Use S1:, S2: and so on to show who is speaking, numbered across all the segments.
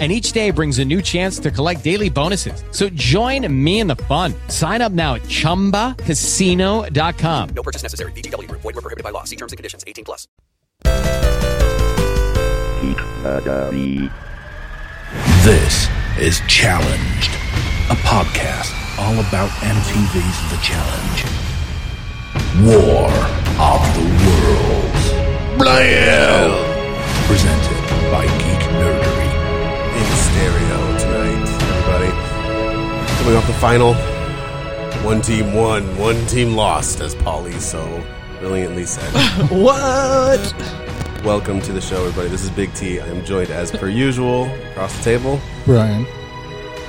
S1: and each day brings a new chance to collect daily bonuses. So join me in the fun. Sign up now at ChumbaCasino.com.
S2: No purchase necessary. VGW Group. Void were prohibited by law. See terms and conditions. 18 plus.
S3: This is Challenged, a podcast all about MTV's The Challenge. War of the Worlds. Blam! Presented by Geek Nerdery.
S4: in stereo tonight, everybody. Coming off the final, one team won, one team lost, as Polly so brilliantly said.
S5: What?
S4: Welcome to the show, everybody. This is Big T. I am joined, as per usual, across the table,
S5: Brian.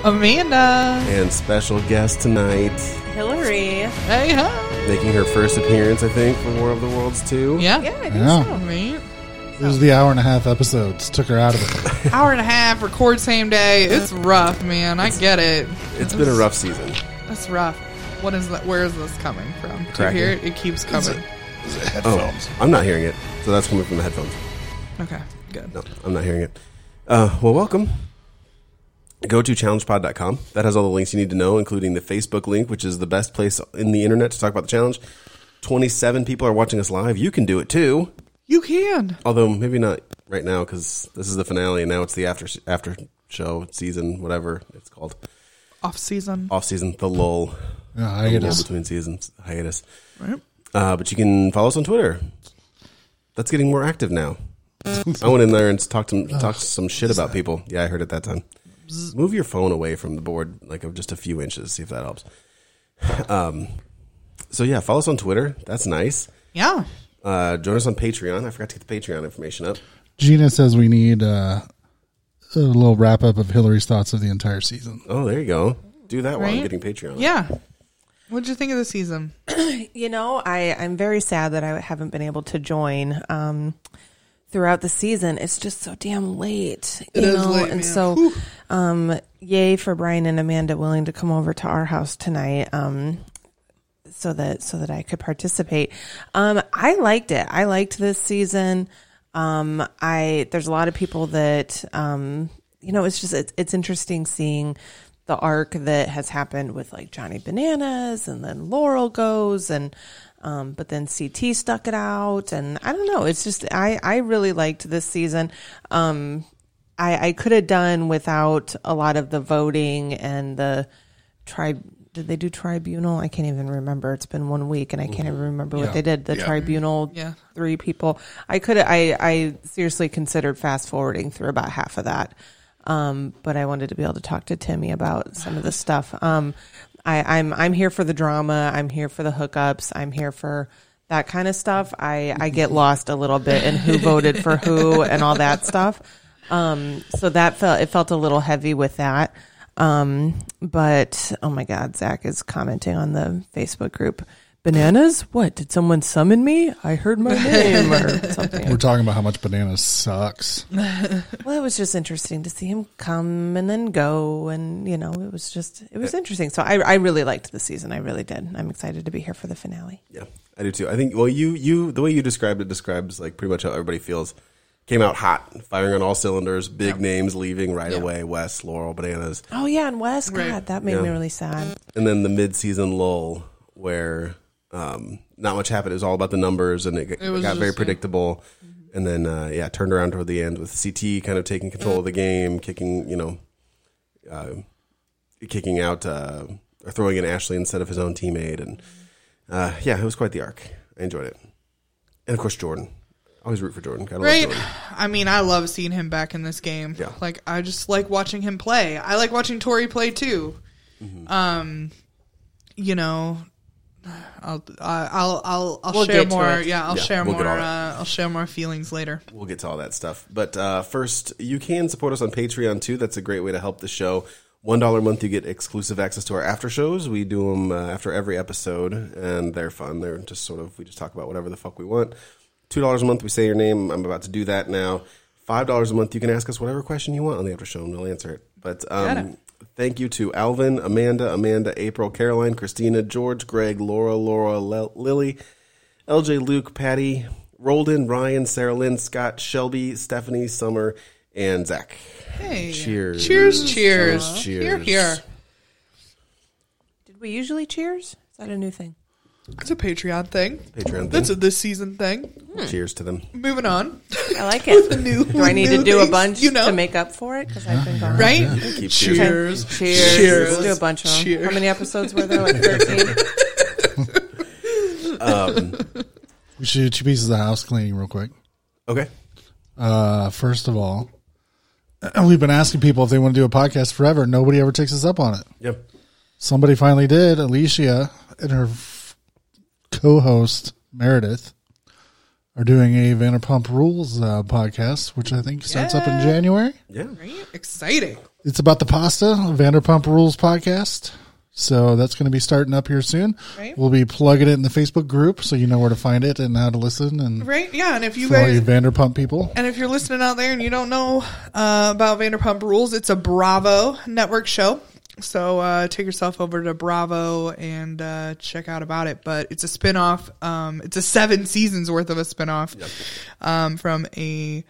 S6: Amanda.
S4: and special guest tonight,
S7: Hillary. Yeah,
S6: Hey, hi.
S4: making her first appearance, I think, for War of the Worlds 2.
S6: Yeah.
S7: I think
S4: Oh.
S5: Yeah.
S6: Right.
S5: It was the hour and a half episodes. Took her out of it.
S6: Hour and a half, record same day. It's rough, man. I get it.
S4: It's been a rough season.
S6: That's rough. What is that? Where is this coming from? Do you
S4: Cracking.
S6: hear it? It keeps coming.
S4: Oh, I'm not hearing it. So that's coming from the headphones.
S6: Okay, good.
S4: No, I'm not hearing it. Uh, well, welcome. Go to challengepod.com. That has all the links you need to know, including the Facebook link, which is the best place in the internet to talk about the challenge. 27 people are watching us live. You can do it too,
S6: You can.
S4: although maybe not right now because this is the finale and now it's the after after show season, whatever it's called,
S6: Off season.
S4: off season, the lull,
S5: Yeah, I
S4: The
S5: get
S4: lull
S5: it.
S4: between seasons hiatus.
S6: Right.
S4: Uh, but you can follow us on Twitter. That's getting more active now. I went in there and talked some talked some shit about people. Yeah, I heard it that time. Move your phone away from the board, like of just a few inches. See if that helps. Um, so yeah, follow us on Twitter. That's nice.
S6: Yeah.
S4: Uh, join us on Patreon. I forgot to get the Patreon information up.
S5: Gina says we need uh, a little wrap up of Hillary's thoughts of the entire season.
S4: Oh, there you go. Do that while I'm
S6: Right?
S4: getting Patreon.
S6: Yeah. What'd you think of the season?
S7: You know, I, I'm very sad that I haven't been able to join um, throughout the season. It's just so damn late. You
S6: is
S7: know?
S6: late,
S7: and
S6: man.
S7: so um, yay for Brian and Amanda willing to come over to our house tonight. Um, so that so that I could participate. Um, I liked it. I liked this season. Um, I there's a lot of people that um, you know it's just it's, it's interesting seeing the arc that has happened with like Johnny Bananas and then Laurel goes and um, but then CT stuck it out and I don't know. It's just I I really liked this season. Um, I I could have done without a lot of the voting and the tribe did they do tribunal i can't even remember it's been one week and i can't even remember what they did the tribunal
S6: Yeah.
S7: three people i could i i seriously considered fast forwarding through about half of that um but i wanted to be able to talk to timmy about some of the stuff um i i'm i'm here for the drama i'm here for the hookups i'm here for that kind of stuff i i get lost a little bit in who voted for who and all that stuff um so that felt it felt a little heavy with that um, but oh my God, Zach is commenting on the Facebook group. Bananas? What? Did someone summon me? I heard my name or
S5: We're
S7: something.
S5: talking about how much banana sucks.
S7: Well, it was just interesting to see him come and then go, and you know, it was just it was interesting. So I I really liked the season. I really did. I'm excited to be here for the finale.
S4: Yeah, I do too. I think. Well, you you the way you described it describes like pretty much how everybody feels. Came out hot, firing on all cylinders. Big names leaving right away. West, Laurel, Bananas.
S7: Oh yeah, and Wes, God,
S6: Right.
S7: that made
S4: Yeah.
S7: me really sad.
S4: and then the mid-season lull where um, not much happened. It was all about the numbers, and it, g-
S6: was
S4: got very
S6: just- Mm-hmm.
S4: predictable. And then uh, yeah, turned around toward the end with CT kind of taking control
S6: Mm-hmm.
S4: of the game, kicking you know, uh, kicking out uh, or throwing in Ashley instead of his own teammate, and uh, yeah, it was quite the arc. I enjoyed it, and of course Jordan. Always root for Jordan. Gotta love
S6: Right.
S4: Jordan.
S6: I mean, I love seeing him back in this game.
S4: Yeah.
S6: Like, I just like watching him play. I like watching Tori play too.
S4: Mm-hmm.
S6: Um, you know, I'll I- I'll I'll I'll
S7: We'll
S6: share
S7: get to
S6: more.
S7: it.
S6: Yeah, I'll
S4: Yeah,
S6: share
S4: we'll get
S6: more.
S4: all that.
S6: Uh, I'll share more feelings later.
S4: We'll get to all that stuff. But uh, first, you can support us on Patreon too. That's a great way to help the show. One dollar a month, you get exclusive access to our after shows. We do them uh, after every episode, and they're fun. They're just sort of we just talk about whatever the fuck we want. Two dollars a month, we say your name. I'm about to do that now. Five dollars a month, you can ask us whatever question you want on the after show, and we'll answer it. But um, thank you to Alvin, Amanda, Amanda, April, Caroline, Christina, George, Greg, Laura, Laura, L- Lily, LJ, Luke, Patty, Roldan, Ryan, Sarah Lynn, Scott, Shelby, Stephanie, Summer, and Zach.
S6: Hey.
S4: Cheers.
S6: Cheers, cheers.
S4: Cheers,
S6: Here,
S4: cheers.
S6: here.
S7: Did we usually cheers? Is that a new thing?
S6: It's a Patreon thing.
S4: Patreon
S6: That's a
S4: thing.
S6: this season thing.
S4: Cheers to them.
S6: Moving on.
S7: I like it.
S6: New-
S7: do I need to
S6: new
S7: do a
S6: things,
S7: bunch
S6: You know,
S7: to make up for it? Because I've been gone.
S6: right?
S4: Keep
S7: Okay.
S4: cheers.
S6: Cheers.
S7: Cheers.
S6: Cheers.
S7: Let's do a bunch of them.
S6: Cheers.
S7: How many episodes were there? Like 13?
S5: We should do two pieces of house cleaning real quick.
S4: Okay.
S5: Uh, first of all, we've been asking people if they want to do a podcast forever. Nobody ever takes us up on it.
S4: Yep.
S5: Somebody finally did. Alicia and her f- co-host Meredith are doing a Vanderpump Rules uh, podcast, which I think starts up in January.
S4: Yeah.
S6: Right? Exciting.
S5: It's about the pasta Vanderpump Rules podcast. So that's going to be starting up here soon.
S6: Right.
S5: We'll be plugging it in the Facebook group so you know where to find it and how to listen and
S6: Right? Yeah. And if you
S5: for all you
S6: guys
S5: Vanderpump people.
S6: And if you're listening out there and you don't know uh, about Vanderpump Rules, it's a Bravo network show. So uh, take yourself over to Bravo and uh, check out about it. But it's a spinoff. Um, it's a seven seasons worth of a spinoff um, from a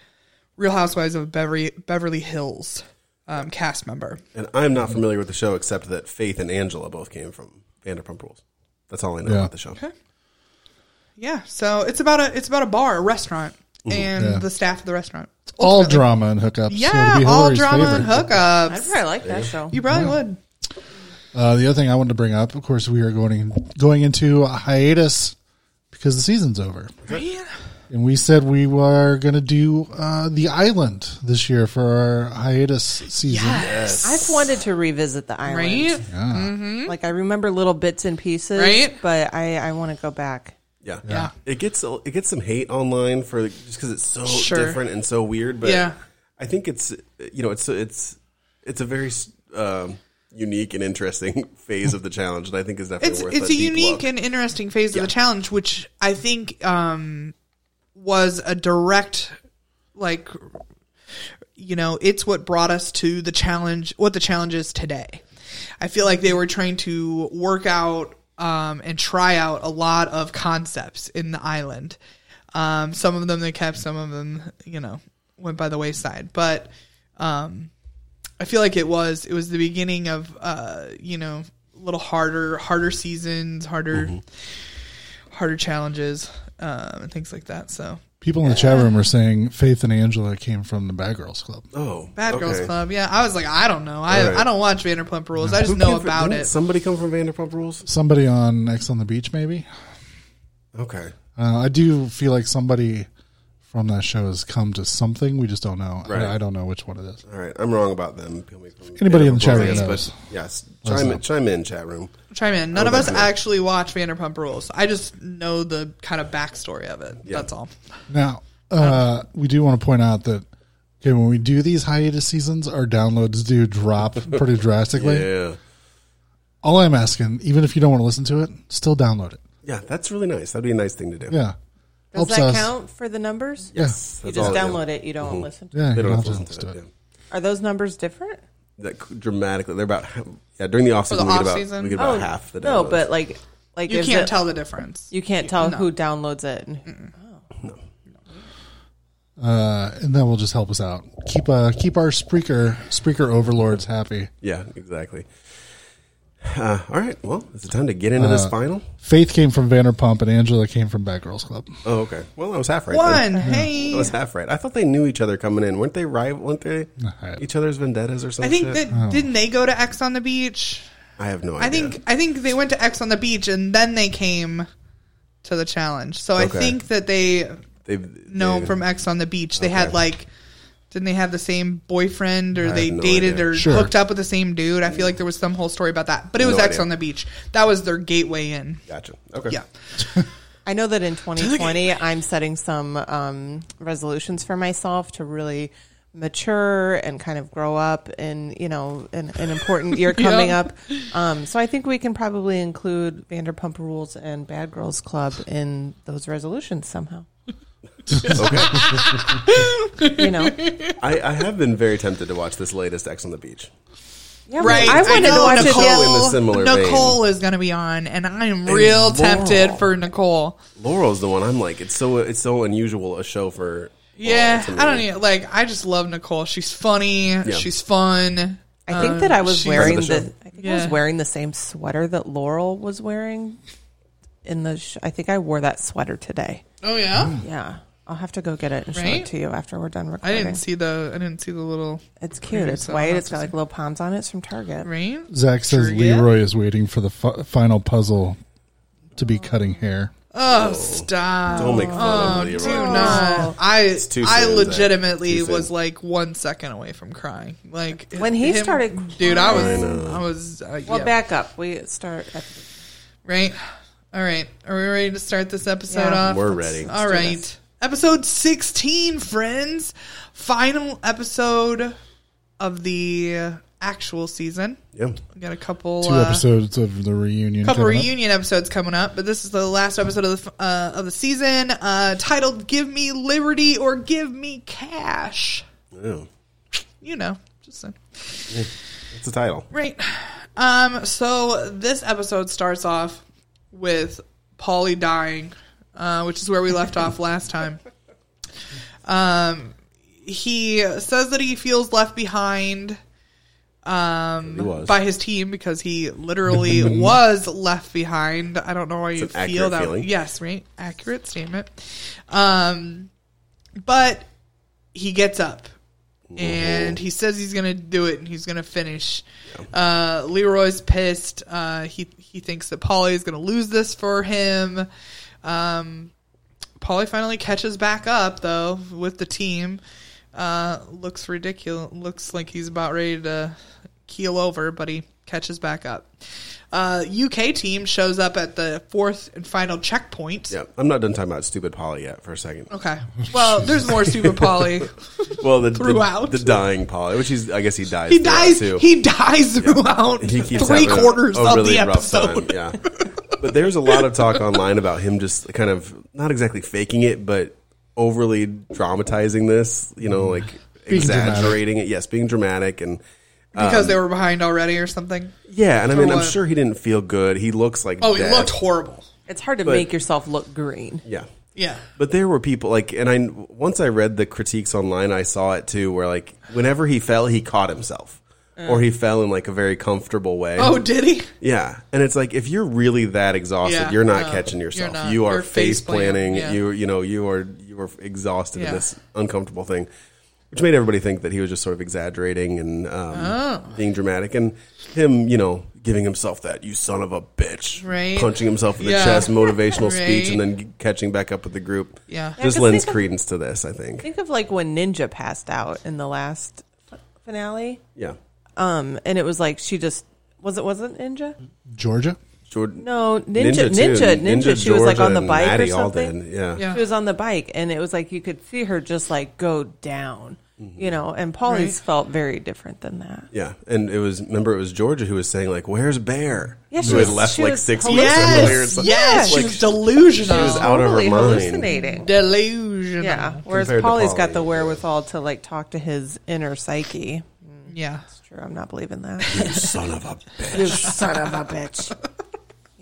S6: Real Housewives of Beverly, Beverly Hills um, cast member.
S4: And I'm not familiar with the show except that Faith and Angela both came from Vanderpump Rules. That's all I know
S5: Yeah.
S4: about the show.
S6: Yeah. So it's about a it's about a bar, a restaurant, and
S5: Yeah.
S6: the staff of the restaurant.
S5: All drama and hookups. So it'll
S6: Yeah,
S5: be
S6: all
S5: Hillary's
S6: drama
S5: favorite.
S6: and hookups.
S7: I'd probably like that show.
S6: You probably would.
S5: Uh, the other thing I wanted to bring up, of course, we are going going into a hiatus because the season's over, and we said we were going to do uh, the island this year for our hiatus season.
S7: I've wanted to revisit the island.
S6: Right?
S7: Like I remember little bits and pieces,
S6: Right?
S7: But I, I want to go back.
S4: Yeah.
S6: Yeah.
S4: It gets a- it gets some hate online for just because it's so
S6: Sure.
S4: different and so weird, but
S6: Yeah.
S4: I think it's you know it's it's it's a very um, unique and interesting phase of the challenge that I think is definitely
S6: it's
S4: worth
S6: it's
S4: that
S6: a
S4: deep
S6: unique
S4: look.
S6: and interesting phase of the challenge, which I think um, was a direct like you know it's what brought us to the challenge what the challenge is today i feel like they were trying to work out um, and try out a lot of concepts in the island um, some of them they kept some of them you know went by the wayside but um, I feel like it was it was the beginning of uh you know a little harder harder seasons harder
S4: Mm-hmm.
S6: harder challenges um, and things like that. So
S5: People in the chat room are saying Faith and Angela came from the Bad Girls Club.
S4: oh
S6: Bad Girls
S4: okay.
S6: Club, yeah. I was like, I don't know, I
S4: Alright.
S6: I don't watch Vanderpump Rules. I just
S4: Who
S6: know
S4: came from-
S6: about
S4: didn't
S6: it.
S4: Somebody come from Vanderpump Rules?
S5: Somebody on X on the Beach, maybe.
S4: Okay,
S5: Uh, I do feel like somebody from that show has come to something. We just don't know. I-
S4: Right.
S5: I, don't know which one it is.
S4: all right. I'm wrong about them. People may come from
S5: Anybody in the
S4: Vanderpump
S5: chat room
S4: Rules,
S5: knows.
S4: but yes, chime chime in chat room.
S6: Chime in. None of
S4: that's
S6: us
S4: it.
S6: actually watch Vanderpump Rules. I just know the kind of backstory of it. That's all.
S5: Now, uh, we do want to point out that okay, when we do these hiatus seasons, our downloads do drop pretty drastically.
S4: Yeah,
S5: All I'm asking, even if you don't want to listen to it, still download it.
S4: yeah, that's really nice. That'd be a nice thing to do.
S5: Yeah,
S7: Does that count for the numbers?
S5: Yeah,
S7: You
S4: That's
S7: just
S4: all- Mm-hmm.
S7: download it. You don't listen to. it.
S5: yeah,
S4: They
S5: you
S4: don't
S5: don't
S4: have
S5: have
S4: to listen
S5: to
S4: to it.
S5: it.
S4: yeah.
S7: Are those numbers different?
S4: that c- dramatically. They're about yeah during the off
S6: the Oh,
S4: season. We get about
S6: off-season?
S4: we get about half the
S7: Oh, no,
S4: downloads.
S7: but like, like
S6: You
S7: is
S6: can't
S7: it-
S6: tell the difference.
S7: You can't tell who downloads it. and-
S5: Uh, and that will just help us out. Keep uh, keep our Spreaker Spreaker overlords happy.
S4: yeah, exactly. Uh, all right, well, is it time to get into this final?
S5: Faith came from Vanderpump, and Angela came from Bad Girls Club.
S4: Oh, okay. Well, I was half right.
S6: One,
S7: Uh-huh.
S4: Then.
S6: hey.
S4: I was half right. I thought they knew each other coming in. weren't they? Rival? weren't they?
S5: I-
S4: Each other's vendettas or
S6: I
S4: something.
S6: think that didn't they go to X on the beach?
S4: I have no idea.
S6: I think I think they went to X on the beach and then they came to the challenge. So
S4: Okay.
S6: I think that they
S4: they
S6: know
S4: they-
S6: from X on the beach. They had
S4: Okay.
S6: like didn't they have the same boyfriend or
S4: have
S6: they
S4: no
S6: dated
S4: idea.
S6: or
S5: Sure.
S6: hooked up with the same dude? I feel like there was some whole story about that. But it was
S4: No
S6: X
S4: idea.
S6: on the beach. That was their gateway in.
S4: Gotcha. Okay.
S6: Yeah.
S7: I know that in 2020, I'm setting some um, resolutions for myself to really mature and kind of grow up and you know an, an important year coming up um, so i think we can probably include vanderpump rules and bad girls club in those resolutions somehow you know.
S4: I, I have been very tempted to watch this latest X on the Beach.
S7: Yeah,
S6: Right.
S7: I wanted
S6: know
S7: to watch
S6: Nicole,
S7: it. the-
S4: In the similar
S6: Nicole is going to be on, and I am real
S4: Laurel.
S6: tempted for Nicole.
S4: Laurel's the one I'm like, it's so it's so unusual a show for.
S6: Yeah,
S4: Laurel to
S6: I don't
S4: me.
S6: need like. I just love Nicole. She's funny. She's fun.
S7: I think that I was
S6: Um, she's-
S7: wearing
S4: Friend of the
S7: the.
S4: show.
S7: I think I was
S6: Yeah.
S7: wearing the same sweater that Laurel was wearing. In the, sh- I think I wore that sweater today.
S6: Oh yeah,
S7: Yeah, I'll have to go get it and show
S6: Right?
S7: it to you after we're done
S6: I
S7: recording.
S6: didn't see the. I didn't see the little
S7: It's cute. It's
S6: so I'll
S7: white.
S6: have
S7: It's
S6: to
S7: got like little palms on it. It's from Target.
S6: rain.
S5: Zach says
S6: Sure, yeah.
S5: Leroy is waiting for the fu- final puzzle to be cutting hair.
S6: Oh, stop!
S4: Don't make fun of Leroy.
S6: Do not. I
S4: too
S6: I
S4: soon, Zach.
S6: legitimately
S4: Too soon.
S6: was like one second away from crying. Like
S7: When he started
S6: dude, I was
S4: crying. I know.
S6: I, was uh,
S7: Well,
S6: yeah.
S7: back up. We start. At,
S6: right. All right, are we ready to start this episode
S7: Yeah.
S6: off?
S4: We're ready.
S6: All right, episode sixteen, friends. Final episode of the actual season.
S4: Yeah.
S6: We got a couple
S5: Two
S6: uh,
S5: episodes of the reunion.
S6: couple
S5: coming up.
S6: reunion episodes coming up, but this is the last episode of the f- uh, of the season, uh, titled "Give Me Liberty or Give Me Cash."
S4: Ew.
S6: You know, just saying.
S4: It's the title.
S6: right. Um, so this episode starts off with Polly dying, uh, which is where we left off last time. Um, he says that he feels left behind. um,
S4: He was.
S6: by his team because he literally was left behind. I don't know why you
S4: It's an
S6: feel
S4: accurate
S6: that.
S4: feeling.
S6: Yes, right. Accurate statement. Um, but he gets up and he says he's going to do it and he's going to finish. Uh, Leroy's pissed. Uh, he he thinks that Polly is going to lose this for him. Um, Polly finally catches back up though with the team. Uh, looks ridiculous. Looks like he's about ready to keel over, but he catches back up. Uh, UK team shows up at the fourth and final checkpoint.
S4: yeah. I'm not done talking about stupid Polly yet for a second.
S6: Okay. Well, there's more stupid Polly.
S4: Well, the, the-
S6: Throughout.
S4: the, dying Polly, which he's I guess he dies.
S6: He
S4: throughout,
S6: dies.
S4: too.
S6: He dies throughout
S4: And he keeps
S6: three
S4: having a-
S6: quarters
S4: a
S6: of
S4: really
S6: the
S4: rough time,
S6: episode.
S4: Yeah, but there's a lot of talk online about him just kind of not exactly faking it, but overly dramatizing this. You know, like
S5: Being dramatic.
S4: exaggerating it. Yes, being dramatic and Um,
S6: Because they were behind already or something.
S4: yeah. And I
S6: For
S4: mean, I'm
S6: what?
S4: sure he didn't feel good. He looks like
S6: Oh, he
S4: death.
S6: looked horrible.
S7: it's hard to make yourself look green.
S4: yeah.
S6: Yeah.
S4: But there were people like, and I once I read the critiques online, I saw it too, where like whenever he fell, he caught himself, or he fell in like a very comfortable way.
S6: Oh, did he?
S4: Yeah, and it's like if you're really that exhausted,
S6: Yeah,
S4: you're not
S6: no,
S4: catching
S6: you're
S4: yourself. You're
S6: not. You're
S4: face
S6: faceplant,
S4: planning.
S6: yeah.
S4: You you know you are you are exhausted
S6: Yeah.
S4: in this uncomfortable thing, which made everybody think that he was just sort of exaggerating and um,
S6: Oh.
S4: being dramatic, and him you know giving himself that you son of a bitch,
S6: Right.
S4: punching himself in the
S6: Yeah.
S4: chest, motivational speech, and
S6: Right.
S4: then catching back up with the group.
S6: Yeah. Yeah,
S4: just
S7: 'cause
S4: lends
S7: think of-
S4: credence to this, I think.
S7: Think of like when Ninja passed out in the last f- finale,
S4: Yeah,
S7: um, and it was like she just was it wasn't Ninja?
S5: Georgia.
S4: Jordan.
S7: No, Ninja, Ninja,
S4: too.
S7: Ninja. she was like
S4: Georgia
S7: on the
S4: and
S7: bike
S4: Maddie
S7: or something.
S4: Alden, Yeah,
S6: Yeah.
S7: She was on the bike, and it was like you could see her just like go down,
S4: Mm-hmm.
S7: you know. And Paulie's felt very different than that.
S4: Yeah, and it was remember it was Georgia who was saying like, "Where's Bear?"
S7: Yeah, she
S4: who
S7: was-
S4: had left
S7: she
S4: like
S7: was
S4: six
S7: hallucinating.
S4: months
S7: Yes,
S4: earlier. It's like-
S6: yes,
S4: like,
S6: she was delusional.
S4: She was out of her
S7: Totally
S4: mind.
S7: hallucinating.
S6: delusional.
S7: Yeah. Whereas
S4: Compared to
S7: Paulie's got
S4: Pauly,
S7: the wherewithal to like talk to his inner psyche.
S6: Yeah.
S7: Sure, I'm not believing that.
S4: You son of a bitch.
S7: you son of a bitch.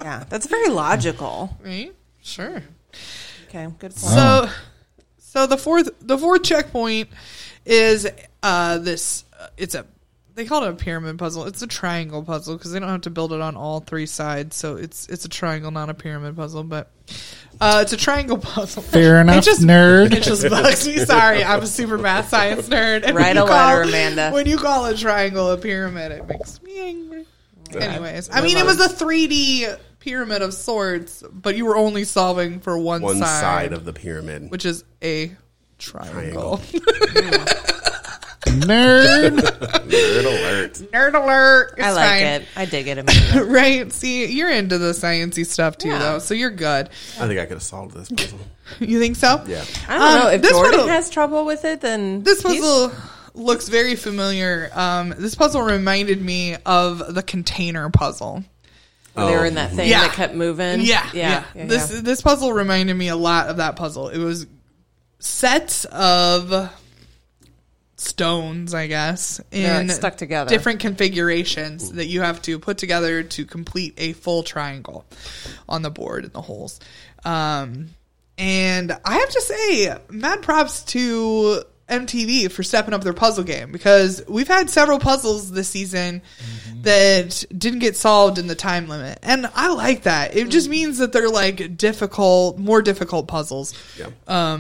S7: Yeah, that's very logical.
S6: Right? Sure.
S7: Okay, good point.
S5: Oh.
S6: So, so the fourth the fourth checkpoint is uh this uh, it's a they call it a pyramid puzzle. It's a triangle puzzle because they don't have to build it on all three sides. So it's it's a triangle, not a pyramid puzzle, but uh, it's a triangle puzzle.
S5: Fair enough,
S6: It just,
S5: nerd.
S6: It just bugs me. Sorry, I'm a super math science nerd. And
S7: Write
S6: when you
S7: a letter, Amanda.
S6: When you call a triangle a pyramid, it makes me angry. Anyways, I mean, it was a 3D pyramid of sorts, but you were only solving for one,
S4: One
S6: side,
S4: side of the pyramid.
S6: which is a triangle.
S5: nerd.
S4: Nerd alert.
S6: Nerd alert! It's
S7: I like
S6: fine.
S7: it. I dig it. Amanda.
S6: Right? See, you're into the sciencey stuff too,
S7: Yeah.
S6: though, so you're good.
S4: I think I could have solved this puzzle.
S6: You think so?
S4: Yeah.
S7: I don't know
S6: Um,
S7: if
S6: this
S7: Jordan
S6: one'll-
S7: has trouble with it. Then
S6: This
S7: he's-
S6: puzzle looks very familiar. Um, this puzzle reminded me of the container puzzle.
S7: they were in that thing
S6: Yeah.
S7: that kept moving.
S6: Yeah,
S7: yeah.
S6: this
S7: yeah.
S6: this puzzle reminded me a lot of that puzzle. It was sets of stones, I guess,
S7: They're,
S6: in
S7: like, stuck together.
S6: different configurations that you have to put together to complete a full triangle on the board and the holes. Um, and I have to say, mad props to MTV for stepping up their puzzle game because we've had several puzzles this season that didn't get solved in the time limit. And I like that. It
S7: Mm.
S6: just means that they're like difficult, more difficult puzzles. Uh.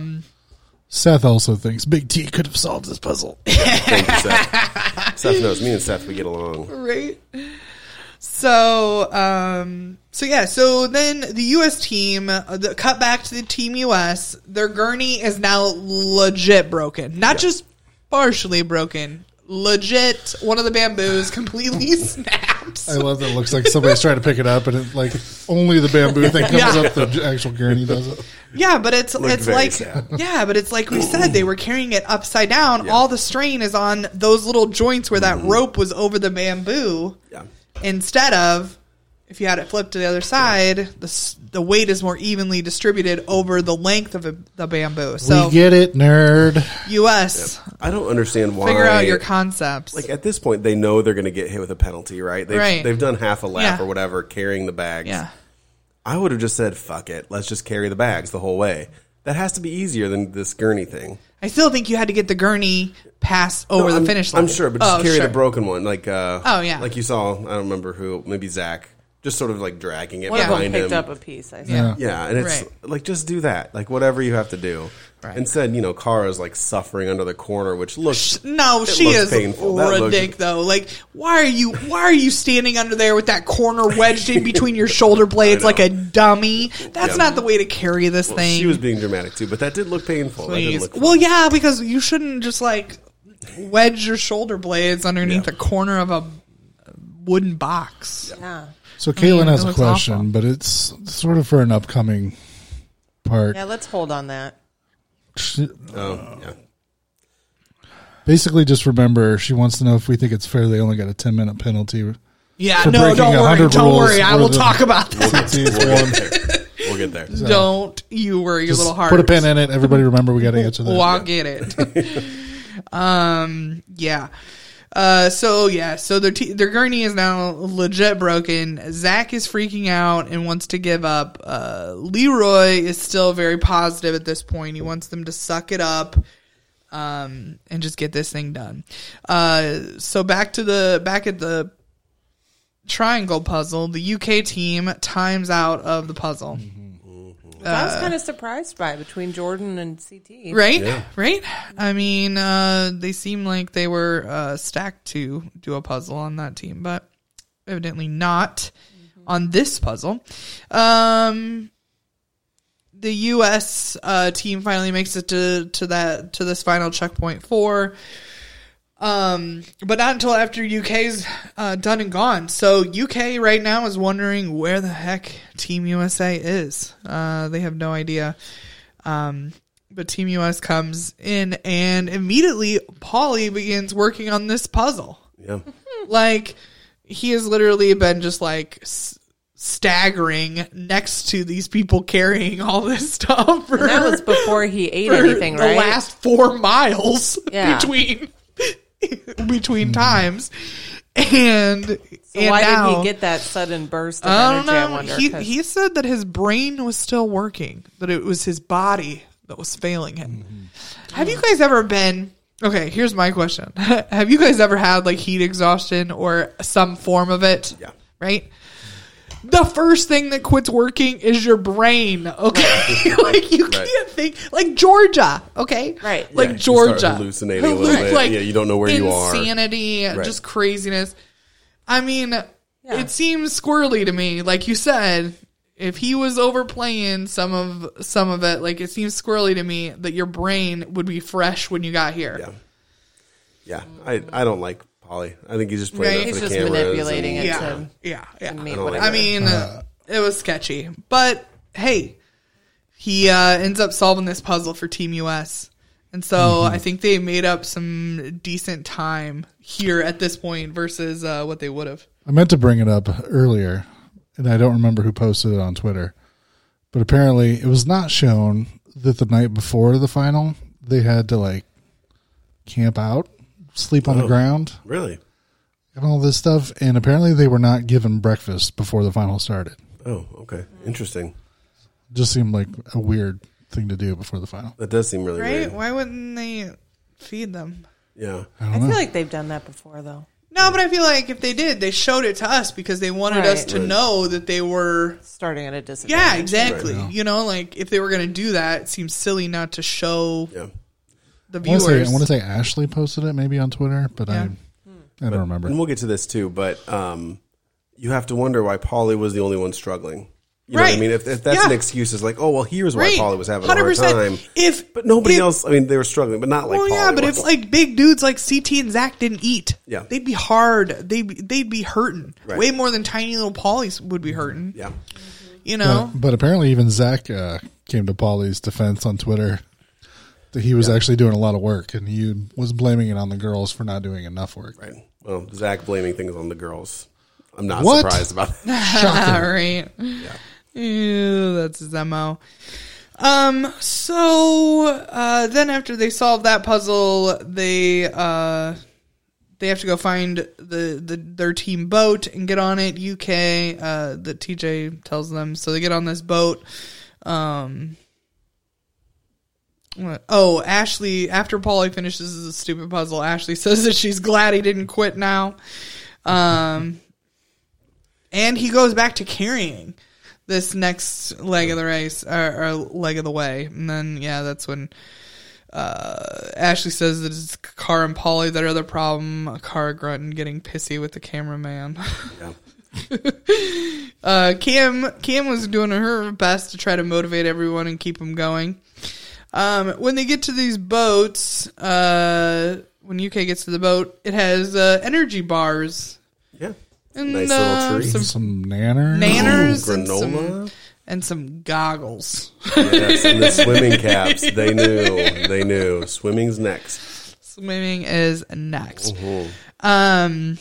S5: Seth also thinks Big T could have solved this puzzle.
S4: Thank you, Seth. Seth knows me and Seth. We get along.
S6: right? So, um, so yeah, so then the U.S. team, uh, the cut back to the team U.S. Their gurney is now legit broken, not just partially broken. Legit, one of the bamboos completely snaps.
S5: I love that. It looks like somebody's trying to pick it up, and it, like only the bamboo thing comes
S6: Yeah.
S5: up. The actual gurney does it.
S6: Yeah, but it's
S4: Looked
S6: it's
S4: very
S6: like
S4: sad.
S6: yeah, but it's like we said they were carrying it upside down. All the strain is on those little joints where
S4: Mm-hmm.
S6: that rope was over the bamboo.
S4: Yeah.
S6: Instead of if you had it flipped to the other side, the s- the weight is more evenly distributed over the length of a, the bamboo. So
S5: we get it, nerd.
S6: U.S.
S4: I don't understand why.
S6: figure out your concepts.
S4: like at this point, they know they're going to get hit with a penalty, right? They've,
S6: Right.
S4: They've done half a lap
S6: Yeah.
S4: or whatever carrying the bags.
S6: yeah,
S4: I would have just said, "Fuck it, let's just carry the bags the whole way." That has to be easier than this gurney thing.
S6: I still think you had to get the gurney past over
S4: No,
S6: the
S4: I'm-
S6: finish line.
S4: I'm sure, but just
S6: Oh,
S4: carry
S6: sure.
S4: the broken one, like uh,
S6: Oh, yeah.
S4: like you saw. I don't remember who, maybe Zach, just sort of like dragging it
S7: One of them
S4: behind
S7: picked
S4: him.
S7: up a piece. I think.
S5: Yeah.
S4: yeah, and it's
S6: Right.
S4: like just do that, like whatever you have to do.
S6: Right.
S4: Instead, you know, Kara's like suffering under the corner, which looks
S6: No,
S4: It
S6: she
S4: looks
S6: is
S4: painful. That looks-
S6: ridiculous. Though, like, why are you why are you standing under there with that corner wedged in between your shoulder blades like a dummy? That's
S4: Yeah.
S6: not the way to carry this thing.
S4: she was being dramatic too, but that did look painful. That did
S6: Please.
S4: look
S6: well, yeah, because you shouldn't just like wedge your shoulder blades underneath
S4: Yeah.
S6: the corner of a wooden box.
S7: Yeah.
S5: So Caitlin
S6: mean,
S5: has
S6: it
S5: a
S6: looks
S5: question,
S6: awful.
S5: but it's sort of for an upcoming part.
S7: Yeah, let's hold on that.
S5: She-
S4: Oh, yeah.
S5: basically, just remember she wants to know if we think it's fair they only got a ten minute penalty.
S6: Yeah,
S5: For
S6: no,
S5: breaking
S6: don't worry,
S5: 100
S6: don't
S5: rules
S6: worry. I
S5: for
S6: will
S5: the-
S6: talk about that.
S4: We'll get there. We'll get there.
S6: Don't you worry, your
S5: Just
S6: little heart.
S5: put a pin in it. Everybody remember we got to get to that.
S6: Well, I'll Oh, get it. um, yeah. Uh, so yeah, so their t- their gurney is now legit broken. Zach is freaking out and wants to give up. Uh, Leroy is still very positive at this point. He wants them to suck it up, um, and just get this thing done. Uh, so back to the back at the triangle puzzle. The UK team times out of the puzzle.
S7: I was kind of surprised by between Jordan and CT.
S6: Uh, Right? Right? I mean, uh, they seem like they were uh, stacked to do a puzzle on that team, but evidently not on this puzzle. Um, the U.S. Uh, team finally makes it to, to that to this final checkpoint four, um, but not until after UK's uh, done and gone. So UK right now is wondering where the heck Team USA is. Uh, they have no idea. Um, but Team US comes in and immediately Polly begins working on this puzzle.
S4: Yeah.
S6: Like he has literally been just like s- staggering next to these people carrying all this stuff for,
S7: That was before he ate
S6: for
S7: anything,
S6: the
S7: right?
S6: last four miles
S7: Yeah.
S6: between between times. And,
S7: so
S6: and
S7: why did
S6: now-
S7: he get that sudden burst of
S6: I don't
S7: energy? I wonder.
S6: know. He,
S7: 'cause-
S6: he said that his brain was still working, that it was his body that was failing him.
S7: Mm-hmm.
S6: Have you guys ever been? Okay, here's my question. Have you guys ever had like heat exhaustion or some form of it?
S4: Yeah.
S6: Right? The first thing that quits working is your brain, okay? like you can't think like Georgia, okay?
S7: Right.
S6: Like
S4: Yeah, you start
S6: Georgia.
S4: hallucinating a little bit. Yeah, you don't know where you are.
S6: Insanity,
S4: Right.
S6: just craziness. I mean, it seems squirrely to me. Like you said, if he was overplaying some of some of it, like it seems squirrely to me that your brain would be fresh when you got here.
S4: Yeah. Yeah. I, I don't like Polly. I think he's just playing it
S6: Right.
S7: He's
S4: for the
S7: just
S4: cameras.
S7: manipulating
S4: and-
S7: it
S6: yeah,
S7: to
S6: yeah, yeah.
S7: to meet
S4: don't like
S7: whatever.
S6: I mean, it was sketchy, but hey, he uh, ends up solving this puzzle for Team US, and so I think they made up some decent time here at this point versus uh, what they would have.
S5: I meant to bring it up earlier, and I don't remember who posted it on Twitter, but apparently it was not shown that the night before the final they had to like camp out, sleep on the
S4: Oh.
S5: ground,
S4: Really?
S5: and all this stuff. And apparently they were not given breakfast before the final started.
S4: Oh, okay. Interesting.
S5: Just seemed like a weird thing to do before the final.
S4: That does seem really
S6: right?
S4: weird.
S6: Why wouldn't they feed them?
S4: Yeah.
S7: I feel like they've done that before, though.
S6: No, but I feel like if they did, they showed it to us because they wanted
S7: Right.
S6: us to know that they were.
S7: Starting at a disadvantage.
S6: Yeah, exactly. You know, like if they were going to do that, it seems silly not to show
S4: Yeah.
S6: the
S5: I want
S6: viewers.
S5: to say, I wanna say Ashley posted it maybe on Twitter, but I,
S6: Yeah.
S5: I don't remember.
S4: And we'll get to this too, but um, you have to wonder why Polly was the only one struggling. You know what
S6: Right.
S4: I mean? If, if that's
S6: Yeah.
S4: an excuse, it's like, oh, well, here's why
S6: Right.
S4: Polly was having a hard
S6: 100%.
S4: time.
S6: If-
S4: but nobody
S6: if-
S4: else, I mean, they were struggling, but not like
S6: well,
S4: Polly
S6: yeah, but
S4: was.
S6: if like big dudes like CT and Zach didn't eat,
S4: Yeah.
S6: they'd be hard. They would they'd be hurting
S4: Right.
S6: way more than tiny little Polly's would be hurting.
S4: Yeah.
S6: You
S5: But,
S6: know,
S5: Uh, but apparently, even Zach uh, came to Polly's defense on Twitter that he was actually doing a lot of work and he was blaming it on the girls for not doing enough work.
S4: Right. Well, Zach blaming things on the girls. I'm not
S5: What?
S4: surprised about that.
S6: all right. Ew, that's his mo. Um. So uh, then, after they solve that puzzle, they uh, they have to go find the, the their team boat and get on it. UK uh, that TJ tells them. So they get on this boat. Um. what- Oh, Ashley. After Polly finishes the stupid puzzle, Ashley says that she's glad he didn't quit now. Um. and he goes back to carrying this next leg of the race or, or leg of the way and then yeah that's when uh, ashley says that it's car and polly that are the problem car grunt and getting pissy with the cameraman uh, cam cam was doing her best to try to motivate everyone and keep them going um, when they get to these boats uh, when uk gets to the boat it has uh, energy bars
S4: Yeah.
S6: and
S4: Nice little
S6: uh,
S4: treat.
S6: some
S5: Some nanners.
S6: nanners
S4: Ooh,
S6: and some
S4: granola?
S6: and some goggles.
S4: Yes, and the swimming caps. They knew. They knew. Swimming's next.
S6: Swimming is next.
S4: Oh.
S6: Um,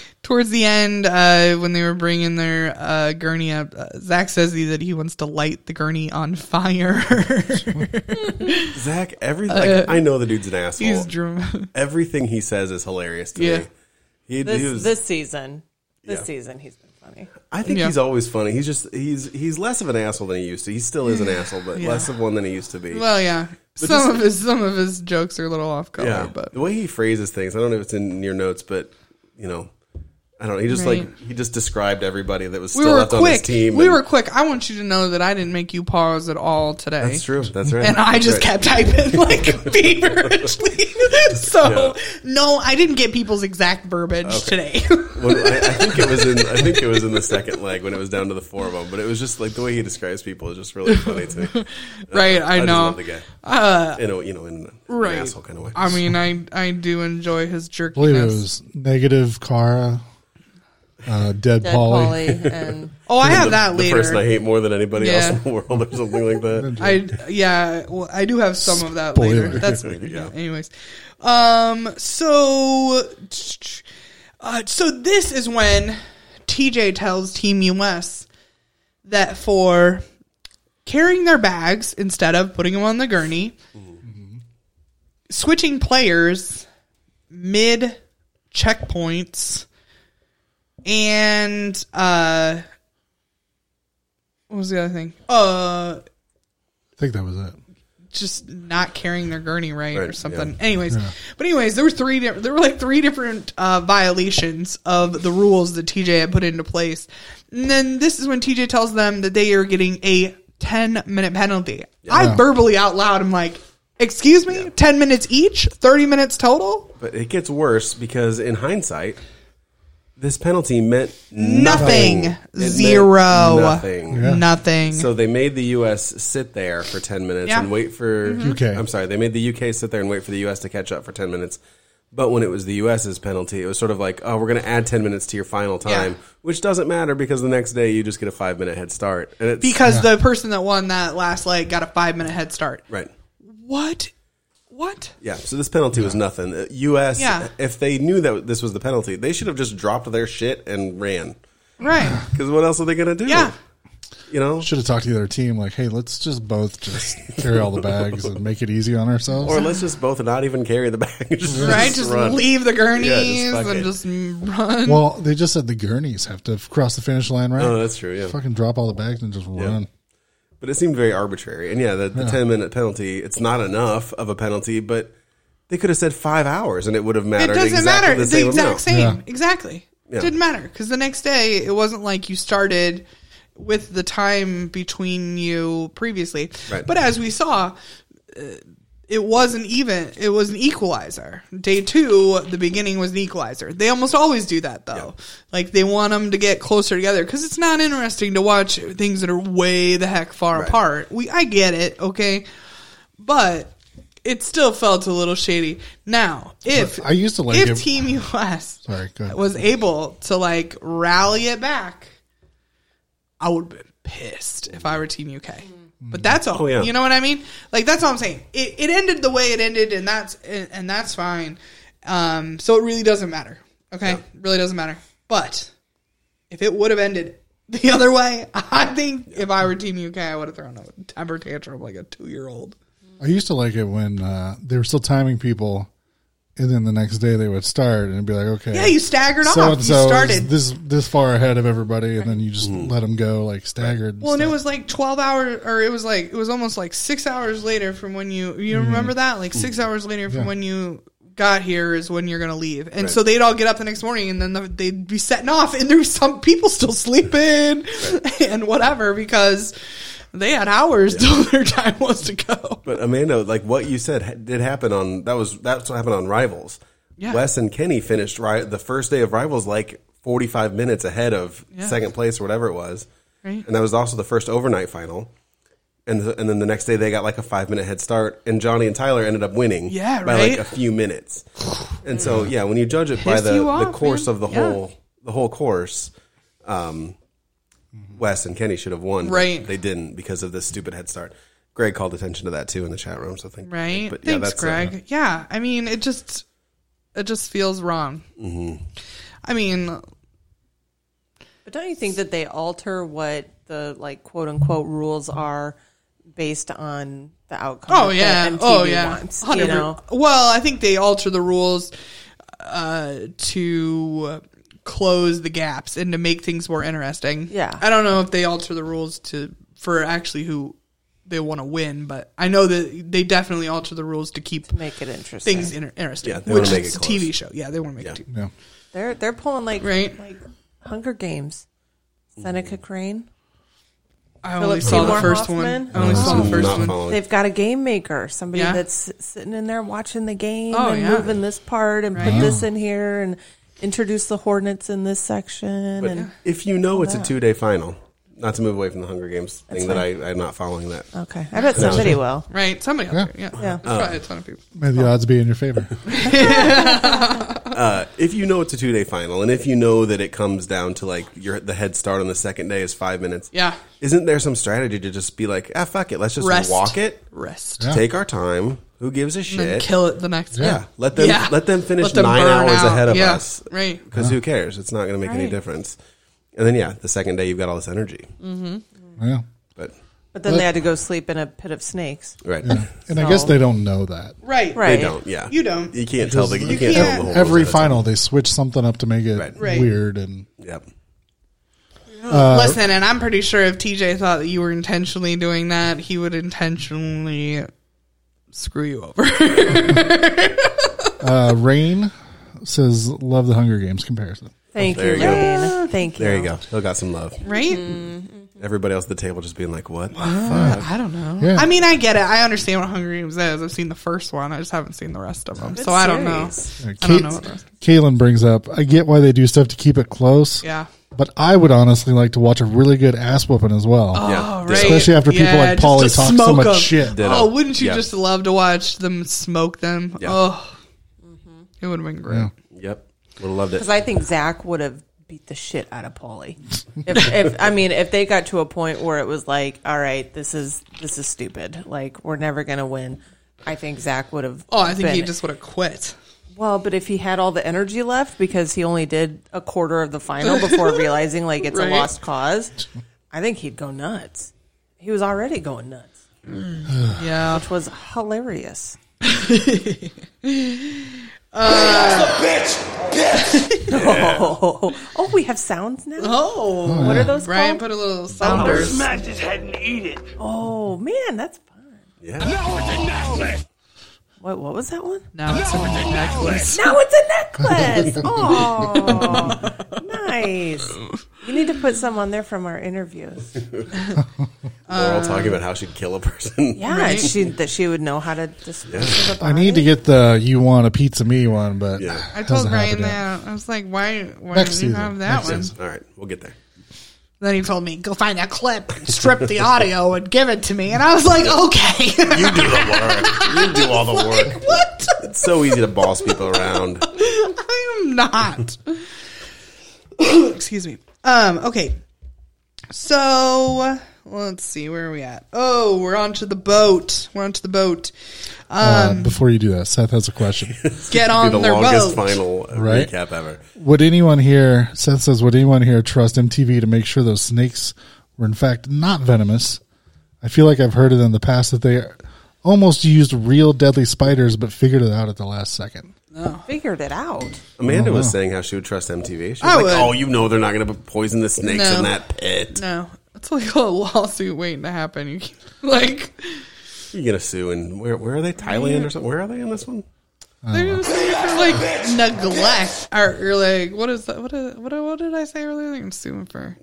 S6: towards the end, uh, when they were bringing their uh, gurney up, uh, Zach says he- that he wants to light the gurney on fire.
S4: Zach, every like, I know the dude's an asshole.
S6: uh, He's drum-
S4: Everything he says is hilarious to
S6: Yeah.
S4: me. He,
S7: This,
S4: he was,
S7: this season, this
S4: Yeah.
S7: season, he's been funny.
S4: I think
S6: Yeah.
S4: he's always funny. He's just he's he's less of an asshole than he used to. He still is an asshole, but less of one than he used to be.
S6: well, yeah.
S4: just-
S6: some of his some of his jokes are a little off color,
S4: yeah,
S6: but
S4: the way he phrases things, I don't know if it's in your notes, but you know, I don't. know. He just like
S6: Right.
S4: he just described everybody that was
S6: we
S4: still
S6: were
S4: left on his
S6: quick.
S4: team.
S6: We
S4: and-
S6: were quick. I want you to know that I didn't make you pause at all today.
S4: That's true. That's right.
S6: and I
S4: That's
S6: just
S4: right.
S6: kept typing like feverishly. so
S4: Yeah.
S6: no, I didn't get people's exact verbiage today.
S4: When- I, I think it was in. I think it was in the second leg when it was down to the four of them. But it was just like the way he describes people is just really funny to me.
S6: right, I,
S4: just
S6: know. Uh,
S4: love the guy. in a, you know, in an
S6: right.
S4: asshole kind of way.
S6: I mean, I I do enjoy his
S5: I believe it
S6: jerkiness.
S5: was negative Cara, uh, dead,
S7: Dead
S5: Polly.
S7: Polly and
S6: Oh, I have
S4: the,
S6: that
S4: the
S6: later.
S4: person I hate more than anybody else
S6: Yeah.
S4: in the world, or something like that.
S6: I yeah, well, I do have some of that
S5: Spoiler.
S6: later. That's later. yeah. Anyways, um, so uh, so this is when TJ tells Team US that for carrying their bags instead of putting them on the gurney, switching players mid checkpoints, and uh. What was the other thing? Uh,
S5: I think that was it.
S6: just not carrying their gurney right, or
S4: Right,
S6: something.
S4: yeah.
S6: Anyways, but anyways, there were three. di- There were like three different uh, violations of the rules that TJ had put into place. And then this is when TJ tells them that they are getting a ten minute penalty. I verbally out loud, I'm like, "Excuse me, ten minutes each, thirty minutes total."
S4: But it gets worse because, in hindsight, this penalty meant
S6: Nothing.
S4: nothing. It meant
S6: Zero.
S4: nothing.
S6: Nothing.
S4: So they made the U.S. sit there for ten minutes
S6: Yeah. Mm-hmm.
S4: and wait for
S5: UK.
S4: I'm sorry, they made the U.K. sit there and wait for the U.S. to catch up for ten minutes. But when it was the U.S.'s penalty, it was sort of like, oh, we're going to add ten minutes to your final time,
S6: Yeah.
S4: which doesn't matter because the next day you just get a five minute head start, and it's
S6: because the person that won that last leg got a five minute head start.
S4: right.
S6: What? What?
S4: Yeah, so this penalty was nothing. The U.S.
S6: Yeah.
S4: If they knew that this was the penalty, they should have just dropped their shit and ran.
S6: Right.
S4: Because what else are they going to do?
S6: Yeah.
S4: You know,
S5: Should have talked to the other team, like, hey, let's just both just carry all the bags and make it easy on ourselves.
S4: or let's just both not even carry the bag. just,
S6: right? Just
S4: run.
S6: leave the gurneys
S4: Yeah, just fuck it.
S6: and just run.
S5: well, they just said the gurneys have to cross the finish line, right?
S4: Oh, that's true. Yeah.
S5: Fucking drop all the bags and just run.
S4: But it seemed very arbitrary. And yeah, the, the 10 minute penalty, it's not enough of a penalty, but they could have said five hours and it would have
S6: it
S4: mattered.
S6: doesn't
S4: exactly
S6: matter.
S4: The
S6: It's
S4: same
S6: the exact
S4: amount.
S6: same.
S5: Yeah.
S6: Exactly.
S4: Yeah.
S6: Didn't matter because the next day it wasn't like you started with the time between you previously.
S4: Right.
S6: But as we saw, uh, it wasn't even. It was an equalizer. Day two, the beginning was an equalizer. They almost always do that though. Like they want them to get closer together because it's not interesting to watch things that are way the heck far apart. We I get it. Okay, but. It still felt a little shady. Now, if
S5: I used to like
S6: if
S5: it-
S6: Team US
S5: Sorry, go ahead.
S6: was able to like rally it back, I would be pissed if I were Team UK.
S5: Mm-hmm.
S6: But that's all.
S4: Oh, yeah.
S6: You know what I mean? Like that's all I'm saying. It, it ended the way it ended, and that's and, and that's fine. Um, so it really doesn't matter. Okay, really doesn't matter. But if it would have ended the other way, I think if I were Team UK, I would have thrown a temper tantrum like a two year old.
S5: I used to like it when uh, they were still timing people, and then the next day they would start and it'd be like, okay,
S6: Yeah, you staggered off. You
S5: so-and-so is
S6: started
S5: this this far ahead of everybody, and then you just let them go like staggered.
S6: Well, and it was like twelve hours, or it was like it was almost like six hours later from when you you
S4: Mm-hmm.
S6: remember that like six hours later from when you got here is when you're gonna leave, and so they'd all get up the next morning, and then the, they'd be setting off, and there's some people still sleeping and whatever because they had hours till their time was to go.
S4: But Amanda, like what you said ha- did happen on, that was, that's what happened on Rivals.
S6: Yeah.
S4: Wes and Kenny finished ri- the first day of Rivals like 45 minutes ahead of
S6: Yeah.
S4: second place or whatever it was.
S6: Right.
S4: And that was also the first overnight final. And, th- and then the next day they got like a five minute head start, and Johnny and Tyler ended up winning
S6: Yeah,
S4: by like
S6: right?
S4: a few minutes. And so yeah, when you judge it by
S6: Pissed
S4: the,
S6: you
S4: the
S6: off,
S4: course
S6: man.
S4: of the
S6: Yeah.
S4: whole the whole course, um, Wes and Kenny should have won. but
S6: Right.
S4: They didn't because of this stupid head start. Greg called attention to that too in the chat room. So thank
S6: Right?
S4: But yeah,
S6: Thanks,
S4: that's, uh,
S6: Greg. yeah, I mean, it just it just feels wrong.
S4: Mm-hmm.
S6: I mean,
S7: But don't you think that they alter what the like quote unquote rules are based on the outcome?
S6: Oh
S7: that
S6: yeah.
S7: MTV
S6: oh yeah.
S7: wants, you
S6: 100%.
S7: know?
S6: Well, I think they alter the rules uh, to close the gaps and to make things more interesting.
S7: Yeah.
S6: I don't know if they alter the rules to for actually who they want to win, but I know that they definitely alter the rules to keep
S7: Make it interesting.
S6: things inter- interesting.
S4: Yeah, they
S6: which
S4: wanna make it
S6: is a
S4: close.
S6: TV show. Yeah, they want to make it. TV.
S5: yeah.
S7: They're they're pulling like
S6: Right.
S7: like Hunger Games, Seneca
S4: Mm.
S7: Crane.
S6: I only
S7: Philip
S6: saw the
S7: Seymour
S6: first
S7: Hoffman?
S6: one. I only saw the first
S4: not
S6: one.
S4: following.
S7: They've got a game maker, somebody
S6: Yeah.
S7: that's s- sitting in there watching the game
S6: Oh,
S7: and
S6: yeah.
S7: moving this part and put this in here and introduce the Hornets in this section.
S4: But
S7: and
S4: if you know it's a two day final, not to move away from the Hunger Games thing that I, I'm not following that.
S7: okay, I bet somebody will.
S6: Right, somebody out there. Yeah,
S7: Yeah.
S6: There's
S4: Uh.
S6: probably a ton of people.
S5: May the odds be in your favor.
S4: if you know it's a two day final, and if you know that it comes down to like your the head start on the second day is five minutes,
S6: Yeah.
S4: isn't there some strategy to just be like, ah, fuck it, let's just
S6: Rest.
S4: walk it,
S6: Rest.
S5: Yeah.
S4: take our time, who gives a
S6: And then
S4: shit?
S6: kill it the next
S5: Yeah.
S6: day.
S4: Let them
S6: Yeah.
S4: let them finish
S6: Let them
S4: nine
S6: burn
S4: hours
S6: out.
S4: ahead of
S6: Yeah,
S4: us,
S6: right.
S4: Because who cares? It's not going to make any
S7: Right.
S4: difference. And then yeah, the second day you've got all this energy,
S6: Mm.
S5: yeah.
S4: but
S7: But then they had to go sleep in a pit of snakes.
S4: right,
S5: And I guess
S7: So-
S5: they don't know that.
S6: Right.
S7: Right.
S4: they don't. Yeah,
S6: You don't.
S4: You can't tell the you,
S6: You
S4: can't, tell
S6: can't.
S4: the whole
S5: Every
S4: rules ahead
S5: final, they switch something up to make it
S4: Right.
S6: Right.
S5: weird. And
S4: of time. Yep.
S6: Listen, and I'm pretty sure if TJ thought that you were intentionally doing that, he would intentionally screw you over.
S5: uh, Rain says, "Love the Hunger Games comparison."
S7: Thank
S4: There
S7: you,
S4: you go.
S7: Lane. Thank you.
S4: There you go. Still got some love.
S6: right?
S4: Everybody else at the table just being like, "What?" the
S6: I don't know.
S5: Yeah.
S6: I mean, I get it. I understand what Hunger Games is. I've seen the first one. I just haven't seen the rest of them.
S7: Good
S6: so I don't know.
S7: series.
S5: Uh,
S6: I don't
S5: Kate-
S6: know what the rest-
S5: Caitlin brings up, "I get why they do stuff to keep it close."
S6: Yeah.
S5: But I would honestly like to watch a really good ass whooping as well.
S4: Yeah.
S6: Oh,
S4: ditto.
S6: right.
S5: Especially after people like
S6: just
S5: Polly
S6: to
S5: talk so
S6: smoke
S5: much
S6: 'em.
S5: shit.
S4: Ditto.
S6: Oh, wouldn't you
S4: Yeah.
S6: just love to watch them smoke them?
S4: Yeah.
S6: Oh, it would have been great.
S4: Yep. Would have loved it.
S7: Because
S6: Uh,
S7: I think Zach would have beat the shit out of Paulie. If, if I mean, if they got to a point where it was like, all right, this is this is stupid. Like we're never gonna win. I think Zach would have.
S6: Oh, I think he
S7: been-
S6: just would have quit.
S7: Well, but if he had all the energy left because he only did a quarter of the final before realizing like it's
S6: Right.
S7: a lost cause, I think he'd go nuts. He was already going nuts,
S6: Yeah.
S7: which was hilarious.
S6: Uh,
S7: Oh, oh, we have sounds now.
S6: Oh,
S7: what are those
S6: Brian put
S7: called?
S6: a little sounders.
S7: oh man, that's fun.
S4: Yeah.
S7: What what was that one?
S6: Now it's over the necklace.
S7: Now it's a necklace. Oh, nice. You need to put some on there from our interviews.
S4: We're all talking about how she'd kill a person.
S7: Yeah, she that she would know how to dispose of a
S5: I need to
S7: body.
S5: get the you want a pizza me one, but
S4: Yeah.
S6: I told
S5: Doesn't happen
S6: Brian
S5: yet.
S6: that. I was like, why, why
S5: Next
S6: do you
S5: season.
S6: have that one?
S4: Yes. All right, we'll get there.
S6: Then he told me, go find that clip and strip the audio and give it to me. And I was like, okay.
S4: You do the work. You do all the work.
S6: what?
S4: It's so easy to boss people around.
S6: I am not. Excuse me. Um, okay. So let's see, where are we at? Oh, we're onto the boat. We're onto the boat.
S5: uh,
S6: um,
S5: before you do that, Seth has a question.
S6: Get
S4: Be
S6: on
S4: the
S6: their
S4: longest
S6: boat.
S4: final uh,
S5: Right.
S4: recap ever.
S5: would anyone here? Seth says, would anyone here trust MTV to make sure those snakes were in fact not venomous? I feel like I've heard it in the past that they almost used real deadly spiders, but figured it out at the last second.
S7: figured it out.
S4: Amanda was saying how she would trust MTV. She was
S6: I
S4: like,
S6: would.
S4: "Oh, you know they're not going to poison the snakes
S6: No.
S4: in that pit.
S6: No, it's like a lawsuit waiting to happen. You can, like
S4: You're going to sue." And where where are they? Thailand or something? Where are they in this one?
S6: they're just suing for like neglect or, or like what is that? What is, what what did I say earlier? Like, I'm suing for.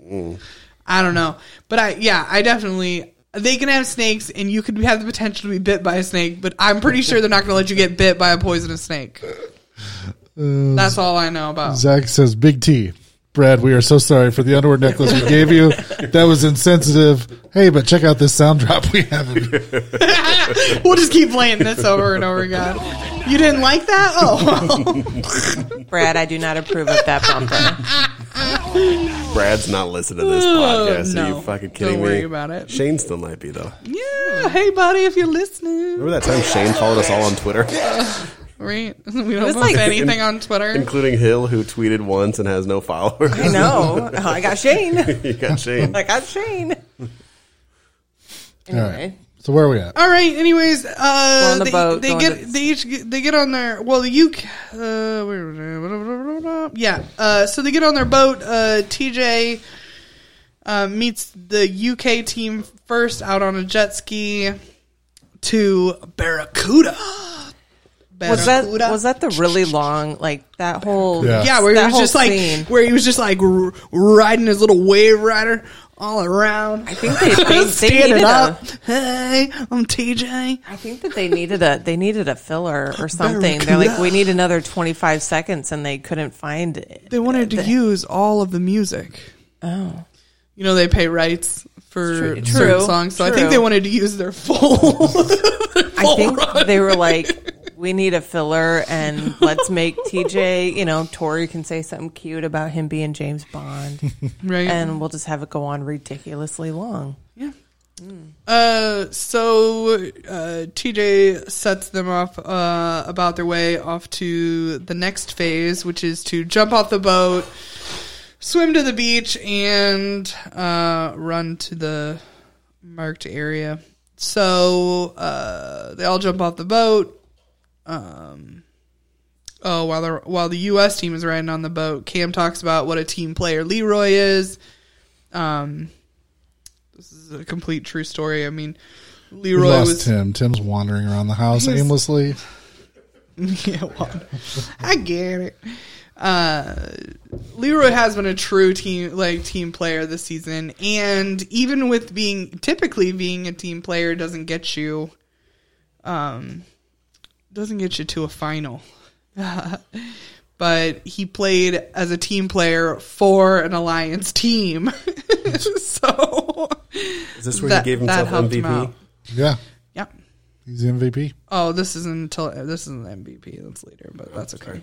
S6: I don't know, but I yeah, I definitely. They can have snakes, and you could have the potential to be bit by a snake, but I'm pretty sure they're not going to let you get bit by a poisonous snake. That's all I know about.
S5: Zach says, Big T. Brad, we are so sorry for the underwear necklace we gave you. That was insensitive. Hey, but check out this sound drop we have.
S6: we'll just keep playing this over and over again. You didn't like that? Oh,
S7: Brad, I do not approve of that bumper.
S4: Brad's not listening to this podcast. Are
S6: no.
S4: you fucking kidding
S6: Don't worry
S4: me?
S6: about it.
S4: Shane still might be though.
S6: yeah. Hey, buddy, if you're listening,
S4: Remember that time Shane followed us all on Twitter,
S6: right? We don't
S7: was
S6: post
S7: like-
S6: anything on Twitter.
S4: including Hill, who tweeted once and has no followers.
S7: I know. Oh, I got Shane.
S4: you got Shane.
S7: I got Shane.
S5: All
S7: Anyway.
S5: right. So where are we at?
S6: All right. Anyways, uh,
S7: on the
S6: they,
S7: boat,
S6: they
S7: go on
S6: get
S7: the-
S6: they each get, they get on their well the UK. Uh, wait, yeah. Uh, so they get on their boat. Uh, TJ uh, meets the UK team first out on a jet ski to Barracuda.
S7: Was that
S6: Barracuda.
S7: was that the really long like that whole
S5: Yeah.
S6: Yeah, where he
S7: that
S6: was
S7: whole
S6: just like
S7: scene.
S6: where he was just like r- riding his little wave rider all around.
S7: I think they, they, they
S6: Standing
S7: needed
S6: up.
S7: a,
S6: Hey, I'm TJ.
S7: I think that they needed a they needed a filler or something. They're like,
S6: Barracuda.
S7: we need another twenty five seconds, and they couldn't find it.
S6: They wanted to use all of the music.
S7: Oh,
S6: You know, they pay rights for
S7: True.
S6: certain
S7: True.
S6: songs, so I
S7: True.
S6: think they wanted to use their full.
S7: I think they were like, we need a filler, and let's make TJ. You know, Tori can say something cute about him being James Bond,
S6: right.
S7: and we'll just have it go on ridiculously long.
S6: Yeah.
S7: Mm.
S6: Uh, so uh, TJ sets them off uh, about their way off to the next phase, which is to jump off the boat, swim to the beach, and uh, run to the marked area. So uh, they all jump off the boat. Um, Oh, while the while the U.S. team is riding on the boat, Cam talks about what a team player Leroy is. Um, This is a complete true story. I mean,
S5: We
S6: Leroy
S5: lost
S6: was
S5: Tim. Tim's wandering around the house aimlessly.
S6: yeah, well, I get it. Uh, Leroy has been a true team like team player this season, and even with being typically being a team player doesn't get you, um, doesn't get you to a final. but he played as a team player for an alliance team, so
S4: Is this where
S6: that,
S4: he gave
S6: that
S4: himself
S6: helped him
S4: MVP?
S6: out.
S5: Yeah.
S6: Yep.
S5: He's the MVP.
S6: Oh, this isn't until this isn't MVP. That's later, but
S4: Oh,
S6: that's okay.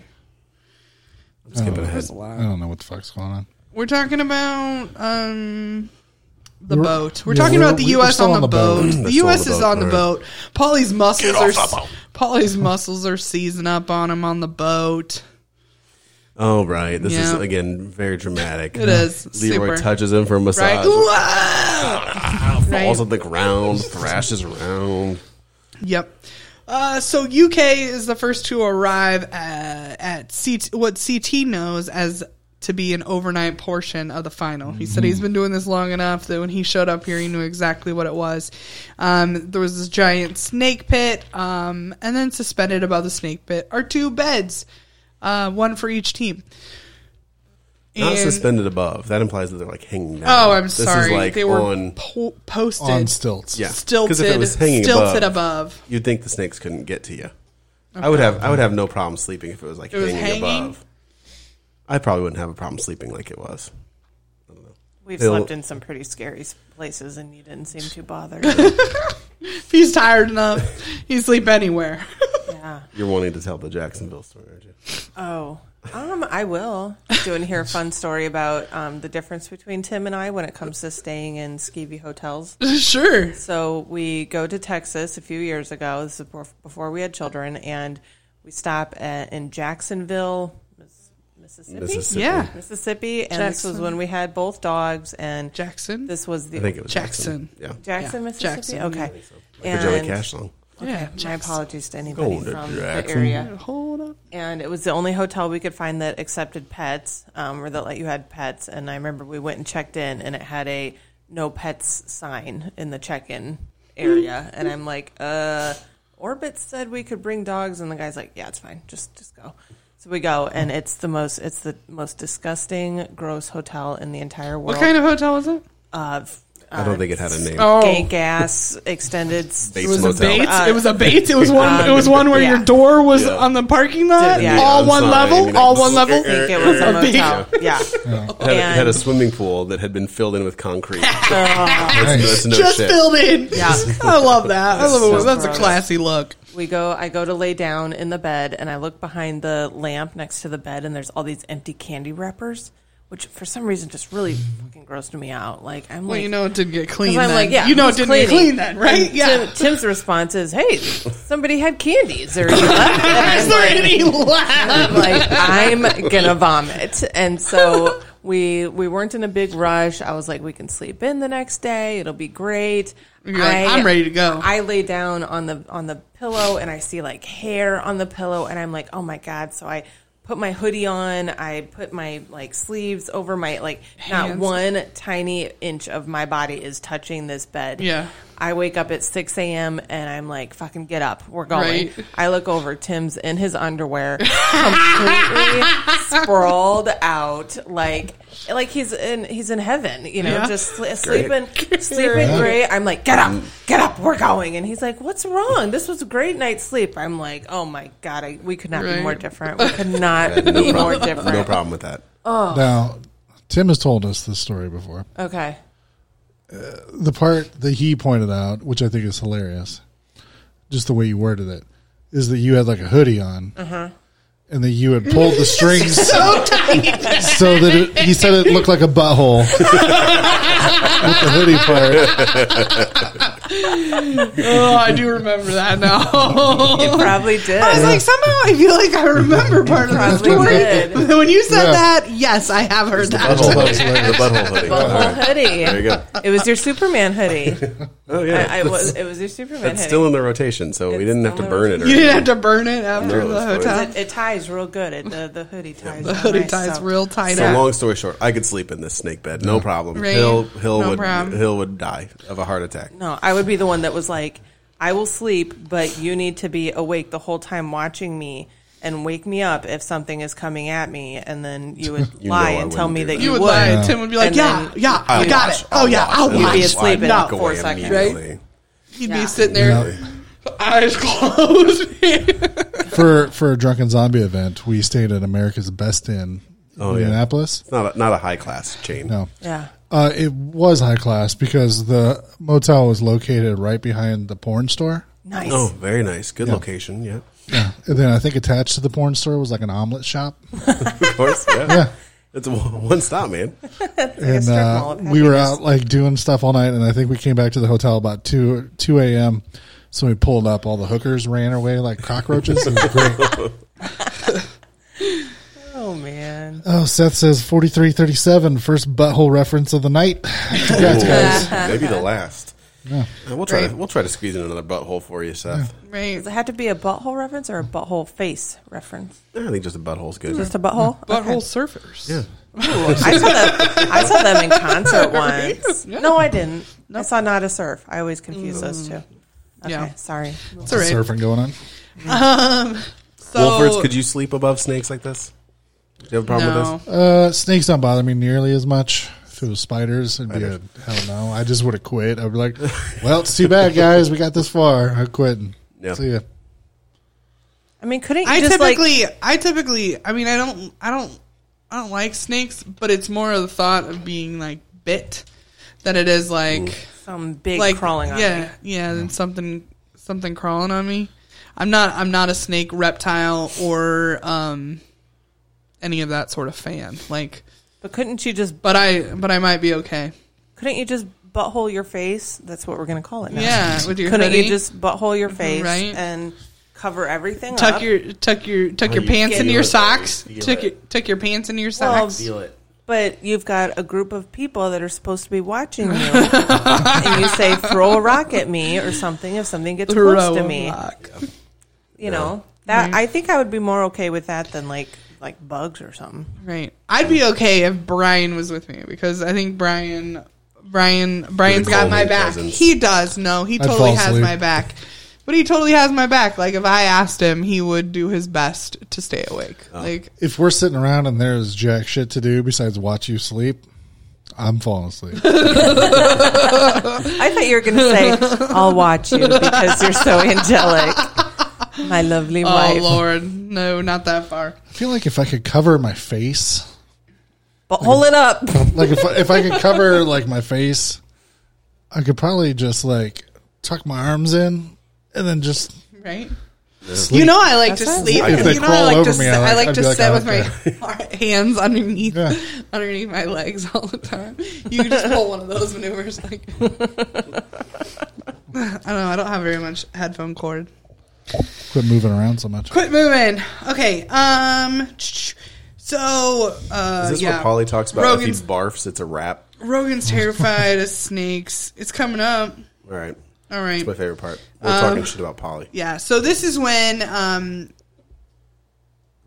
S4: Skipping ahead.
S6: That's a lot.
S5: I don't know what the fuck's going on.
S6: We're talking about um the
S5: We're-
S6: boat. We're
S5: yeah,
S6: talking
S5: we're-
S6: about the
S5: we're
S6: U.S.
S5: still
S6: on the, boat. The
S4: That's still on
S6: U.S.
S4: the
S6: is
S4: boat,
S6: on the
S4: right.
S6: boat. Paulie's muscles
S4: off
S6: are
S4: the
S6: s-
S4: boat.
S6: Paulie's muscles are seizing up on him on the boat.
S4: Oh right, this is
S6: Yeah.
S4: again very dramatic.
S6: It is.
S4: Leroy
S6: Super.
S4: touches him for a
S6: Right?
S4: massage,
S6: Wow!
S4: falls
S6: Right.
S4: on the ground, thrashes around.
S6: Yep. Uh, so UK is the first to arrive at, at CT, what CT knows as to be an overnight portion of the final. He said
S4: Mm-hmm.
S6: he's been doing this long enough that when he showed up here, he knew exactly what it was. Um, there was this giant snake pit, um, and then suspended above the snake pit are two beds, uh, one for each team.
S4: Not
S6: And-
S4: suspended above. That implies that they're like hanging down.
S6: Oh, I'm
S4: This
S6: sorry.
S4: Is like
S6: they were
S4: on.
S6: po- posted
S5: on stilts.
S4: Yeah, 'Cause
S6: stilted,
S4: if it was hanging
S6: stilted
S4: above,
S6: above.
S4: you'd think the snakes couldn't get to you. I would have I would have no problem sleeping if it was like
S6: It was
S4: hanging,
S6: hanging?
S4: above. I probably wouldn't have a problem sleeping like it was.
S7: We've
S4: They'll-
S7: slept in some pretty scary s- places, and you didn't seem too bothered.
S6: If he's tired enough, he sleep anywhere.
S7: yeah.
S4: You're wanting to tell the Jacksonville story, aren't you?
S7: Oh, um, I will. Do and hear a fun story about um, the difference between Tim and I when it comes to staying in skeevy hotels.
S6: sure.
S7: So we go to Texas a few years ago. This is bef- before we had children, and we stop at, in Jacksonville, Miss- Mississippi.
S4: Mississippi.
S6: Yeah.
S7: Mississippi, and this was
S6: Jackson.
S7: when we had both dogs, and
S6: Jackson.
S7: this was the
S4: I think it was
S6: Jackson.
S4: Jackson. Yeah,
S7: Jackson,
S6: Yeah,
S7: Mississippi.
S6: Jackson,
S7: okay,
S4: like a Johnny Cash song.
S6: Yeah.
S7: my apologies to anybody
S4: Go to
S7: from the
S4: Jackson.
S7: area.
S6: Hold up.
S7: and it was the only hotel we could find that accepted pets um, or that let you had pets and i remember we went and checked in and it had a no pets sign in the check-in
S6: Mm.
S7: area and i'm like uh orbit said we could bring dogs and the guy's like yeah it's fine just just go so we go and it's the most it's the most disgusting gross hotel in the entire world
S6: What kind of hotel was it?
S7: uh, f-
S4: I don't think it had a name.
S6: Oh,
S7: Gank ass extended
S6: it was a
S4: Motel.
S6: Bates.
S7: Uh,
S6: it was a Bates. It was one. it was one where
S7: yeah.
S6: your door was
S4: Yeah.
S6: on the parking lot.
S7: Yeah.
S6: All
S4: Yeah, sign,
S6: one
S4: you
S6: level.
S4: know,
S6: All one level.
S7: I think it was a
S6: A Bates.
S7: motel. Yeah.
S4: It had, a, it had a
S7: And-
S4: swimming pool that had been filled in with concrete.
S7: Uh,
S4: that's, that's no
S6: Just
S4: shit.
S6: filled in.
S7: Yeah.
S6: I love that. I love it.
S7: So
S6: That's a
S7: gross.
S6: classy look.
S7: we go i go to lay down in the bed and i look behind the lamp next to the bed and there's all these empty candy wrappers which for some reason just really fucking grossed me out like i'm
S6: Well,
S7: like
S6: you know it didn't get
S7: 'cause
S6: clean.
S7: I'm
S6: then.
S7: like, yeah,
S6: you know it
S7: who's
S6: didn't get
S7: cleaning?
S6: clean then, right?
S7: And
S6: Yeah.
S7: Tim, Tim's response is, "Hey, somebody had candy. Is there any left?"
S6: Is there any left?
S7: I'm like I'm gonna vomit. And so we we weren't in a big rush. I was like, we can sleep in the next day. It'll be great.
S6: You're like, I'm ready to go.
S7: I lay down on the on the pillow and I see like hair on the pillow and I'm like, oh my god. So I put my hoodie on. I put my like sleeves over my like not
S6: Hands.
S7: one tiny inch of my body is touching this bed.
S6: Yeah.
S7: I wake up at 6 a.m. and I'm like, fucking get up. We're going.
S6: Right.
S7: I look over. Tim's in his underwear, completely sprawled out, like like he's in he's in heaven, you know,
S6: Yeah.
S7: just sl- sleeping sleeping great. I'm like, get
S4: Mm.
S7: up, get up, we're going. And he's like, what's wrong? This was a great night's sleep. I'm like, oh my god, I, we could not be
S6: Right.
S7: more different. We could not
S4: No
S7: be more
S4: problem.
S7: different.
S4: No problem with that.
S5: Now, Tim has told us this story before.
S7: Okay.
S5: The part that he pointed out, which I think is hilarious, just the way you worded it, is that you had like a hoodie on, and that you had pulled the strings so
S6: Oh,
S5: tight, so that it, he said it looked like a butthole with the hoodie part.
S6: oh, I do remember that now.
S7: You probably did.
S6: I was like, somehow I feel like I remember part of the
S7: Probably
S6: story.
S7: did.
S6: But When you said
S5: Yeah.
S6: that, yes, I have heard that.
S4: Butthole hoodie. The butthole hoodie.
S7: Butthole
S4: All right.
S7: hoodie.
S4: Uh-huh. There you go.
S7: It was your Superman hoodie.
S4: Oh yeah,
S7: I, I was. It was your Superman
S4: That's
S7: hoodie.
S4: still in the rotation, so we
S7: It's
S4: didn't have to
S7: still in
S4: burn it. Or
S6: You didn't have to burn it after
S4: No,
S6: the
S4: it's fine.
S6: hotel.
S7: it, it ties real good. It, the the hoodie ties.
S6: The
S7: all
S6: hoodie
S7: right,
S6: ties
S7: so-
S6: real tight.
S4: So
S6: up.
S4: long story short, I could sleep in this snake bed, no problem.
S6: Right.
S4: Hill Hill
S6: No
S4: would
S6: problem.
S4: Hill would die of a heart attack.
S7: No, I would be the one that was like, I will sleep, but you need to be awake the whole time watching me and wake me up if something is coming at me. And then you would
S4: You
S7: lie
S4: know I
S7: and tell
S4: wouldn't
S7: me
S4: do
S7: that
S4: that.
S7: you,
S6: you would
S7: would.
S6: lie. Tim would be like,
S7: And
S6: "Yeah,
S7: then-
S6: yeah, I got
S4: watch,
S6: it. Oh yeah, I'll
S7: You'd be
S6: watch."
S7: asleep in
S6: No,
S7: four seconds.
S4: immediately.
S6: he'd
S7: Yeah.
S6: be sitting there, eyes closed.
S5: For for a drunken zombie event, we stayed at America's Best Inn, in
S4: Oh, yeah.
S5: Indianapolis.
S4: It's not a, not a high class chain.
S5: No,
S7: Yeah.
S5: Uh, it was high class because the motel was located right behind the porn store.
S7: Nice.
S4: Oh, very nice. Good location. Yeah.
S5: Yeah. And then I think attached to the porn store was like an omelet shop.
S4: Of course. Yeah.
S5: Yeah.
S4: It's a one stop, man.
S5: and
S7: strip
S5: uh,
S7: mall of
S5: we were
S7: happiness.
S5: out like doing stuff all night. And I think we came back to the hotel about 2 2 a.m. So we pulled up. All the hookers ran away like cockroaches. It was great.
S7: Oh man. one?
S5: Oh, Seth says 4337, first butthole reference of the night. Congrats, guys.
S4: Maybe the last. Uh, We'll try. To, we'll try to squeeze in another butthole for you, Seth.
S6: Right.
S7: Does it have to be a butthole reference or a butthole face reference?
S4: I think just a butthole's good.
S7: Just a butthole?
S6: Butthole surfers. Yeah.
S7: I saw them. I saw them in concert once. No, I didn't. I saw not a surf. I always confuse those two. Okay,
S6: Mm. Yeah.
S7: sorry.
S6: It's all right.
S5: Surfing going on.
S6: So,
S4: Wolferts, could you sleep above snakes like this? Do you have a problem
S6: no.
S4: with
S5: Uh, snakes don't bother me nearly as much. If it was spiders, it'd be a hell no. I just would have quit. I'd be like, well, it's too bad, guys. We got this far. I'm quitting.
S4: Yeah.
S5: See ya.
S7: I mean, couldn't you
S6: I
S7: just like
S6: typically, I typically, I mean, I don't, I don't, I don't like snakes, but it's more of the thought of being like bit than it is like
S7: some big
S6: like
S7: crawling on
S6: yeah,
S7: me?
S6: Yeah, then something something crawling on me. I'm not I'm not a snake, reptile, or um any of that sort of fan. Like,
S7: But couldn't you just
S6: but I but I might be okay.
S7: couldn't you just butthole your face? That's what we're gonna call it now.
S6: Yeah, with your
S7: couldn't
S6: hoodie,
S7: you just butthole your face
S6: Mm-hmm, Right.
S7: and cover everything?
S6: tuck
S7: up?
S6: your tuck your tuck your pants into your socks. Tuck your tuck your pants into your
S7: Well,
S6: socks.
S7: But you've got a group of people that are supposed to be watching you, and you say, "Throw a rock at me" or something if something gets close to
S6: Throw a
S7: me.
S6: rock.
S7: You know that I think I would be more okay with that than like like bugs or something.
S6: Right. I'd be okay if Brian was with me because I think Brian Brian Brian's got
S4: calm
S6: my
S4: in
S6: back.
S4: presence.
S6: He does. No, he
S5: I'd
S6: totally
S5: fall
S6: has
S5: asleep.
S6: my back. But he totally has my back. Like if I asked him, he would do his best to stay awake. Like
S5: If we're sitting around and there's jack shit to do besides watch you sleep, I'm falling asleep.
S7: I thought you were going to say, "I'll watch you" because you're so angelic, my lovely
S6: oh
S7: wife.
S6: lord, no, not that far.
S5: I feel like if I could cover my face,
S7: But hold it up.
S5: like if if I could cover like my face, I could probably just like tuck my arms in and then just
S6: Right.
S5: sleep.
S6: You know I like to
S7: That's
S6: sleep.
S5: nice. If
S6: and
S5: they
S6: You know
S5: crawl
S6: I like
S5: over
S6: to
S5: me,
S6: sit,
S5: I like-
S6: I like
S5: I'd
S6: to
S5: be like,
S6: sit
S5: "Oh,
S6: with my hands underneath
S5: Yeah.
S6: underneath my legs all the time. You can just pull one of those maneuvers. Like I don't know. I don't have very much headphone cord.
S5: quit moving around so much.
S6: Quit moving. Okay. Um. So uh,
S4: this? Is this
S6: yeah.
S4: what Polly talks about?
S6: Rogan's,
S4: If he barfs, it's a wrap.
S6: Rogan's terrified of snakes. It's coming up.
S4: All right.
S6: All right.
S4: That's my favorite part. We're
S6: Um,
S4: talking shit about Polly.
S6: Yeah. So this is when um,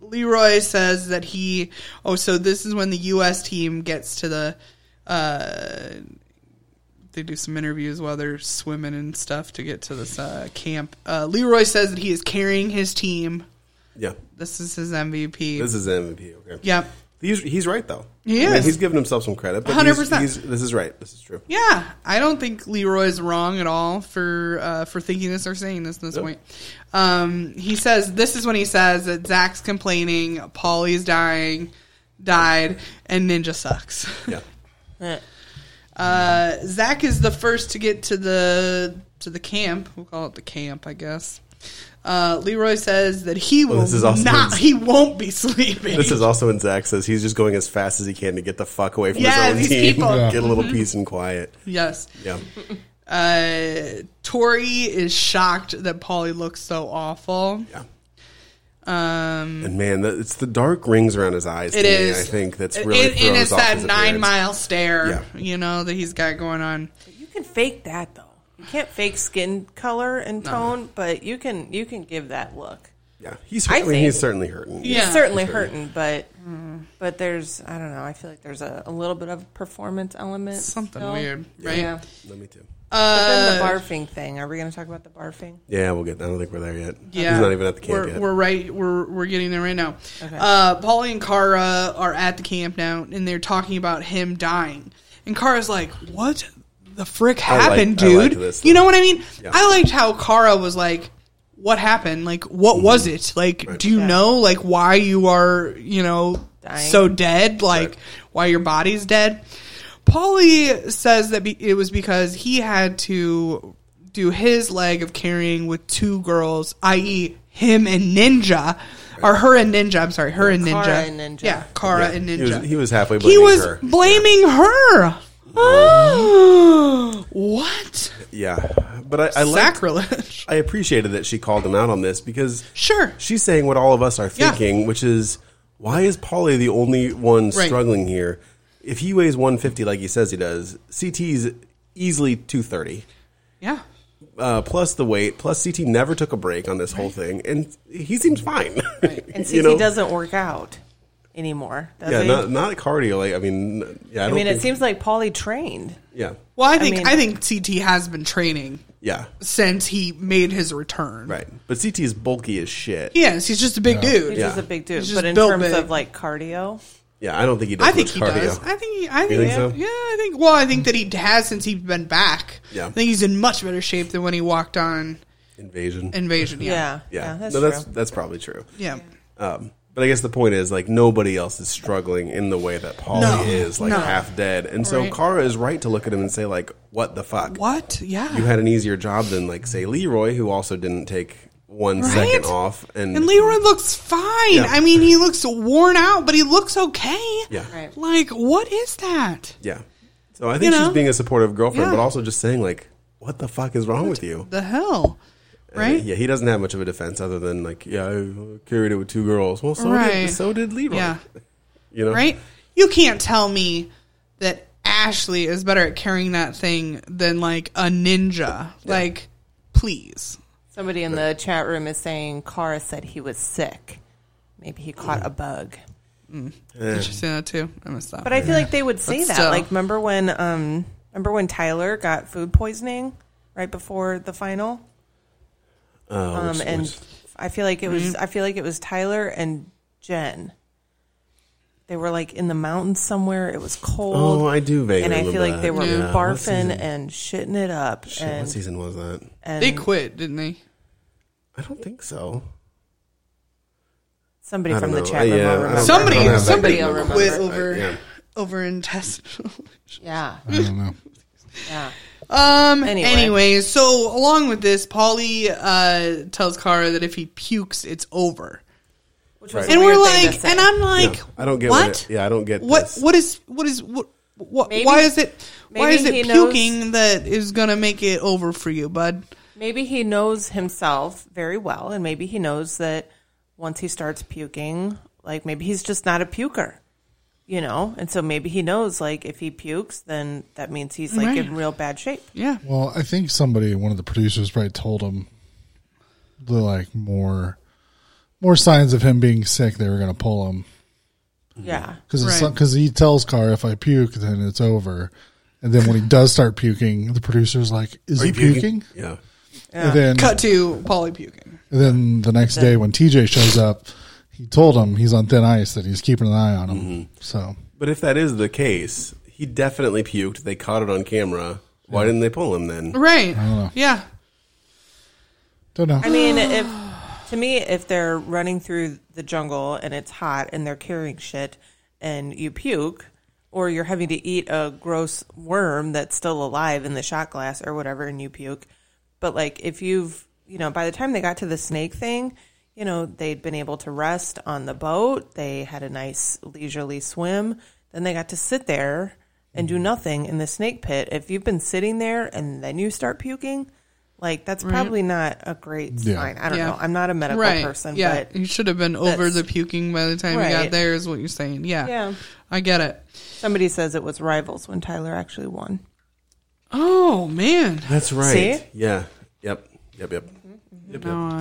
S6: Leroy says that he. Oh, so this is when the U.S. team gets to the. Uh, they do some interviews while they're swimming and stuff to get to this uh, camp. Uh, Leroy says that he is carrying his team.
S4: Yeah.
S6: This is his MVP.
S4: This is the MVP. Okay.
S6: yep.
S4: He's, he's right though.
S6: He
S4: I mean,
S6: is.
S4: he's giving himself some credit. But
S6: 100%.
S4: 100%. He's, this is right. This is true.
S6: Yeah, I don't think Leroy's wrong at all for uh, for thinking this or saying this at this point. Um, he says this is when he says that Zach's complaining, Polly's dying, died, and Ninja sucks.
S4: Yeah.
S6: Uh, Zach is the first to get to the to the camp. We'll call it the camp, I guess. Uh, Leroy says that he will
S4: Oh, this is also
S6: not.
S4: his-
S6: He won't be sleeping.
S4: This is also when Zach says he's just going as fast as he can to get the fuck away from his
S6: Yeah,
S4: own
S6: these
S4: team.
S6: people. Mm-hmm. Yeah.
S4: Get a little peace and quiet.
S6: yes.
S4: Yeah.
S6: Uh, Tori is shocked that Polly looks so awful.
S4: Yeah.
S6: Um,
S4: And man, that, it's the dark rings around his eyes.
S6: it
S4: to
S6: is.
S4: Me, I think that's
S6: it-
S4: really
S6: it- and
S4: throws
S6: it's
S4: off
S6: that
S4: his
S6: nine
S4: appearance.
S6: mile stare,
S4: Yeah.
S6: you know, that he's got going on.
S7: You can fake that though. You can't fake skin color and tone, but you can you can give that look.
S4: Yeah, he's.
S7: I
S4: I, mean,
S7: think-
S4: he's certainly hurting.
S6: Yeah.
S7: It's certainly hurting, but but there's I don't know. I feel like there's a, a little bit of performance element.
S6: Something
S7: still.
S6: weird, right? Uh,
S7: Yeah.
S4: Let me too.
S7: But then the barfing thing. Are we going to talk about the barfing?
S4: Yeah, we'll get. I don't think we're there yet.
S6: Yeah,
S4: he's not even at the camp
S6: we're,
S4: yet.
S6: We're right. We're we're getting there right now. Uh, Polly and Kara are at the camp now, and they're talking about him dying. And Kara's like, "What the frick
S4: liked-
S6: happened,
S4: I liked
S6: dude?
S4: this.
S6: you know what I mean? I liked how Kara was like." What happened? Like, what was
S4: Mm-hmm.
S6: it? Like, do you know, like, why you are, you know,
S7: Dying.
S6: so dead? Like, why your body's dead? Paulie says that be- it was because he had to do his leg of carrying with two girls, i.e., him and Ninja, or her and Ninja. I'm sorry, her and Ninja.
S7: Kara and Ninja.
S6: Yeah, Kara
S4: Yeah,
S6: and
S4: he
S6: Ninja.
S4: was- he was halfway
S6: He
S4: blaming
S6: was
S4: her. Mm-hmm.
S6: blaming her. Oh, what
S4: yeah, but I, I like.
S6: sacrilege?
S4: I appreciated that she called him out on this because
S6: Sure.
S4: she's saying what all of us are
S6: Yeah.
S4: thinking, which is Why is Paulie the only one
S6: Right.
S4: struggling here? If he weighs 150 like he says he does, CT's easily 230.
S6: Yeah.
S4: Uh, plus the weight, plus CT never took a break on this whole thing, and he seems fine.
S7: And CT
S4: You know?
S7: doesn't work out anymore. Does
S4: Yeah,
S7: he?
S4: not not cardio. Like I mean, yeah. I,
S7: I
S4: don't
S7: mean,
S4: think,
S7: it seems like Paulie trained.
S4: Yeah,
S6: Well, I think
S7: mean-
S6: I, think CT has been training
S4: yeah,
S6: since he made his return.
S4: right. But CT is bulky as shit. Yeah,
S6: Yes, he's just a big dude.
S7: He's just a big dude.
S6: He's just
S7: But in
S6: built
S7: terms
S6: big.
S7: of like cardio,
S4: I don't think he does.
S6: I think he
S4: much cardio.
S6: does. I think he, I think,
S4: think
S6: yeah,
S4: so?
S6: yeah, I think well, I think that he has since he's been back.
S4: Yeah.
S6: I think he's in much better shape than when he walked on
S4: Invasion.
S6: Invasion.
S7: yeah,
S6: Yeah.
S7: yeah,
S4: yeah,
S7: that's
S4: no, that's
S7: true.
S4: that's probably true.
S6: Yeah.
S4: Um, but I guess the point is like nobody else is struggling in the way that Paulie
S6: No,
S4: is, like
S6: no.
S4: half dead. And so
S6: Right.
S4: Kara is right to look at him and say like, "What the fuck?
S6: What? Yeah.
S4: You had an easier job than like say Leroy, who also didn't take one second
S6: Right?
S4: off." And,
S6: and Leroy looks fine.
S4: Yeah.
S6: I mean, he looks worn out, but he looks okay.
S4: Yeah.
S7: Right.
S6: Like, what is that?
S4: yeah, so I think
S6: You know?
S4: she's being a supportive girlfriend,
S6: Yeah.
S4: but also just saying like, "What the fuck is wrong with you?"
S6: The hell,
S4: And,
S6: right?
S4: Uh, Yeah, he doesn't have much of a defense other than like, yeah, I carried it with two girls. Well, so
S6: Right.
S4: did so did Leroy.
S6: Yeah.
S4: You know,
S6: right? You can't tell me that Ashley is better at carrying that thing than like a ninja. Like, please.
S7: Somebody in the chat room is saying Kara said he was sick. Maybe he caught a bug.
S6: Did you say that too? I missed that.
S7: But I feel like they would say
S6: But
S7: that.
S6: still.
S7: Like, remember when? Um, remember when Tyler got food poisoning right before the final?
S4: Uh,
S7: Um,
S4: which-
S7: and
S4: which-
S7: I feel like it was.
S4: Mm-hmm.
S7: I feel like it was Tyler and Jen. They were like in the mountains somewhere. It was cold.
S4: oh, I do vaguely.
S7: and I feel
S4: remember
S7: like they
S4: that.
S7: were
S4: Yeah, what
S7: barfing
S4: season-
S7: and shitting it up.
S4: shit,
S7: and,
S4: what season was that?
S7: and
S6: they quit, didn't they?
S4: I don't think so.
S7: Somebody
S4: I
S7: from
S4: don't know. Uh,
S7: the chat
S4: Yeah, I
S7: room. will
S4: don't-
S7: remember.
S6: Somebody,
S4: I don't have that
S6: somebody
S4: big
S7: number.
S6: quit
S7: I-
S6: over
S4: yeah.
S6: over intestinal.
S7: Yeah,
S5: I don't know.
S7: yeah.
S6: Um.
S7: Anyway.
S6: Anyways, so along with this, Polly uh, tells Kara that if he pukes, it's over.
S7: Which was a
S6: and
S7: weird
S6: we're
S7: thing to
S6: like,
S7: say.
S6: and I'm like,
S4: Yeah, I don't get
S6: what.
S4: what it- yeah, I don't get
S6: what.
S4: this.
S6: What is what is what? what
S7: Maybe-
S6: why is it? Why
S7: maybe
S6: is
S7: he
S6: it
S7: knows-
S6: puking that is gonna make it over for you, bud?
S7: Maybe he knows himself very well, and maybe he knows that once he starts puking, like maybe he's just not a puker, you know? And so maybe he knows, like, if he pukes, then that means he's like in
S6: Right.
S7: real bad shape.
S6: Yeah.
S5: Well, I think somebody, one of the producers, probably told him the like more, more signs of him being sick. They were going to pull him
S7: Yeah.
S5: because
S6: Right.
S5: because he tells Car if I puke, then it's over. And then when he does start puking, the producer's like, "Is he puking?"
S4: Yeah.
S5: And then
S6: Cut to Polly puking.
S5: and then the next day when TJ shows up, he told him he's on thin ice that he's keeping an eye on him.
S7: Mm-hmm.
S5: So
S4: But if that is the case, he definitely puked. They caught it on camera. Why didn't they pull him then?
S6: Right. Yeah.
S5: don't know.
S7: I mean, if to me, if they're running through the jungle and it's hot and they're carrying shit and you puke, or you're having to eat a gross worm that's still alive in the shot glass or whatever, and you puke. But like, if you've you know, by the time they got to the snake thing, you know, they'd been able to rest on the boat. They had a nice leisurely swim. Then they got to sit there and do nothing in the snake pit. If you've been sitting there and then you start puking, like that's probably not a great
S5: Yeah.
S7: sign. I don't
S6: Yeah.
S7: know. I'm not a medical
S6: Right.
S7: person,
S6: yeah.
S7: but
S6: You should have been over
S7: that's-
S6: the puking by the time you got
S7: Right.
S6: there. Is what you're saying. Yeah.
S7: Yeah.
S6: I get it.
S7: somebody says it was rivals when Tyler actually won.
S6: Oh man.
S4: That's right.
S7: See?
S4: Yeah. Yep. Yep. Yep. Yep. yep.
S6: Uh,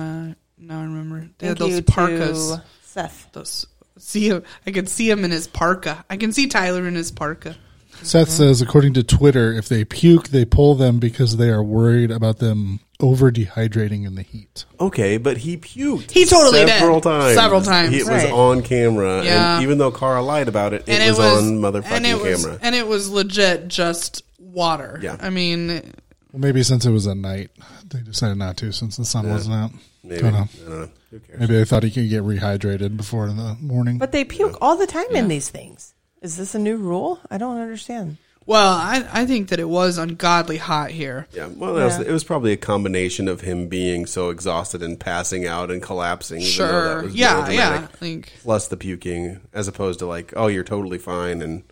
S6: now I remember. They had
S7: Thank
S6: those
S7: you
S6: parkas.
S7: to Seth.
S6: Those. See him. I could see him in his parka. I can see Tyler in his parka.
S5: Seth says, according to Twitter, if they puke, they pull them because they are worried about them over dehydrating in the heat.
S4: Okay, but he puked.
S6: He totally did.
S4: several times.
S6: Several times.
S4: It was
S7: Right.
S4: on camera,
S6: Yeah.
S4: and even though Carl lied about it, it, was, on motherfucking
S6: and it was,
S4: camera.
S6: and it was legit just water.
S4: Yeah.
S6: I mean,
S5: Well, maybe since it was at night, they decided not to since the sun wasn't out.
S4: Maybe.
S5: Don't know.
S4: I don't know. Who cares?
S5: Maybe they thought he could get rehydrated before in the morning.
S7: But they puke all the time in these things. Is this a new rule? I don't understand.
S6: well, I, I think that it was ungodly hot here.
S4: Yeah. Well, that was, it was probably a combination of him being so exhausted and passing out and collapsing. even though that
S6: Sure.
S4: was
S6: Yeah. Yeah.
S4: melodramatic,
S6: I think.
S4: Plus the puking, as opposed to like, oh, you're totally fine and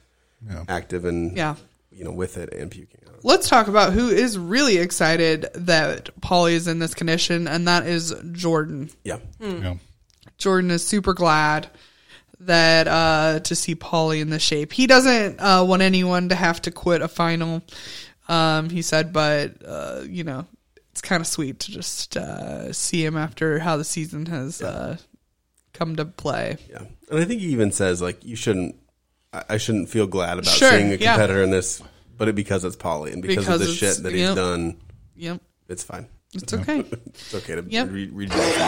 S4: active and
S6: Yeah.
S4: you know, with it and puking. out.
S6: Let's talk about who is really excited that Polly is in this condition, and that is Jordan.
S4: Yeah.
S5: Yeah.
S6: Jordan is super glad that uh, to see Paulie in the shape. He doesn't uh, want anyone to have to quit a final. Um, he said, but uh, you know, it's kind of sweet to just uh, see him after how the season has uh, come to play.
S4: Yeah, and I think he even says like you shouldn't. I I shouldn't feel glad about
S6: Sure,
S4: seeing a
S6: yeah.
S4: competitor in this, but it because it's Polly and because,
S6: Because
S4: of the
S6: it's-
S4: shit that he's
S6: yep.
S4: done,
S6: Yep,
S4: it's fine.
S6: it's okay.
S4: It's okay to
S6: Yep.
S4: re- read. There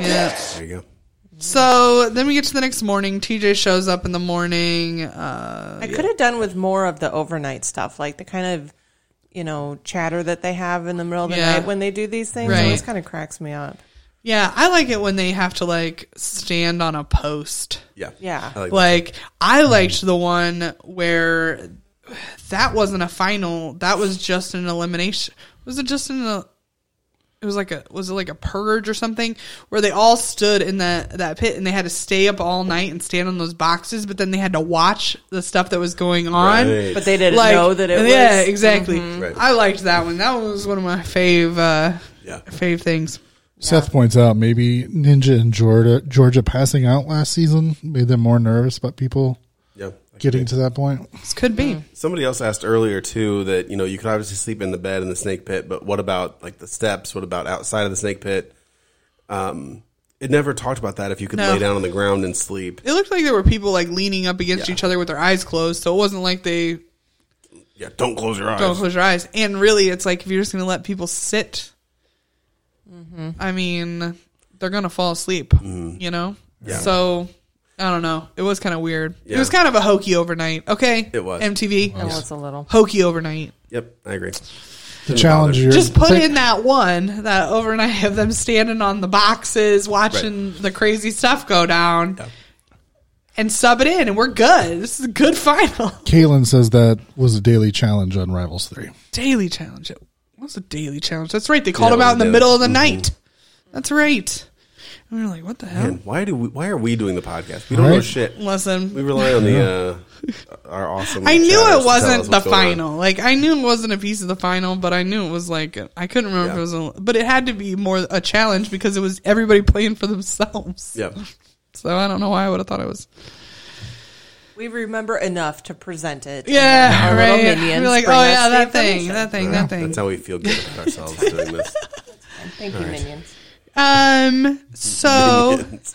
S6: yeah.
S4: you go.
S6: So then we get to the next morning. TJ shows up in the morning. Uh,
S7: I could have done with more of the overnight stuff, like the kind of you know chatter that they have in the middle of the
S6: Yeah.
S7: night when they do these things.
S6: Right.
S7: It always kind of cracks me up.
S6: yeah, I like it when they have to like stand on a post.
S4: Yeah,
S7: Yeah.
S4: I like that.
S6: Like I liked the one where that wasn't a final. That was just an elimination. Was it just in a? It was like a was it like a purge or something where they all stood in that that pit and they had to stay up all night and stand on those boxes, but then they had to watch the stuff that was going on.
S4: Right.
S7: But they didn't know that it
S6: yeah,
S7: was. Mm-hmm.
S6: exactly.
S4: Right.
S6: I liked that one. That one was one of my fave uh,
S4: Yeah.
S6: fave things.
S5: Seth points out maybe Ninja and Georgia Georgia passing out last season made them more nervous about people
S4: yeah.
S5: getting to that point.
S6: This could
S7: Mm.
S6: be.
S4: Somebody else asked earlier too that you know you could obviously sleep in the bed in the snake pit, but what about like the steps? What about outside of the snake pit? Um, it never talked about that if you could
S6: No.
S4: lay down on the ground and sleep.
S6: It looked like there were people like leaning up against each other with their eyes closed, so it wasn't like they
S4: Yeah, don't close your eyes.
S6: don't close your eyes. And really, it's like if you're just going to let people sit,
S4: Mm-hmm.
S6: I mean, they're going to fall asleep, you know? So, I don't know. It was kind of weird. It
S4: Yeah.
S6: was kind of a hokey overnight, okay?
S4: It was.
S6: MTV.
S7: It was a little.
S6: Hokey overnight.
S4: Yep, I agree.
S5: The challenge
S4: bother.
S5: you're-
S6: Just put
S5: pick-
S6: in that one, that overnight of them standing on the boxes, watching the crazy stuff go down, and sub it in, and we're good. This is a good final.
S5: Kalen says that was a daily challenge on Rivals Three.
S6: daily challenge. What's a daily challenge? That's right. They called
S4: Yeah,
S6: him
S4: it was
S6: out in the
S4: daily. Mm-hmm.
S6: middle of the night. That's right. And we were like, what the hell?
S4: Man, why do we? Why are we doing the podcast? We don't know
S5: Right.
S4: shit. We
S6: Listen,
S4: rely on the uh, our awesome.
S6: I knew
S4: shadows to
S6: it
S4: tell us
S6: wasn't the
S4: what's going on.
S6: final. Like, I knew it wasn't a piece of the final, but I knew it was like, I couldn't remember if
S4: Yeah.
S6: it was a, but it had to be more a challenge because it was everybody playing for themselves.
S4: Yep.
S6: So I don't know why I would have thought it was.
S7: We remember enough to present it.
S6: Yeah,
S7: Our little
S6: right.
S7: minions
S6: We're like, oh
S7: bring us
S6: yeah,
S7: the
S6: that thing,
S7: information.
S6: that thing, that thing.
S4: That's how we feel good about ourselves doing this.
S7: Thank you, minions.
S6: Um. So.
S4: It's-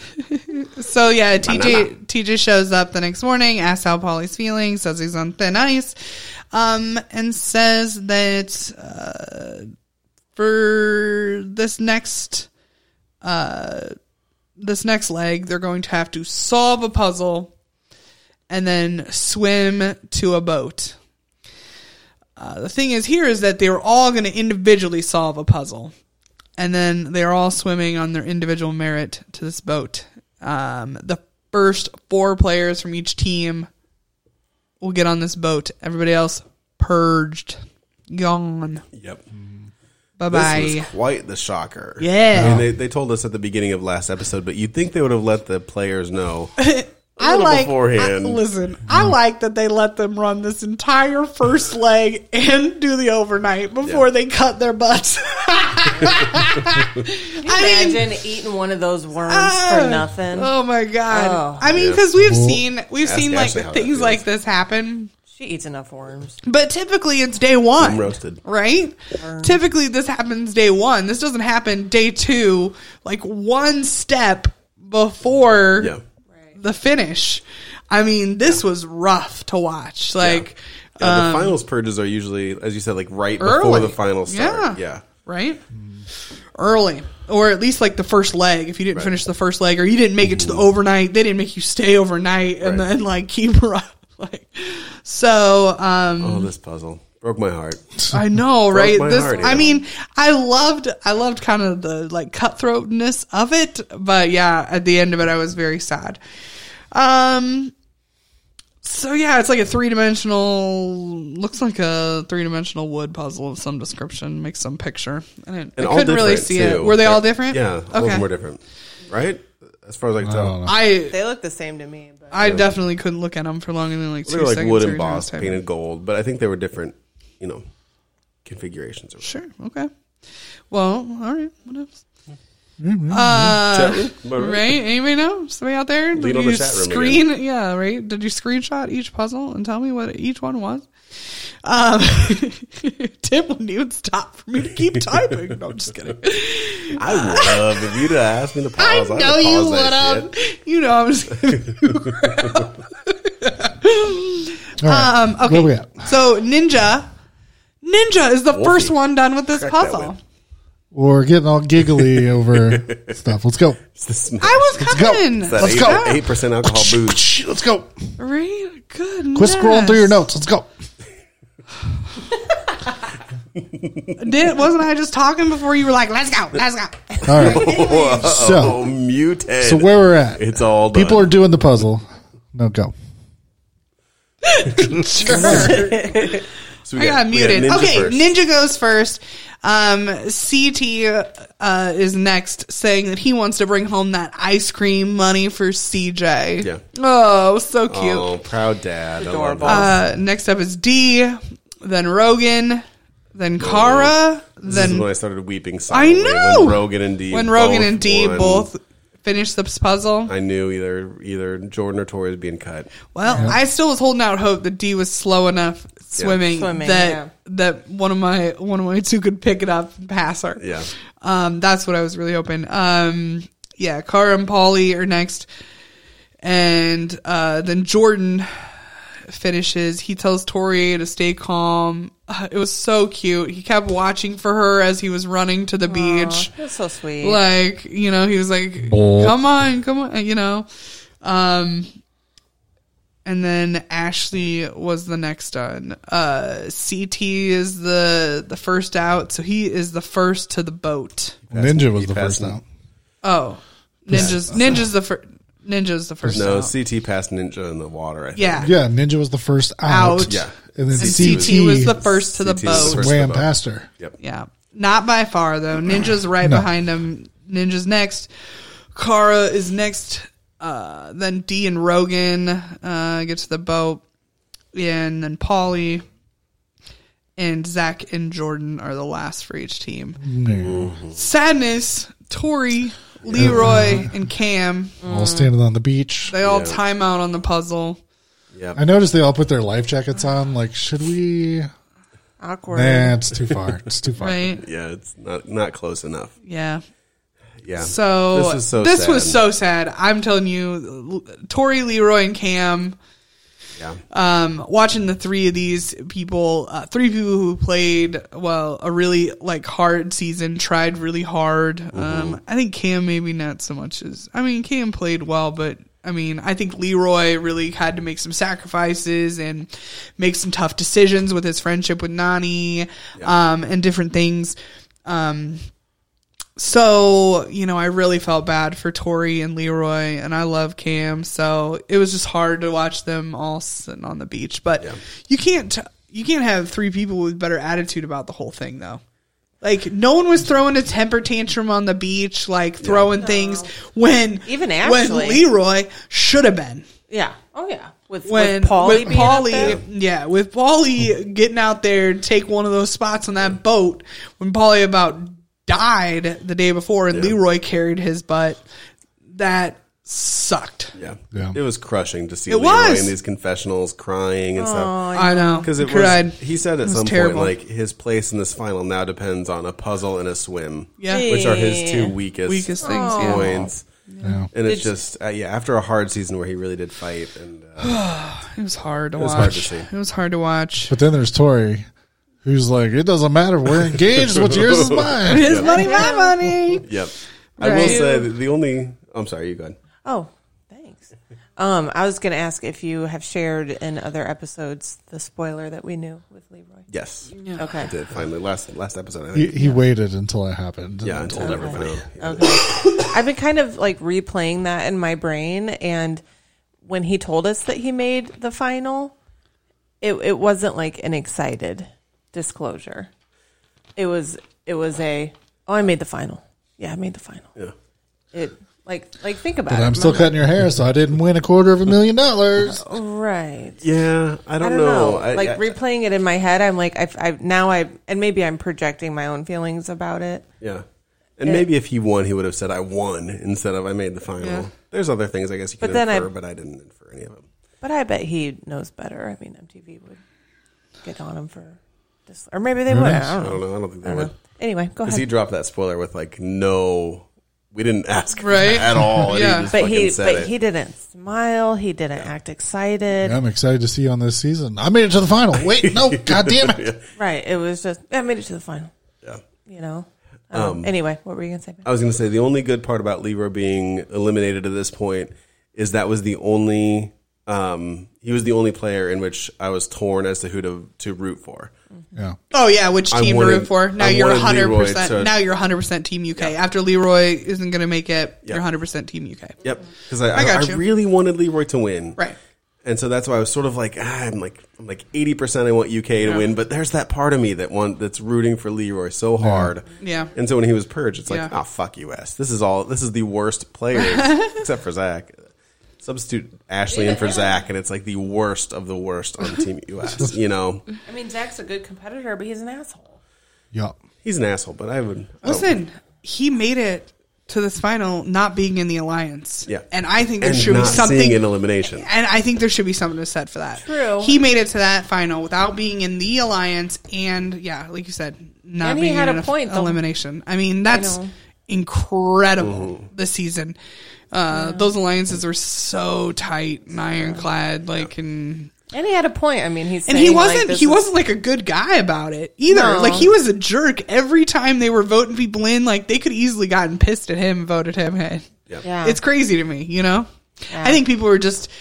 S6: So yeah, TJ TJ shows up the next morning, asks how Polly's feeling, says he's on thin ice, um, and says that uh, for this next uh, this next leg, they're going to have to solve a puzzle and then swim to a boat. Uh, the thing is here is that they were all going to individually solve a puzzle and then they're all swimming on their individual merit to this boat. Um, the first four players from each team will get on this boat. Everybody else purged, gone.
S4: Yep.
S6: Bye
S4: This
S6: bye.
S4: was quite the shocker.
S6: Yeah.
S4: I mean, they, they told us at the beginning of last episode, but you'd think they would have let the players know. Uh,
S6: I
S4: little
S6: like.
S4: beforehand.
S6: I- listen, I like that they let them run this entire first leg and do the overnight before
S4: Yeah.
S6: they cut their butts. I mean,
S7: Imagine eating one of those worms
S6: Ah.
S7: for nothing.
S6: Oh my god!
S7: Oh.
S6: I mean,
S4: Yeah.
S6: because we've seen we've
S4: Ask
S6: seen
S4: Ashley how
S6: like
S4: that
S6: things
S4: feels.
S6: like this happen,
S7: She eats enough worms.
S6: but typically it's day one,
S4: I'm roasted.
S6: right? Typically this happens day one. This doesn't happen day two, like one step before
S4: Yeah.
S6: the finish. I mean, this was rough to watch. Like, uh,
S4: Yeah, the finals purges are usually, as you said, like right before
S6: Um, Early.
S4: the finals start.
S6: Yeah.
S4: Yeah.
S6: right? Early, or at least like the first leg. If you didn't finish the first leg, or you didn't make it to the overnight, they didn't make you stay overnight and
S4: Right.
S6: then like keep ru- like. So um,
S4: Oh, this puzzle broke my heart.
S6: I know, right?
S4: my
S6: This,
S4: heart,
S6: I
S4: yeah.
S6: mean, I loved, I loved kind of the like cutthroatness of it, but yeah, at the end of it, I was very sad. Um, so yeah, it's like a three dimensional, looks like a three dimensional wood puzzle of some description. Make some picture. I didn't, I couldn't really
S4: different,
S6: see
S4: too.
S6: it. Were they all
S4: They're-
S6: different?
S4: Yeah. All of
S6: Okay.
S4: them were different. Right? As far as I can tell.
S6: I
S7: They look the same to me. But
S6: I definitely couldn't look at them for longer than like
S4: They
S6: two
S4: were like
S6: seconds.
S4: wood
S6: every time I was
S4: embossed,
S6: typing.
S4: painted gold, but I think they were different, you know, configurations. Or
S6: Sure. Okay. Well, all right. What else? Uh,
S4: Chat room? Am I right?
S6: right? Anybody know? Somebody out there? Did
S4: Lead on
S6: you
S4: the chat room
S6: screen? Yeah, right. Did you screenshot each puzzle and tell me what each one was? Um, Tim wouldn't even stop for me to keep typing. No, I'm just kidding.
S4: I would love if you'd have asked me to
S6: I
S4: pause. I'd
S6: know
S4: have
S6: you
S4: paused
S6: would
S4: that
S6: have.
S4: shit.
S6: You know, I was.
S5: All right.
S6: Um, okay.
S5: Where we at?
S6: So Ninja, Ninja is the
S4: Wolfie.
S6: first one done with this
S4: Crack that
S6: puzzle.
S4: whip.
S5: We're getting all giggly over stuff. Let's go.
S4: It's this-
S6: I was
S5: go.
S6: coming.
S4: it's that
S5: Let's
S4: eight,
S5: go.
S4: Eight percent alcohol booze.
S5: Let's go.
S6: Right? Good.
S5: Quit scrolling through your notes. Let's go.
S6: Did, wasn't I just talking before you were like, "Let's go, let's go"?
S5: All right.
S4: Oh,
S5: So,
S4: muted.
S5: so where we're at?
S4: It's all done.
S5: People are doing the puzzle. No go.
S4: So we
S6: I got muted.
S4: ninja
S6: okay,
S4: first.
S6: Ninja goes first. Um, CT uh, is next, saying that he wants to bring home that ice cream money for CJ.
S4: Yeah.
S6: Oh, so cute.
S4: Oh, proud dad. I love
S6: Adorable. Uh, next up is D, then Rogan, then Kara,
S4: This is
S6: then
S4: when I started weeping.
S6: I
S4: Silently,
S6: know
S4: when Rogan and D.
S6: When Rogan
S4: both
S6: and D
S4: won,
S6: both finished this puzzle.
S4: I knew either either Jordan or Tori was being cut.
S6: Well, I still was holding out hope that D was slow enough swimming,
S7: Swimming,
S6: that
S7: yeah.
S6: that one of my one of my two could pick it up and pass her.
S4: Yeah.
S6: Um, that's what I was really hoping. Um, yeah, Cara and Polly are next, and uh, then Jordan finishes. He tells Tori to stay calm. Uh, It was so cute. He kept watching for her as he was running to the beach.
S7: That's so sweet.
S6: Like you know, he was like, "Come on, come on," you know. Um, and then Ashley was the next done. Uh, CT is the the first out, so he is the first to the boat.
S5: Ninja was
S4: he
S5: the
S4: passed
S5: first
S4: him.
S5: out.
S6: Oh, ninjas! Ninjas the first. Ninjas the first.
S4: No,
S6: out.
S4: CT passed Ninja in the water. I think.
S6: yeah.
S5: Yeah, Ninja was the first out.
S6: Out.
S4: Yeah.
S5: And then
S6: And
S5: CT,
S6: CT was the first to the
S4: CT was the
S6: boat.
S4: first.
S5: swam
S4: to the boat.
S5: past her.
S6: Yeah. Not by far though. Ninja's right
S5: No.
S6: behind him. Ninja's next. Kara is next. Uh, then D and Rogan uh, get to the boat, and then Polly and Zach and Jordan are the last for each team. Sadness. Tori, Leroy, and Cam.
S5: All standing on the beach.
S6: They all time out on the puzzle.
S4: Yep.
S5: I noticed they all put their life jackets on. Like, should we?
S7: Awkward.
S5: Nah, it's too far. It's too far.
S6: Right.
S4: Yeah, it's not not close enough.
S6: Yeah.
S4: Yeah.
S6: So
S4: this is so.
S6: this
S4: sad.
S6: was so sad. I'm telling you, L- Tori, Leroy, and Cam.
S4: Yeah.
S6: um, watching the three of these people, uh, three people who played well a really like hard season, tried really hard.
S4: Mm-hmm.
S6: Um, I think Cam maybe not so much as I mean Cam played well, but I mean I think Leroy really had to make some sacrifices and make some tough decisions with his friendship with Nani, um, and different things. Um, so you know, I really felt bad for Tori and Leroy, and I love Cam. So it was just hard to watch them all sitting on the beach. But you can't you can't have three people with better attitude about the whole thing, though. Like no one was throwing a temper tantrum on the beach, like throwing things when
S7: Even
S6: when
S7: Ashley.
S6: Leroy should have been
S7: Yeah. Oh yeah. With
S6: when
S7: with Paulie.
S6: with Pauly, yeah, with Pauly getting out there to take one of those spots on that boat when Pauly about died the day before and Leroy carried his butt. That sucked.
S4: Yeah.
S5: Yeah.
S4: It was crushing to see
S6: It
S4: Leroy
S6: was.
S4: in these confessionals crying and stuff.
S6: I know
S4: Because it
S6: Cried.
S4: was, he said at
S6: was
S4: some
S6: terrible.
S4: point, like his place in this final now depends on a puzzle and a swim,
S6: yeah,
S4: which are his two weakest,
S6: weakest things. Yeah.
S4: points.
S5: Yeah.
S4: And it's just, uh, yeah, after a hard season where he really did fight, and uh,
S6: It was hard to
S4: was
S6: watch.
S4: hard to see.
S6: It was hard to watch.
S5: But then there's Tori, who's like, it doesn't matter. We're engaged. What's yours is mine.
S6: His money, my money.
S4: yep. I will
S6: Right.
S4: say that the only. I'm sorry, you go ahead.
S7: Oh, thanks. Um, I was going to ask if you have shared in other episodes the spoiler that we knew with Leroy.
S4: Yes,
S7: Okay.
S4: I did finally last last episode. I
S5: He,
S4: think.
S5: he waited until it happened.
S4: yeah, I told everyone. Yeah.
S7: Okay. I've been kind of like replaying that in my brain, and when he told us that he made the final, it it wasn't like an excited disclosure. It was it was a oh I made the final. Yeah, I made the final.
S4: Yeah.
S7: It like like think about
S5: But
S7: it.
S5: I'm still cutting your hair, so I didn't win a quarter of a million dollars.
S7: right.
S4: Yeah, I
S7: I
S4: don't,
S7: don't
S4: know.
S7: know.
S4: I,
S7: like
S4: I-
S7: replaying it in my head, I'm like, I've, I've now I and maybe I'm projecting my own feelings about it.
S4: yeah, And maybe if he won, he would have said, "I won" instead of "I made the final."
S6: Yeah.
S4: There's other things I guess you
S7: But
S4: can
S7: then I-
S4: infer, but I didn't infer any of them.
S7: But I bet he knows better. I mean, MTV would get on him for this, or maybe they would. I
S4: I
S7: don't know.
S4: don't know. I don't think
S7: I
S4: they
S7: don't
S4: would.
S7: know. Anyway, go
S4: Because he
S7: ahead.
S4: dropped that spoiler with like, "No, we didn't ask
S6: Right?
S4: at all." and
S6: Yeah.
S4: just
S7: But
S4: fucking
S7: he,
S4: said
S7: but
S4: it.
S7: he didn't smile. He didn't act excited.
S5: Yeah, I'm excited to see you on this season. I made it to the final. Wait, no, god damn it.
S7: Right. It was just I made it to the final.
S4: Yeah. uh,
S7: You know. Um, anyway, what were you gonna say?
S4: I was going to say the only good part about Leroy being eliminated at this point is that was the only um, he was the only player in which I was torn as to who to, to root for.
S5: Yeah.
S6: Oh yeah, which
S4: I
S6: team
S4: wanted-
S6: to root for? Now
S4: I
S6: you're
S4: wanted
S6: 100.
S4: Leroy to-
S6: percent Now you're 100 percent Team UK. After Leroy isn't going to make it, you're
S4: Yeah.
S6: 100 percent Team UK.
S4: Yep, because I,
S6: I
S4: I,
S6: got
S4: I
S6: you.
S4: really wanted Leroy to win,
S6: Right.
S4: And so that's why I was sort of like, ah, I'm like, I'm like 80 percent I want UK to win, but there's that part of me that one that's rooting for Leroy so hard.
S6: Yeah.
S4: And so when he was purged, it's like,
S6: Yeah.
S4: ah, fuck US. This is all. This is the worst players except for Zach. Substitute Ashley in for Zach, and it's like the worst of the worst on Team US. you know,
S7: I mean, Zach's a good competitor, but he's an asshole.
S5: Yeah.
S4: he's an asshole, but I would I don't-
S6: Listen, he made it to this final not being in the alliance.
S4: yeah.
S6: And I think there
S4: And
S6: should be
S4: not seeing
S6: something
S4: an elimination.
S6: and I think there should be something to be said for that.
S7: True.
S6: He made it to that final without being in the alliance, and yeah, like you said, not
S7: And he
S6: being
S7: had
S6: in
S7: a
S6: an
S7: point, though.
S6: elimination. I mean, that's
S7: know.
S6: incredible
S4: Mm-hmm.
S6: this season. Uh, Those alliances were so tight and ironclad, like and
S7: And he had a point. I mean, he's
S6: and he
S7: saying, like,
S6: wasn't
S7: this
S6: he
S7: is-
S6: wasn't like a good guy about it either.
S7: No.
S6: Like he was a jerk every time they were voting people in. Like they could easily gotten pissed at him, and voted him in.
S7: Yeah.
S6: It's crazy to me, you know? I think people were just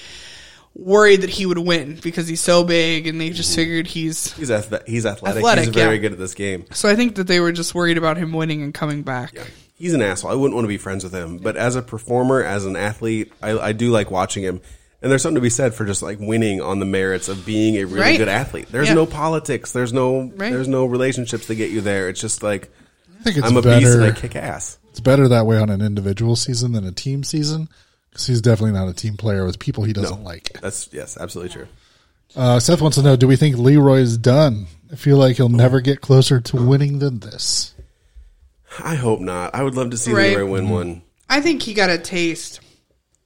S6: worried that he would win because he's so big and they just figured he's.
S4: He's ath- he's athletic.
S6: Athletic,
S4: He's very
S6: yeah.
S4: good at this game.
S6: So I think that they were just worried about him winning and coming back.
S4: he's an asshole. I wouldn't want to be friends with him. But as a performer, as an athlete, I, I do like watching him. And there's something to be said for just like winning on the merits of being a really
S6: Right.
S4: good athlete. There's
S6: Yeah.
S4: no politics. There's no
S6: Right.
S4: there's no relationships to get you there. It's just like
S5: I think it's
S4: I'm a beast
S5: better
S4: and I kick ass.
S5: it's better that way on an individual season than a team season because he's definitely not a team player with people he doesn't like.
S4: That's yes, absolutely true.
S5: Uh, Seth wants to know: Do we think Leroy is done? I feel like
S4: Oh.
S5: he'll never get closer to winning than this.
S4: I hope not. I would love to see
S6: Right.
S4: Leroy
S5: Mm-hmm.
S4: win one.
S6: I think he got a taste.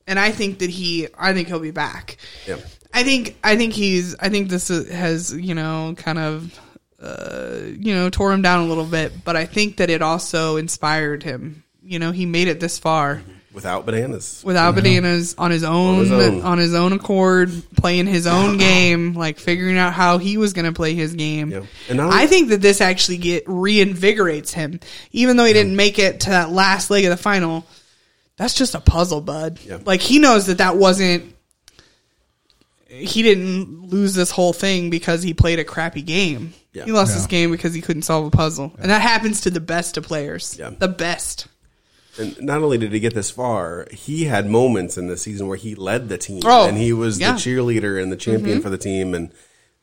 S6: And I think that he. I think he'll be back.
S4: Yeah.
S6: I think I think he's I think this is- has you know kind of uh, you know tore him down a little bit, but I think that it also inspired him. You know, he made it this far
S4: Without bananas.
S6: without bananas on his own on
S4: his
S6: his
S4: own.
S6: own, accord, playing his own game, like figuring out how he was going to play his game.
S4: Yeah. And
S6: And
S4: not only-
S6: I think that this actually get reinvigorates him, even though he didn't make it to that last leg of the final. That's just a puzzle, bud.
S4: Yeah.
S6: Like he knows that that wasn't. He didn't lose this whole thing because he played a crappy game.
S4: Yeah.
S6: He lost
S5: Yeah.
S6: this game because he couldn't solve a puzzle, and that happens to the best of players.
S4: Yeah.
S6: The best.
S4: And not only did he get this far, he had moments in the season where he led the team,
S6: Oh,
S4: and he was
S6: yeah. Mm-hmm.
S4: the cheerleader and the champion for the team. And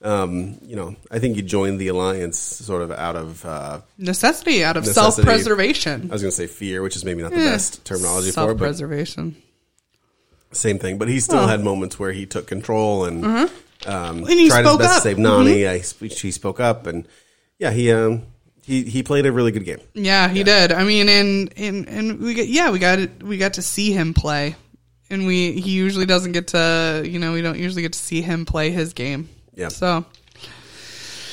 S4: um, you know, I think he joined the alliance sort of out of uh,
S6: Necessity out of
S4: Necessity.
S6: self preservation.
S4: I was going to say fear, which is maybe not the best terminology for, it, but
S6: Hmm. self-preservation.
S4: same thing. But he still had moments where he took control and um,
S6: And Mm-hmm. he
S4: tried
S6: spoke
S4: his best
S6: up. Mm-hmm.
S4: to save Nani. I sp she spoke up, and yeah, he um, he he played a really good game.
S6: yeah, he did. I mean, and and and we got yeah, we got it. We got to see him play, and we he usually doesn't get to you know we don't usually get to see him play his game.
S4: Yeah.
S6: So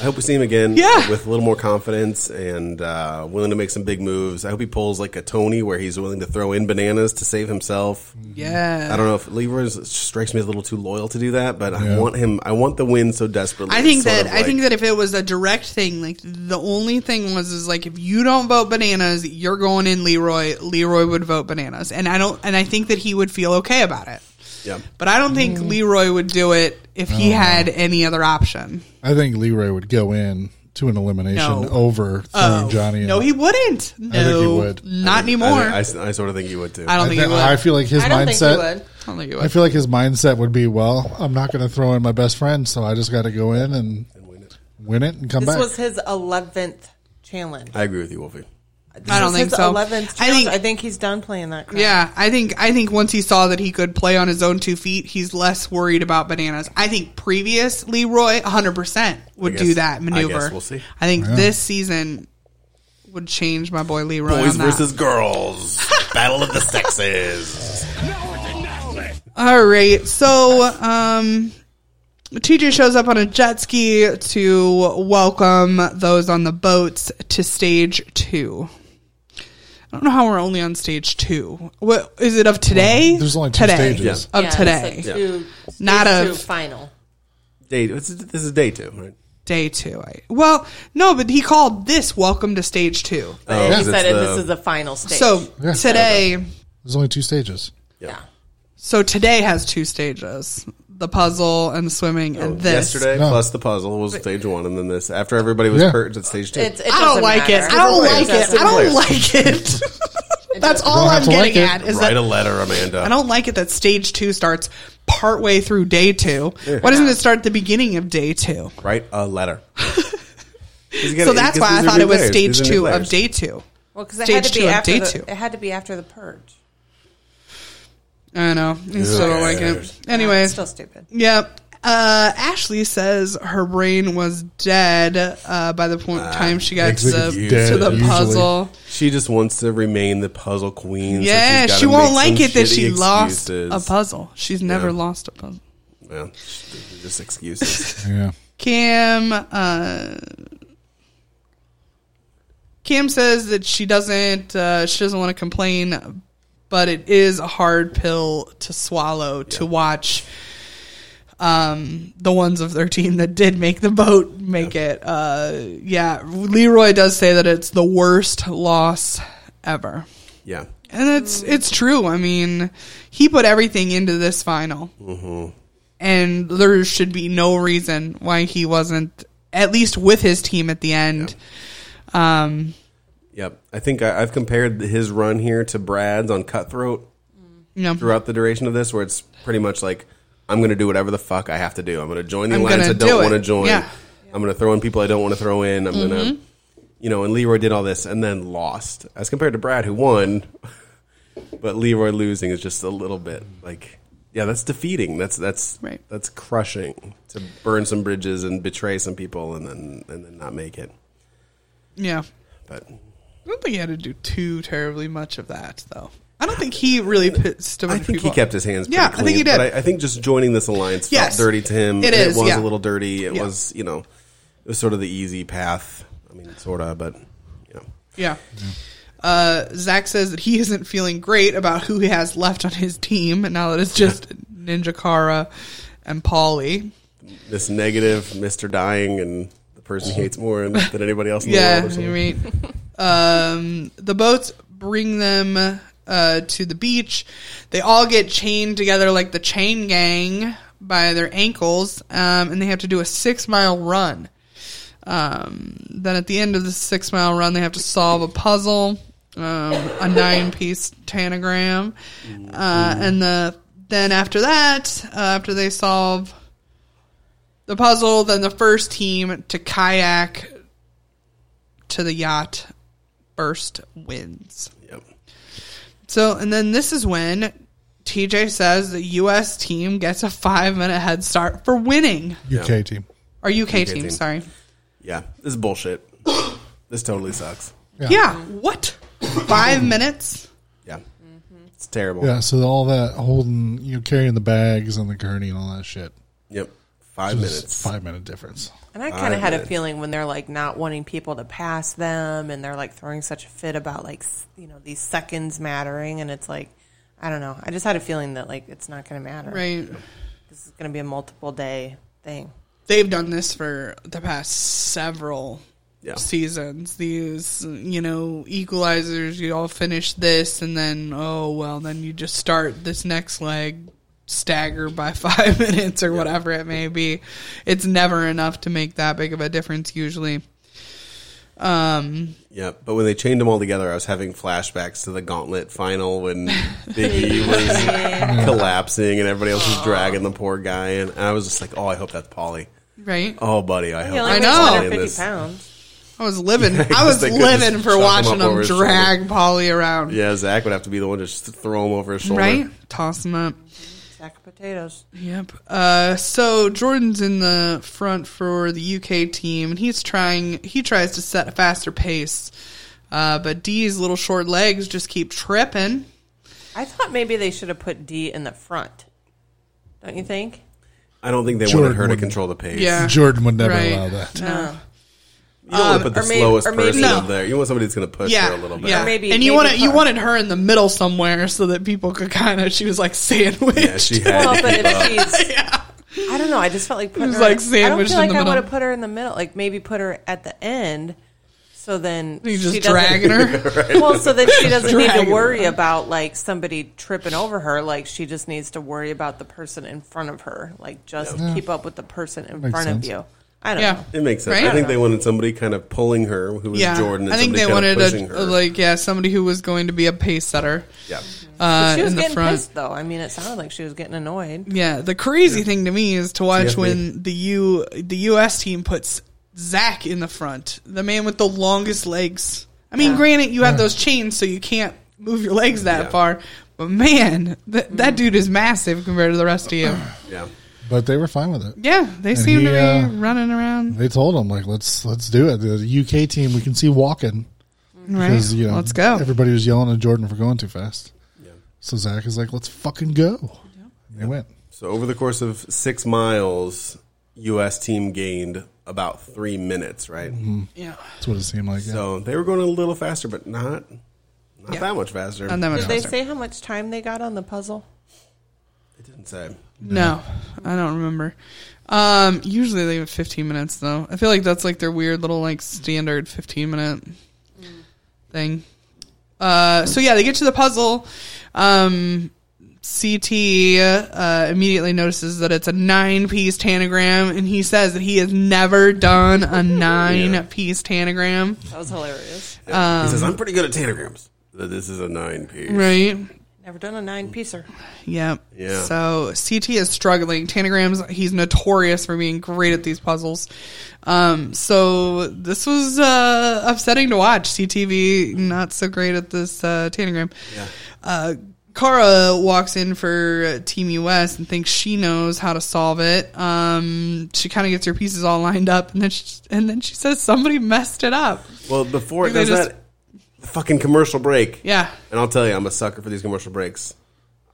S4: I hope we see him again
S6: Yeah.
S4: with a little more confidence and uh, willing to make some big moves. I hope he pulls like a Tony where he's willing to throw in bananas to save himself.
S6: yeah,
S4: Mm-hmm. I don't know if Leroy strikes me as a little too loyal to do that, but I want him. I want the win so desperately.
S6: I think
S4: It's sort
S6: that
S4: of
S6: I
S4: like-
S6: think that if it was a direct thing, like the only thing was is like if you don't vote bananas, you're going in Leroy. Leroy would vote bananas, and I don't, and I think that he would feel okay about it.
S4: Yeah.
S6: But I don't think Leroy would do it if he
S4: Oh,
S6: had any other option.
S5: I think Leroy would go in to an elimination
S6: No. Oh.
S5: over throwing Johnny. in.
S6: No, he wouldn't. No,
S5: would.
S6: not anymore.
S4: I,
S6: I,
S4: I- I sort of think you would too.
S6: don't
S5: I,
S6: think
S5: thi-
S6: he would.
S5: I feel like his
S7: I don't think
S5: mindset.
S7: he would.
S6: I don't think he
S5: I
S6: would.
S5: feel like his mindset would be, well, I'm not going to throw in my best friend, so I just got to go in and win it, and come
S7: This
S5: back.
S7: was his eleventh challenge.
S4: I agree with you, Wolfie.
S6: I don't
S7: This
S6: think
S7: is
S6: so.
S7: Eleventh.
S6: I think.
S7: I think he's done playing that. Crap.
S6: yeah, I think. I think once he saw that he could play on his own two feet, he's less worried about bananas. I think previous Leroy, 100 percent would
S4: I
S6: do
S4: guess-
S6: that
S4: I
S6: maneuver.
S4: guess we'll see.
S6: I think this season would change my boy Leroy.
S4: Boys
S6: on that.
S4: versus girls. Battle of the sexes.
S6: All right. So, um, TJ shows up on a jet ski to welcome those on the boats to stage two. I don't know how we're only on stage two. What is it of today?
S5: There's only two
S6: today.
S5: stages.
S6: Of today. Not
S8: a
S6: of-
S8: final.
S4: Day, this is this is day two, right?
S6: Day two. I, well, no, but he called this welcome to stage two.
S4: Oh,
S8: He
S4: 'cause it's
S8: said it,
S4: the-
S8: this is the final stage.
S6: So
S5: Yeah.
S6: today,
S5: There's only two stages.
S8: yeah.
S6: so today has two stages: the puzzle and the swimming, and this.
S4: Oh, yesterday
S5: No.
S4: plus the puzzle was stage one, and then this. After everybody was
S5: Yeah.
S4: purged at stage two,
S8: It's, it
S6: I don't
S8: doesn't
S6: like it.
S8: matter.
S6: I don't like it.
S8: doesn't
S6: I don't
S8: matter.
S6: like it. That's all
S5: don't
S6: I'm
S5: have to
S6: getting
S5: like it.
S6: at is
S4: write
S6: that
S4: a letter, Amanda.
S6: I don't like it that stage two starts partway through day two. Why doesn't it start at the beginning of day two?
S4: write a letter.
S6: So that's why I thought it was stage two of day two.
S8: Well, because it had
S6: Stage
S8: to
S6: two
S8: be
S6: and
S8: after
S6: day
S8: the,
S6: two.
S8: it had to be after the purge.
S6: I know. I still don't like it.
S8: Yeah,
S6: Anyway,
S8: it's still stupid.
S6: yep. Uh, Ashley says her brain was dead uh, by the
S4: Ah,
S6: point time she got
S5: Makes
S6: to
S5: it
S6: the,
S5: dead,
S6: to the
S5: usually.
S6: puzzle.
S4: She just wants to remain the puzzle queen. so
S6: yeah,
S4: she's gotta
S6: she won't
S4: make
S6: like
S4: some
S6: it that
S4: shitty
S6: she lost
S4: excuses.
S6: a puzzle. She's never
S4: Yeah.
S6: lost a puzzle.
S4: Yeah, sh- just excuses.
S5: Yeah.
S6: Kim uh, Kim says that she doesn't uh, she doesn't want to complain, but it is a hard pill to swallow to watch um, the ones of their team that did make the boat make it. Uh, yeah, Leroy does say that it's the worst loss ever.
S4: yeah,
S6: And it's it's true. I mean, he put everything into this final,
S4: Mm-hmm.
S6: and there should be no reason why he wasn't at least with his team at the end. Um,
S4: yep. I think I, I've compared his run here to Brad's on Cutthroat
S6: you know,
S4: throughout the duration of this, where it's pretty much like I'm going to do whatever the fuck I have to do. I'm going to join the
S6: I'm
S4: alliance I
S6: gonna
S4: don't
S6: do
S4: want to
S6: it.
S4: join.
S6: Yeah. Mm-hmm.
S4: I'm going to throw in people I don't want to throw in. I'm going to, you know. And Leroy did all this and then lost, as compared to Brad who won. but Leroy losing is just a little bit like, yeah, that's defeating. That's that's
S6: Right.
S4: that's crushing to burn some bridges and betray some people and then and then not make it.
S6: yeah.
S4: But
S6: I don't think he had to do too terribly much of that, though. I don't think he really pissed. a bunch
S4: I
S6: of
S4: think he
S6: people off.
S4: kept his hands. Pretty
S6: Yeah, I
S4: clean,
S6: think he did.
S4: But I, I think just joining this alliance
S6: Yes.
S4: felt dirty to him.
S6: It is,
S4: It was
S6: yeah.
S4: a little dirty. It
S6: Yeah.
S4: was, you know, it was sort of the easy path. I mean, sort of, but you know,
S6: Yeah. Uh, Zach says that he isn't feeling great about who he has left on his team now that it's just Ninja Kara and Polly.
S4: this negative Mister Dying and the person he hates more than anybody else. In the
S6: Yeah,
S4: world or something.
S6: you're right. um, the boats bring them uh, to the beach. They all get chained together like the chain gang by their ankles, um, and they have to do a six mile run. Um, then at the end of the six mile run, they have to solve a puzzle, um, a nine piece tanagram, uh, and the then after that, uh, after they solve the puzzle, then the first team to kayak to the yacht first wins.
S4: Yep.
S6: So, and then this is when TJ says the U.S. team gets a five minute head start for winning,
S5: UK team.
S6: or UK, team,
S4: team.
S6: sorry.
S4: Yeah, this is bullshit. this totally sucks.
S6: Yeah, what? five minutes?
S4: Yeah,
S6: Mm-hmm.
S4: it's terrible.
S5: Yeah. So all that holding, you know, carrying the bags on the gurney and all that shit.
S4: Yep, five
S5: Just
S4: minutes.
S5: Five minute difference.
S7: And I kind of had a feeling when they're like not wanting people to pass them and they're like throwing such a fit about like, s- you know, these seconds mattering. And it's like, I don't know. I just had a feeling that like it's not going to matter.
S6: Right.
S7: This is going to be a multiple day thing.
S6: They've done this for the past several
S4: Yeah.
S6: seasons. These, you know, equalizers, you all finish this, and then, oh, well, then you just start this next leg stagger by five minutes or whatever it may be. It's never enough to make that big of a difference, usually.
S4: Yeah, but when they chained them all together, I was having flashbacks to the Gauntlet final when Big E was collapsing and everybody else was dragging the poor guy, in. and I was just like, "Oh, I hope that's Polly."
S6: Right?
S4: Oh, buddy, I hope.
S7: He only
S6: I
S7: weighs
S4: that's
S6: know.
S4: Polly in
S7: 150
S4: this.
S7: pounds.
S6: I was living. I
S4: guess
S6: was
S4: they could just
S6: living for
S4: chuck him
S6: watching
S4: up
S6: them
S4: over his
S6: drag Polly around.
S4: Yeah, Zach would have to be the one to just throw him over his shoulder.
S6: Right? Toss him up.
S7: Sack of potatoes.
S6: Yep. Uh, so Jordan's in the front for the UK team, and he's trying. He tries to set a faster pace Uh, but Dee's little short legs just keep tripping.
S7: I thought maybe they should have put D in the front. Don't you think?
S4: I don't think they
S5: Jordan
S4: wanted her to
S5: wouldn't.
S4: control the pace.
S6: Yeah. Um,
S5: Jordan would never
S6: Right.
S5: allow that.
S4: You don't want to put the
S7: or maybe-
S4: slowest
S7: or maybe-
S4: person
S6: No.
S4: up there. You want somebody that's going to push
S6: Yeah,
S4: her a little bit.
S6: yeah.
S7: maybe-
S6: and you
S7: maybe
S6: wanted you
S7: her.
S6: wanted her in the middle somewhere so that people could kind of. She was like sandwiched.
S4: Yeah, she had.
S7: Well,
S4: to
S7: but
S4: keep up.
S7: if she's, I don't know. I just felt like putting
S6: was
S7: her.
S6: like
S7: I don't
S6: sandwiched
S7: feel
S6: in
S7: like
S6: the
S7: I
S6: middle.
S7: would have put her in the middle. Like maybe put her at the end, so then
S6: You just
S7: she doesn't-
S6: dragging her.
S7: Well, so then she doesn't need
S6: Dragging
S7: to
S6: her.
S7: worry about like somebody tripping over her. Like she just needs to worry about the person in front of her. Like just keep up with the person in
S5: Makes
S7: front
S5: sense.
S7: of you. I don't
S6: Yeah,
S7: know.
S4: It makes sense.
S6: Right?
S4: I think they wanted somebody kind of pulling her, who was
S6: yeah.
S4: Jordan. And
S6: I think they
S4: somebody
S6: wanted
S4: kind of pushing
S6: a,
S4: her.
S6: like yeah somebody who was going to be a pace setter.
S4: yeah.
S6: Uh,
S7: She was
S6: in the
S7: getting
S6: front.
S7: pissed though. I mean, it sounded like she was getting annoyed.
S6: Yeah, the crazy thing to me is to
S4: CFB.
S6: watch when the U the U.S. team puts Zach in the front, the man with the longest legs. I mean, granted, you have those chains, so you can't move your legs that
S4: Yeah.
S6: far. But man, that
S5: Mm-hmm.
S6: that dude is massive compared to the rest of you.
S4: Yeah.
S5: But they were fine with it.
S6: Yeah, they seem
S5: he,
S6: to be
S5: uh,
S6: running around.
S5: They told him like let's let's do it. The UK team we can see walking
S6: Right,
S5: you know,
S6: let's go.
S5: Everybody was yelling at Jordan for going too fast. So Zach is like, let's fucking go. And they went.
S4: So over the course of six miles, U.S. team gained about three minutes, right?
S6: yeah,
S5: That's what it seemed like. Mm-hmm. yeah.
S4: So they were going a little faster, but not not that much faster.
S6: not that much
S7: Did they
S6: faster.
S7: say how much time they got on the puzzle?
S4: It didn't say.
S6: No, I don't remember. Um, usually they have 15 minutes though. I feel like that's like their weird little like standard 15 minute thing. Uh, so yeah, they get to the puzzle. Um, CT uh, immediately notices that it's a nine piece tanagram, and he says that he has never done a nine piece tanagram.
S7: That was hilarious.
S4: he says, "I'm pretty good at tanagrams." That This is a nine piece.
S6: Um, Right?
S7: Never done a nine piecer.
S6: Yep.
S4: Yeah.
S6: So CT is struggling. Tanagrams, he's notorious for being great at these puzzles. Um, so this was uh, upsetting to watch. CTV not so great at this uh, Tanagram. Yeah. Uh, Kara walks in for Team US and thinks she knows how to solve it. Um, she kind of gets her pieces all lined up, and then she, and then she says somebody messed it up.
S4: Well, before it
S6: They
S4: does
S6: just-
S4: that, the fucking commercial break.
S6: Yeah.
S4: And I'll tell you, I'm a sucker for these commercial breaks.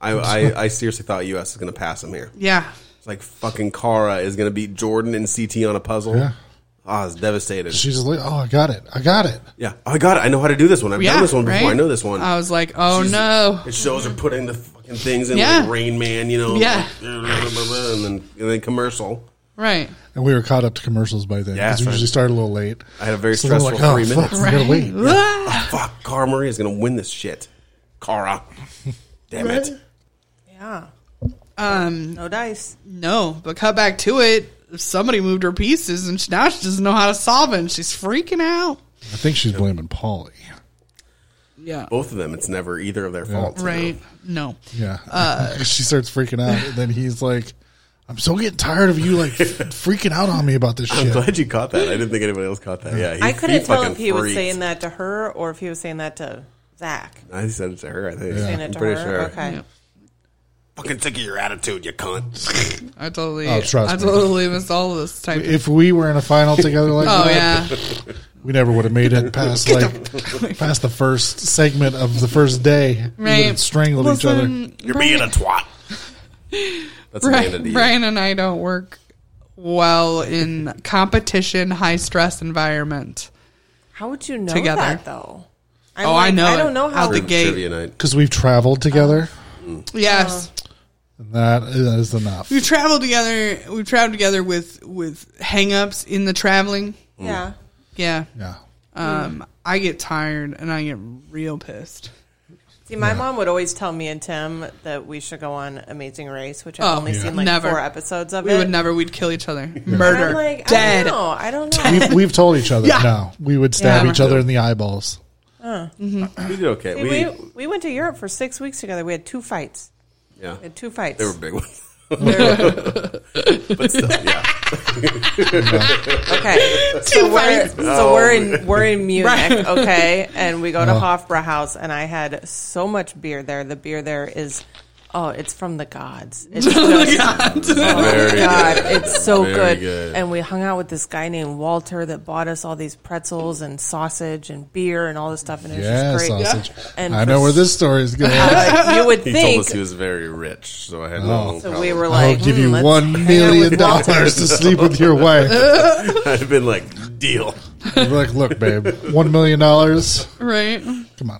S4: I, I, I seriously thought U.S. was going to pass him here.
S6: Yeah.
S4: It's like fucking Kara is going to beat Jordan and CT on a puzzle.
S5: Yeah.
S4: Ah, I was devastated.
S5: She's just like, oh, I got it. I got it.
S4: yeah. Oh, I got it. I know how to do this one. I've
S6: Yeah,
S4: done this one before. I
S6: right?
S4: know this one.
S6: I was like, oh
S4: She's-
S6: no.
S4: It shows her putting the fucking things in
S6: Yeah.
S4: like Rain Man, you know.
S6: Yeah.
S4: And then, and then commercial.
S6: Right.
S5: And we were caught up to commercials by then.
S4: Yeah,
S5: Because we
S4: that's
S5: usually
S4: right.
S5: start a little late.
S4: I had a very
S5: they're "Oh,
S4: stressful three
S5: fuck,
S4: minutes.
S5: we gotta wait. Yeah.
S4: Ah, fuck, Cara Marie is going to win this shit. Cara. Damn it.
S7: Yeah.
S6: Um,
S7: No dice.
S6: No, but cut back to it. Somebody moved her pieces, and she- now she doesn't know how to solve it. And she's freaking out.
S5: I think she's blaming Polly.
S6: Yeah.
S5: Oh.
S4: Both of them, it's never either of their faults. you know.
S6: Right. No.
S5: Yeah.
S6: Uh,
S5: she starts freaking out. And then he's like, I'm so getting tired of you like freaking out on me about this
S4: I'm
S5: shit.
S4: glad you caught that. I didn't think anybody else caught that. Yeah, he,
S7: I couldn't tell
S4: fucking
S7: if he was
S4: freaked.
S7: saying that to her or if he was saying that to Zach.
S4: I said it to her. I think.
S7: Saying
S4: I'm
S7: it to
S4: pretty
S7: her.
S4: sure.
S7: Okay.
S4: Fucking sick of your attitude, you cunt.
S6: I totally.
S5: Oh, trust
S6: I
S5: me.
S6: totally missed all this type. Of,
S5: If we were in a final together like
S6: oh
S5: that,
S6: yeah.
S5: we never would have made it past like past the first segment of the first day. We would have
S6: Right.
S5: strangled each
S6: Listen,
S4: You're being a twat. That's Amanda
S6: Brian,
S4: D.
S6: Brian and I don't work well in competition, high stress environment.
S7: How would you know
S6: Together.
S7: that though? i
S6: Oh, I know
S7: I
S6: it.
S7: don't know
S6: Out
S7: how.
S6: the
S4: Trivia
S6: gate.
S4: night.
S5: because we've traveled together.
S6: Yes.
S5: and that is enough.
S6: we've traveled together. We've traveled together with with hangups in the traveling.
S7: yeah.
S6: Yeah.
S5: Yeah,
S6: Um, I get tired and I get real pissed.
S7: See, my mom would always tell me and Tim that we should go on Amazing Race, which I've
S6: Oh,
S7: only
S6: yeah.
S7: seen like
S6: Never.
S7: four episodes of
S6: We
S7: it.
S6: would never. We'd kill each other.
S7: And
S6: Murder.
S7: I'm like,
S6: dead.
S7: I don't know. I don't know.
S5: we've, we've told each other
S6: Yeah.
S5: no. We would stab
S6: Yeah.
S5: each other in the eyeballs.
S4: We did okay.
S7: See,
S4: we,
S7: we, we went to Europe for six weeks together. We had two fights.
S4: yeah,
S7: We had two fights.
S4: they were big ones.
S7: Okay.
S6: Two
S7: so we're,
S6: fights.
S7: so we're in we're in Munich,
S5: Oh.
S7: okay? And we go to Hofbräuhaus and I had so much beer there. The beer there is Oh, it's from the gods. It's just,
S4: Very
S7: oh
S4: good.
S7: God, it's so
S4: Very
S7: good.
S4: good.
S7: And we hung out with this guy named Walter that bought us all these pretzels and sausage and beer and all this stuff, and it was
S5: Yeah,
S7: just great.
S5: sausage.
S7: And
S5: I
S7: for
S5: know where
S7: s-
S5: this story is going.
S7: Like, you would
S4: He
S7: think.
S4: told us he was very rich, so I had no.
S7: so we were
S5: I'll
S7: like,
S5: give
S7: "Hmm,
S5: you
S7: let's
S5: one
S7: hang out
S5: million
S7: with Walter."
S5: dollars to sleep with your wife.
S4: I've been like deal.
S5: I'm like, look, babe, one million dollars.
S6: right?
S5: Come on.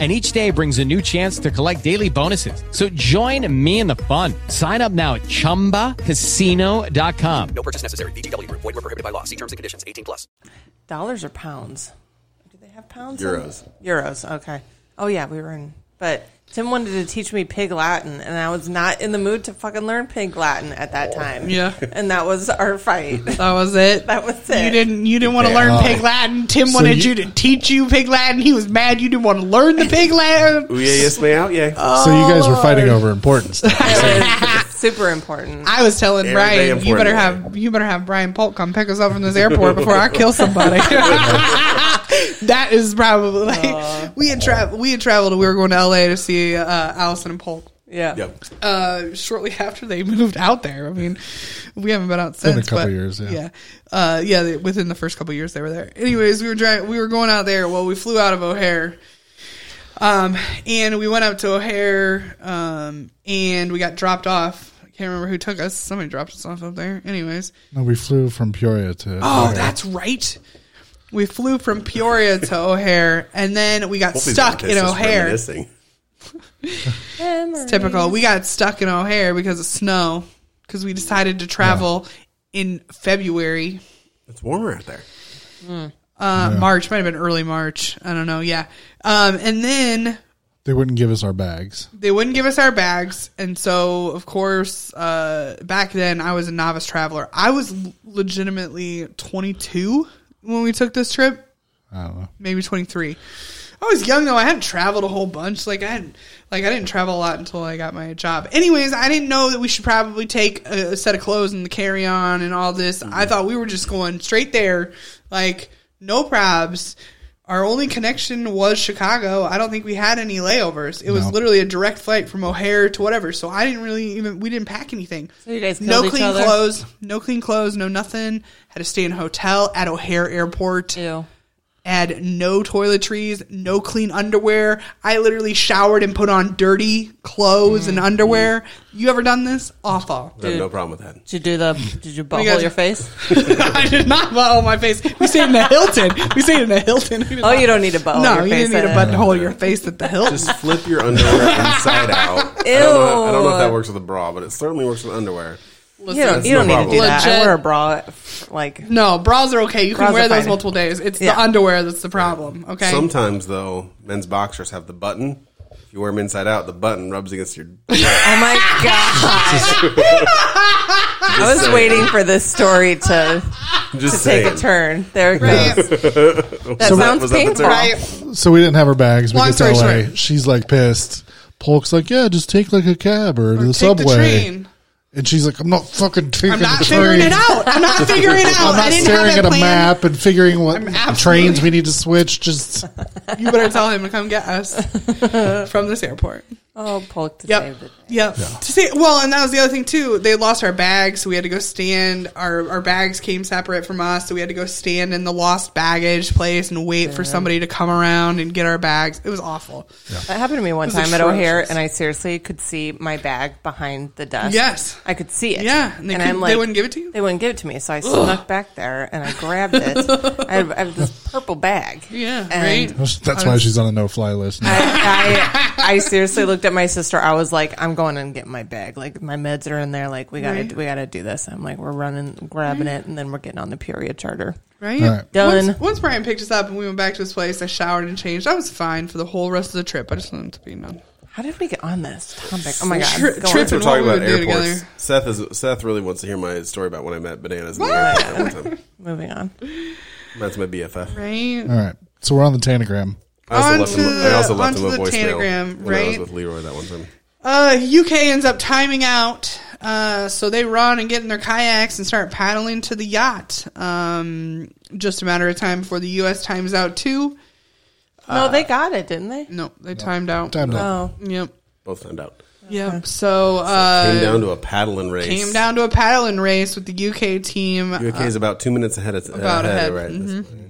S1: And each day brings a new chance to collect daily bonuses. So join me in the fun. Sign up now at chumbacasino.com.
S2: No purchase necessary. VGW Group. Void were prohibited by law. See terms and conditions. 18 plus.
S7: dollars or pounds? Do they have pounds? in-
S4: Euros.
S7: Euros. Okay. Oh yeah, we were in. But Tim wanted to teach me Pig Latin, and I was not in the mood to fucking learn Pig Latin at that time.
S6: Yeah.
S7: And that was our fight.
S6: That was it.
S7: That was it.
S6: You didn't. You didn't want to learn pig Latin. Tim wanted
S5: you-
S6: you, to teach you pig Latin. He was mad you didn't want to learn the pig Latin.
S4: Ooh, yeah, yes, may out, yeah.
S5: so you guys
S7: Oh,
S5: were fighting over important stuff.
S7: It was super important.
S6: I was telling
S4: Every day
S6: Brian,
S4: important.
S6: you better have you better have Brian Polk come pick us up from this airport before I kill somebody. that is probably like we had traveled. We had traveled. and We were going to L.A. to see uh, Allison and Polk.
S7: Yeah.
S4: Yep.
S6: uh, shortly after they moved out there. I mean, we haven't been out
S5: been a
S6: since.
S5: couple
S6: but
S5: years, yeah.
S6: yeah, uh, yeah. They, within the first couple years, they were there. Anyways, we were driving. We were going out there. Well, we flew out of O'Hare, um, and we went up to O'Hare, um, and we got dropped off. I can't remember who took us. Somebody dropped us off up there. Anyways,
S5: No, we flew from Peoria to.
S6: oh, that's right. We flew from Peoria to O'Hare, and then we got
S4: Hopefully
S6: stuck
S4: this
S6: in
S4: is
S6: O'Hare.
S4: reminiscing.
S7: Memories.
S6: typical. We got stuck in O'Hare because of snow because we decided to travel in February.
S4: It's warmer out there.
S6: Uh, March might have been early March. I don't know. Yeah, um, and then
S5: they wouldn't give us our bags.
S6: they wouldn't give us our bags, and so of course, uh, back then I was a novice traveler. I was l- legitimately 22 when we took this trip.
S5: I don't know.
S6: maybe 23. I was young though. I hadn't traveled a whole bunch. Like I hadn't, like I didn't travel a lot until I got my job. Anyways, I didn't know that we should probably take a, a set of clothes and the carry on and all this. I thought we were just going straight there, like no probs. Our only connection was Chicago. I don't think we had any layovers. It was
S5: No.
S6: literally a direct flight from O'Hare to whatever. So I didn't really even we didn't pack anything.
S7: So you guys
S6: no
S7: killed each
S6: clean
S7: other?
S6: clothes, no clean clothes, no nothing. Had to stay in a hotel at O'Hare Airport
S7: Ew.
S6: had no toiletries, no clean underwear. I literally showered and put on dirty clothes and underwear. You ever done this? Awful.
S4: I have no problem with that.
S7: Did you do the? Did you butthole
S6: guys-
S7: your face?
S6: I did not butthole my face. We stayed in the Hilton. We stayed in the Hilton. We did
S7: Oh,
S6: not-
S7: you don't need to butthole
S6: No,
S7: your
S6: you
S7: face.
S6: didn't need to
S7: at it.
S6: butthole your face at the Hilton.
S4: Just flip your underwear inside out. I, don't know how- I don't know if that works with a bra, but it certainly works with underwear.
S7: You don't, you
S4: no
S7: don't need to
S4: problem.
S7: do that. I
S6: Legit.
S7: wear a bra. f- Like
S6: no, bras are okay. You can
S7: Bras are
S6: wear those
S7: fine.
S6: multiple days. It's
S7: Yeah.
S6: the underwear that's the problem. Okay.
S4: Sometimes though, men's boxers have the button. If you wear them inside out, the button rubs against your.
S7: Oh my god! I was waiting for this story to
S4: Just
S7: take
S4: saying.
S7: a turn. There it
S6: Right.
S7: goes. That sounds
S4: was that the
S7: painful.
S4: turn?
S6: Right.
S5: So we didn't have our bags. We
S6: Long
S5: get to
S6: story
S5: LA.
S6: short.
S5: She's like pissed. Polk's like, yeah, just take like a cab or, the
S6: Take
S5: subway.
S6: the train.
S5: And she's like, I'm not fucking taking
S6: I'm
S5: the
S6: not
S5: train.
S6: figuring it out. I'm not figuring it out.
S5: I'm not
S6: I didn't
S5: staring
S6: have it
S5: at a
S6: planned.
S5: map and figuring what
S6: absolutely-
S5: trains we need to switch. Just
S6: You better tell him to come get us from this airport.
S7: Oh, Polk to
S6: Yep.
S7: save it.
S6: Yep. To see, well, and that was the other thing too. They lost our bags, so we had to go stand. Our our bags came separate from us, so we had to go stand in the lost baggage place and wait for somebody to come around and get our bags. It was awful.
S7: That happened to me one
S6: It was
S7: time at O'Hare,
S6: atrocious.
S7: and I seriously could see my bag behind the desk.
S6: Yes.
S7: I could see it.
S6: Yeah, and they couldn't- they wouldn't give it to you?
S7: They wouldn't give it to me, so I snuck back there and I grabbed it. I, have, I have this purple bag.
S6: Yeah,
S7: and
S6: right.
S5: that's why she's on a no-fly list. Now.
S7: I, I I seriously looked at my sister. I was like, I'm going and getting my bag. Like my meds are in there. Like we gotta
S6: Right.
S7: we gotta do this. I'm like, we're running, grabbing it, and then we're getting on the Peoria charter.
S6: Right?
S5: All right.
S7: Done.
S6: Once, once Brian picked us up and we went back to his place, I showered and changed. I was fine for the whole rest of the trip. I just wanted to be known.
S7: How did we get on this topic? Oh my god,
S6: Tri-
S7: go on.
S6: trip-
S4: We're
S6: and what
S4: talking
S6: we
S4: about
S6: would do
S4: airports.
S6: together.
S4: Seth is Seth really wants to hear my story about when I met bananas. In the airport that one time.
S7: moving on.
S4: That's my BFF.
S6: Right?
S5: All right. So we're on the Tanagram.
S4: I also left
S6: Onto
S4: him, I also
S6: the-
S4: left him a
S6: onto the
S4: voicemail
S6: Tanagram,
S4: when I was
S6: right?
S4: with Leroy that one time.
S6: Uh, UK ends up timing out, uh, so they run and get in their kayaks and start paddling to the yacht. Um, just a matter of time before the US times out too.
S7: no, they got it, didn't they?
S6: No, they timed out. Uh,
S5: Time to
S7: Oh,
S6: Yep.
S4: Both timed out.
S6: Yep. So uh,
S4: Came down to a paddling race.
S6: came down to a paddling race with the UK team.
S4: UK is about two minutes ahead. Of,
S6: about ahead, mm-hmm.
S4: Right.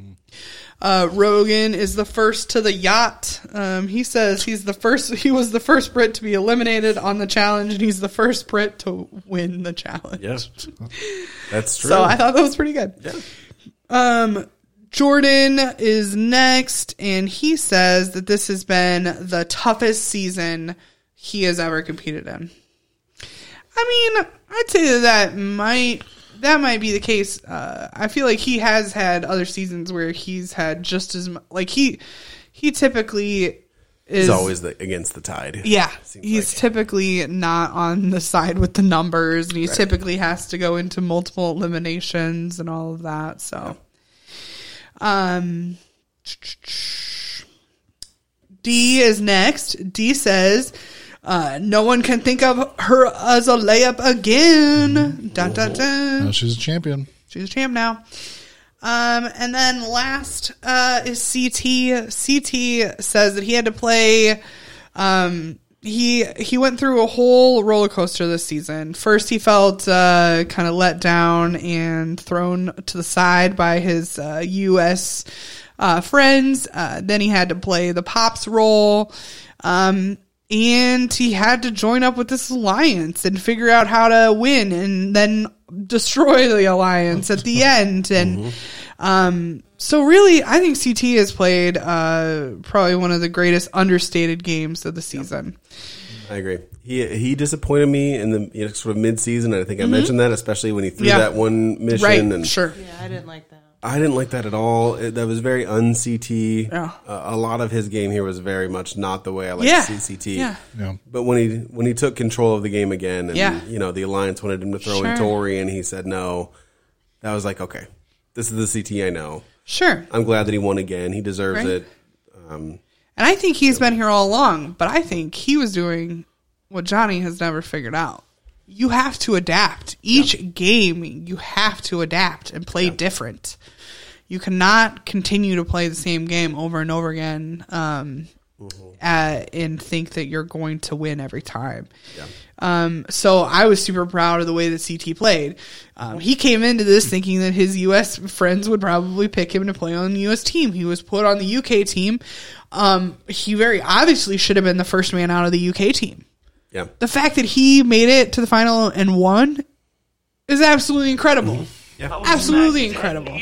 S6: Uh, Rogan is the first to the yacht. Um, he says he's the first. He was the first Brit to be eliminated on the challenge, and he's the first Brit to win the challenge.
S4: Yes. That's true.
S6: So I thought that was pretty good. Um, Jordan is next, and he says that this has been the toughest season he has ever competed in. I mean, I'd say that, that might that might be the case. Uh, I feel like he has had other seasons where he's had just as mu- like he he typically is
S4: He's always the, against the tide.
S6: yeah,
S4: Seems
S6: he's
S4: like.
S6: typically not on the side with the numbers, and he typically has to go into multiple eliminations and all of that. So, um, D is next. D says, uh, "No one can think of her as a layup again." Dun dun dun.
S5: no, Uh, she's a champion.
S6: She's a champ now. Um, and then last uh, is CT. CT says that he had to play. Um, he he went through a whole roller coaster this season. First, he felt uh, kind of let down and thrown to the side by his uh, U.S. Uh, friends. Uh, then he had to play the pops role. Um, and he had to join up with this alliance and figure out how to win and then destroy the alliance at the end and um so really i think ct has played uh probably one of the greatest understated games of the season
S4: I agree. He he disappointed me in the you know, sort of mid season. I think I mentioned that, especially when he threw
S6: Mm-hmm. Yeah.
S4: that one mission.
S6: right
S4: and
S6: sure
S7: I didn't like that.
S4: I didn't like that at all. It, that was very un CT.
S6: Yeah.
S4: Uh, a lot of his game here was very much not the way I like
S6: Yeah.
S4: CCT.
S6: Yeah.
S5: Yeah.
S4: But when he when he took control of the game again, and
S6: Yeah.
S4: you know the alliance wanted him to throw
S6: Sure.
S4: in Tori, and he said no. That was like okay, this is the CT I know.
S6: sure
S4: I'm glad that he won again. He deserves
S6: Right.
S4: it.
S6: and i think he's been here all along but i think he was doing what johnny has never figured out you have to adapt each game you have to adapt and play different you cannot continue to play the same game over and over again um, uh, and think that you're going to win every time. Um, so I was super proud of the way that CT played. Um, he came into this thinking that his U.S. friends would probably pick him to play on the U.S. team. He was put on the U.K. team. Um, he very obviously should have been the first man out of the U.K. team.
S4: Yeah.
S6: The fact that he made it to the final and won is absolutely incredible.
S4: Mm-hmm.
S6: Absolutely incredible.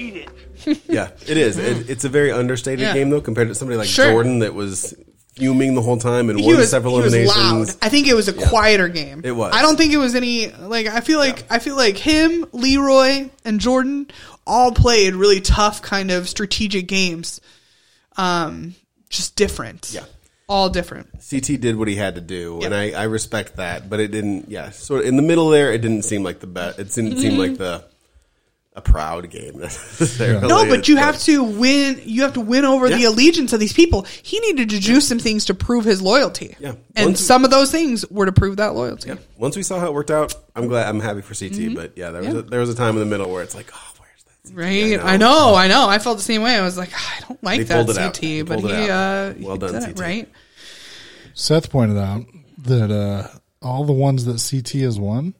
S4: Yeah, it is. It, it's a very understated
S6: Yeah.
S4: game though, compared to somebody like
S6: Sure.
S4: Jordan that was fuming the whole time and
S6: he
S4: won
S6: was,
S4: several
S6: he was
S4: eliminations.
S6: loud. I think it was a quieter game.
S4: It was.
S6: I don't think it was any like I feel like I feel like him, Leroy, and Jordan all played really tough kind of strategic games. Um just different.
S4: Yeah.
S6: All different.
S4: CT did what he had to do, and I, I respect that. But it didn't. Yeah, sort of in the middle there, it didn't seem like the best. It didn't seem
S6: Mm-hmm.
S4: like the a proud game necessarily.
S6: No, but you
S4: It's
S6: have
S4: like-
S6: to win you have to win over the
S4: Yeah.
S6: allegiance of these people. He needed to do some things to prove his loyalty.
S4: Yeah.
S6: And
S4: Once-
S6: some of those things were to prove that loyalty.
S4: Once we saw how it worked out, I'm glad. I'm happy for CT.
S6: Mm-hmm.
S4: But yeah, there was a, there was a time in the middle where it's like, oh, where's that? CT?
S6: Right, I know, I know. I felt the same way. I was like, "Ah, I don't like
S4: They
S6: that
S4: pulled it out.
S6: CT,
S4: They
S6: but
S4: pulled it
S6: he, uh,
S4: out. Well
S6: he
S4: done,
S6: did it,
S4: CT.
S6: right?
S5: Seth pointed out that uh, all the ones that CT has won,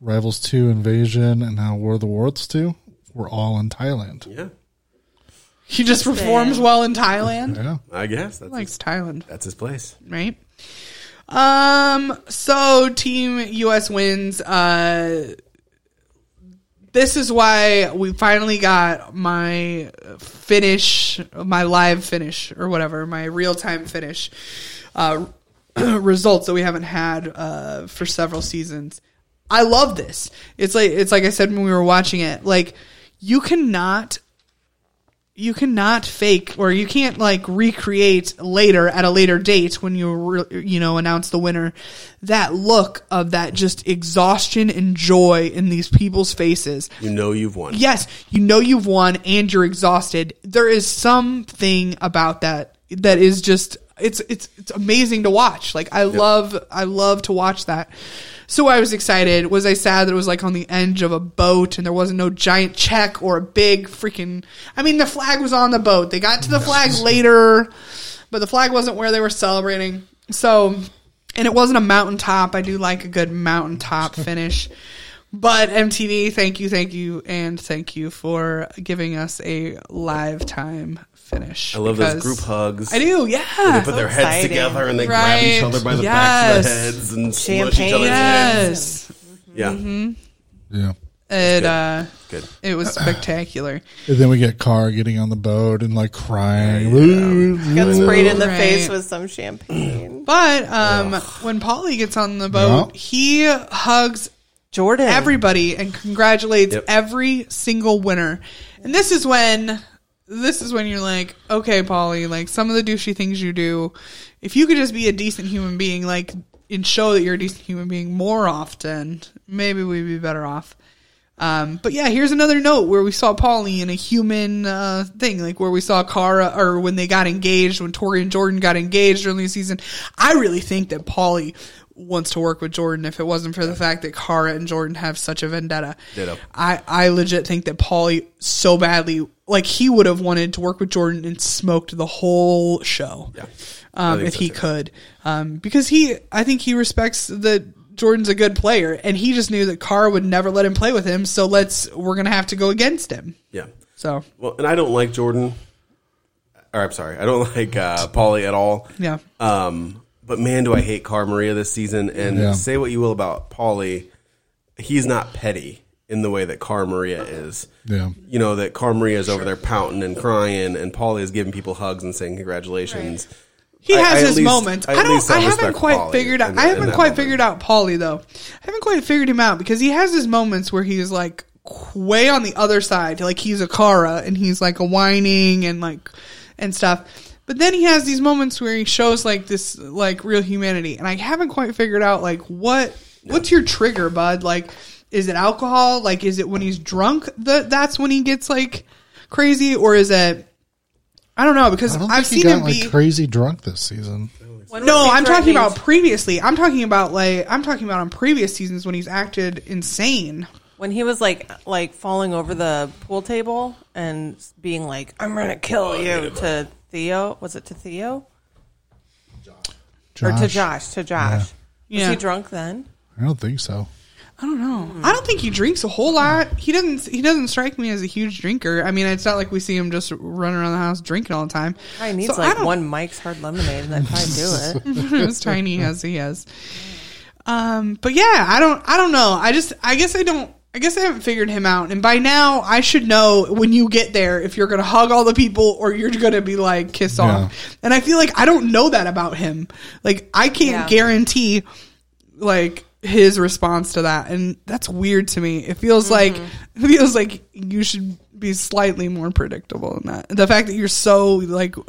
S5: Rivals 2, Invasion, and now War of the Worlds 2, were all in Thailand.
S4: Yeah,
S6: He just performs well in Thailand.
S5: Yeah.
S4: I guess that's
S6: Likes
S4: his,
S6: Thailand,
S4: that's his place.
S6: right? Um. So Team US wins. Uh, this is why we finally got my finish, my live finish or whatever, my real time finish uh, results that we haven't had uh, for several seasons. I love this. It's like it's like I said when we were watching it. Like you cannot you cannot fake or you can't like recreate later at a later date when you re- you know announce the winner that look of that just exhaustion and joy in these people's faces
S4: You know you've won.
S6: yes you know you've won and you're exhausted there is something about that that is just it's it's it's amazing to watch like i love i love to watch that so i was excited was i sad that it was like on the edge of a boat and there wasn't no giant check or a big freaking i mean the flag was on the boat they got to the flag later but the flag wasn't where they were celebrating so and it wasn't a mountaintop i do like a good mountaintop finish but MTV, thank you, thank you, and thank you for giving us a live time finish.
S4: I love those
S6: because-
S4: group hugs.
S6: I do,
S4: They
S6: yeah.
S4: put their heads
S8: exciting.
S4: together and they grab each
S6: Right.
S4: other by the backs of their
S6: Yes.
S4: heads and smush each
S8: Champagne.
S4: other's heads.
S6: yes, Mm-hmm.
S4: Yeah,
S5: Yeah.
S6: it uh,
S4: good.
S6: it was spectacular.
S5: And then we get Carr getting on the boat and like crying.
S7: Got sprayed in the
S6: Right.
S7: face with some champagne.
S6: But um, when Polly gets on the boat,
S5: Yeah.
S6: he hugs
S7: Jordan.
S6: everybody and congratulates
S4: Yep.
S6: every single winner. And this is when this is when you're like, okay, Polly, like some of the douchey things you do, if you could just be a decent human being, like and show that you're a decent human being more often, maybe we'd be better off. Um, but yeah, here's another note where we saw Polly in a human uh, thing, like where we saw Kara, or when they got engaged, when Tori and Jordan got engaged early in the season. I really think that Polly wants to work with Jordan if it wasn't for the fact that Kara and Jordan have such a vendetta.
S4: Ditto.
S6: I, I legit think that Polly so badly, like he would have wanted to work with Jordan and smoked the whole show
S4: Yeah. I
S6: um,
S4: think
S6: if
S4: so,
S6: he
S4: too.
S6: could, um, because he, I think he respects that Jordan's a good player, and he just knew that Carr would never let him play with him. So let's, we're gonna have to go against him.
S4: Yeah.
S6: So
S4: Well, and I don't like Jordan. Or I'm sorry, I don't like uh, Paulie at all.
S6: yeah,
S4: Um, but man, do I hate Car Maria this season. And
S5: Yeah.
S4: say what you will about Paulie, he's not petty in the way that Car Maria is.
S5: Yeah.
S4: You know, that Car Maria is over there pouting and crying, and Paulie is giving people hugs and saying congratulations.
S6: he
S4: I- I
S6: has
S4: at
S6: his
S4: least-
S6: moments.
S4: I
S6: I,
S4: at least
S6: don't.
S4: have
S6: I
S4: respect
S6: haven't
S4: for
S6: quite
S4: Pauly
S6: figured out.
S4: in that-
S6: I
S4: in
S6: haven't
S4: that
S6: quite
S4: moment.
S6: figured out Paulie though. I haven't quite figured him out because he has his moments where he's like way on the other side, like he's a Kara and he's like a whining and like and stuff. But then he has these moments where he shows like this like real humanity, and I haven't quite figured out like what what's your trigger, bud? Like, is it alcohol? Like, is it when he's drunk that that's when he gets like crazy, or is it? I don't know because
S5: I don't
S6: I've
S5: think he
S6: seen him
S5: got like
S6: be
S5: crazy drunk this season.
S6: no, I'm talking about previously. I'm talking about like I'm talking about on previous seasons when he's acted insane.
S7: when he was like like falling over the pool table and being like, "I'm gonna kill you" to Theo. Was it to Theo or to Josh? To Josh.
S6: Yeah.
S7: Was he drunk then?
S5: I don't think so.
S6: I don't know. I don't think he drinks a whole lot. He doesn't. He doesn't strike me as a huge drinker. I mean, it's not like we see him just running around the house drinking all the time.
S7: I needs
S6: So
S7: like
S6: don't-
S7: one Mike's Hard Lemonade, and I probably do it.
S6: as tiny as he is. Um, but yeah, I don't, I don't know. I just, I guess I don't, I guess I haven't figured him out. And by now, I should know when you get there if you're gonna hug all the people or you're gonna be like kiss off. And I feel like I don't know that about him. Like I can't
S7: Yeah.
S6: guarantee like his response to that, and that's weird to me. It feels like
S7: Mm-hmm.
S6: it feels like you should be slightly more predictable than that. The fact that you're so like your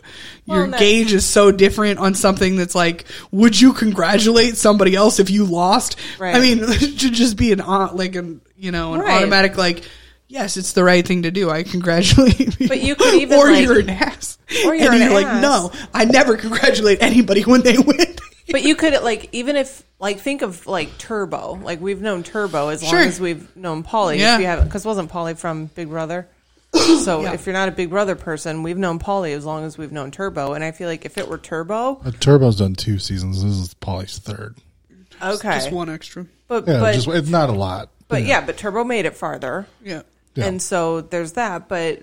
S7: Well, no.
S6: gauge is so different on something that's like, would you congratulate somebody else if you lost?
S7: Right.
S6: I mean, it should just be an au- like an you know an
S7: Right.
S6: automatic like. Yes, it's the right thing to do. I congratulate you.
S7: But you could even,
S6: or
S7: like-
S6: you're an ass.
S7: Or you're
S6: and
S7: an
S6: you're like,
S7: ass.
S6: no, I never congratulate anybody when they win.
S7: But you could like even if like think of like Turbo. Like we've known Turbo as
S6: Sure.
S7: long as we've known Polly.
S6: Yeah.
S7: If you haven't, because wasn't Polly from Big Brother? So
S6: Yeah.
S7: if you're not a Big Brother person, we've known Polly as long as we've known Turbo. And I feel like if it were Turbo,
S5: But Uh, Turbo's done two seasons. This is Polly's third.
S7: okay,
S6: Just one extra.
S7: but
S5: Yeah,
S7: but
S5: just it's not a lot.
S7: but yeah, but Turbo made it farther.
S6: Yeah.
S5: Yeah.
S7: And so there's that, but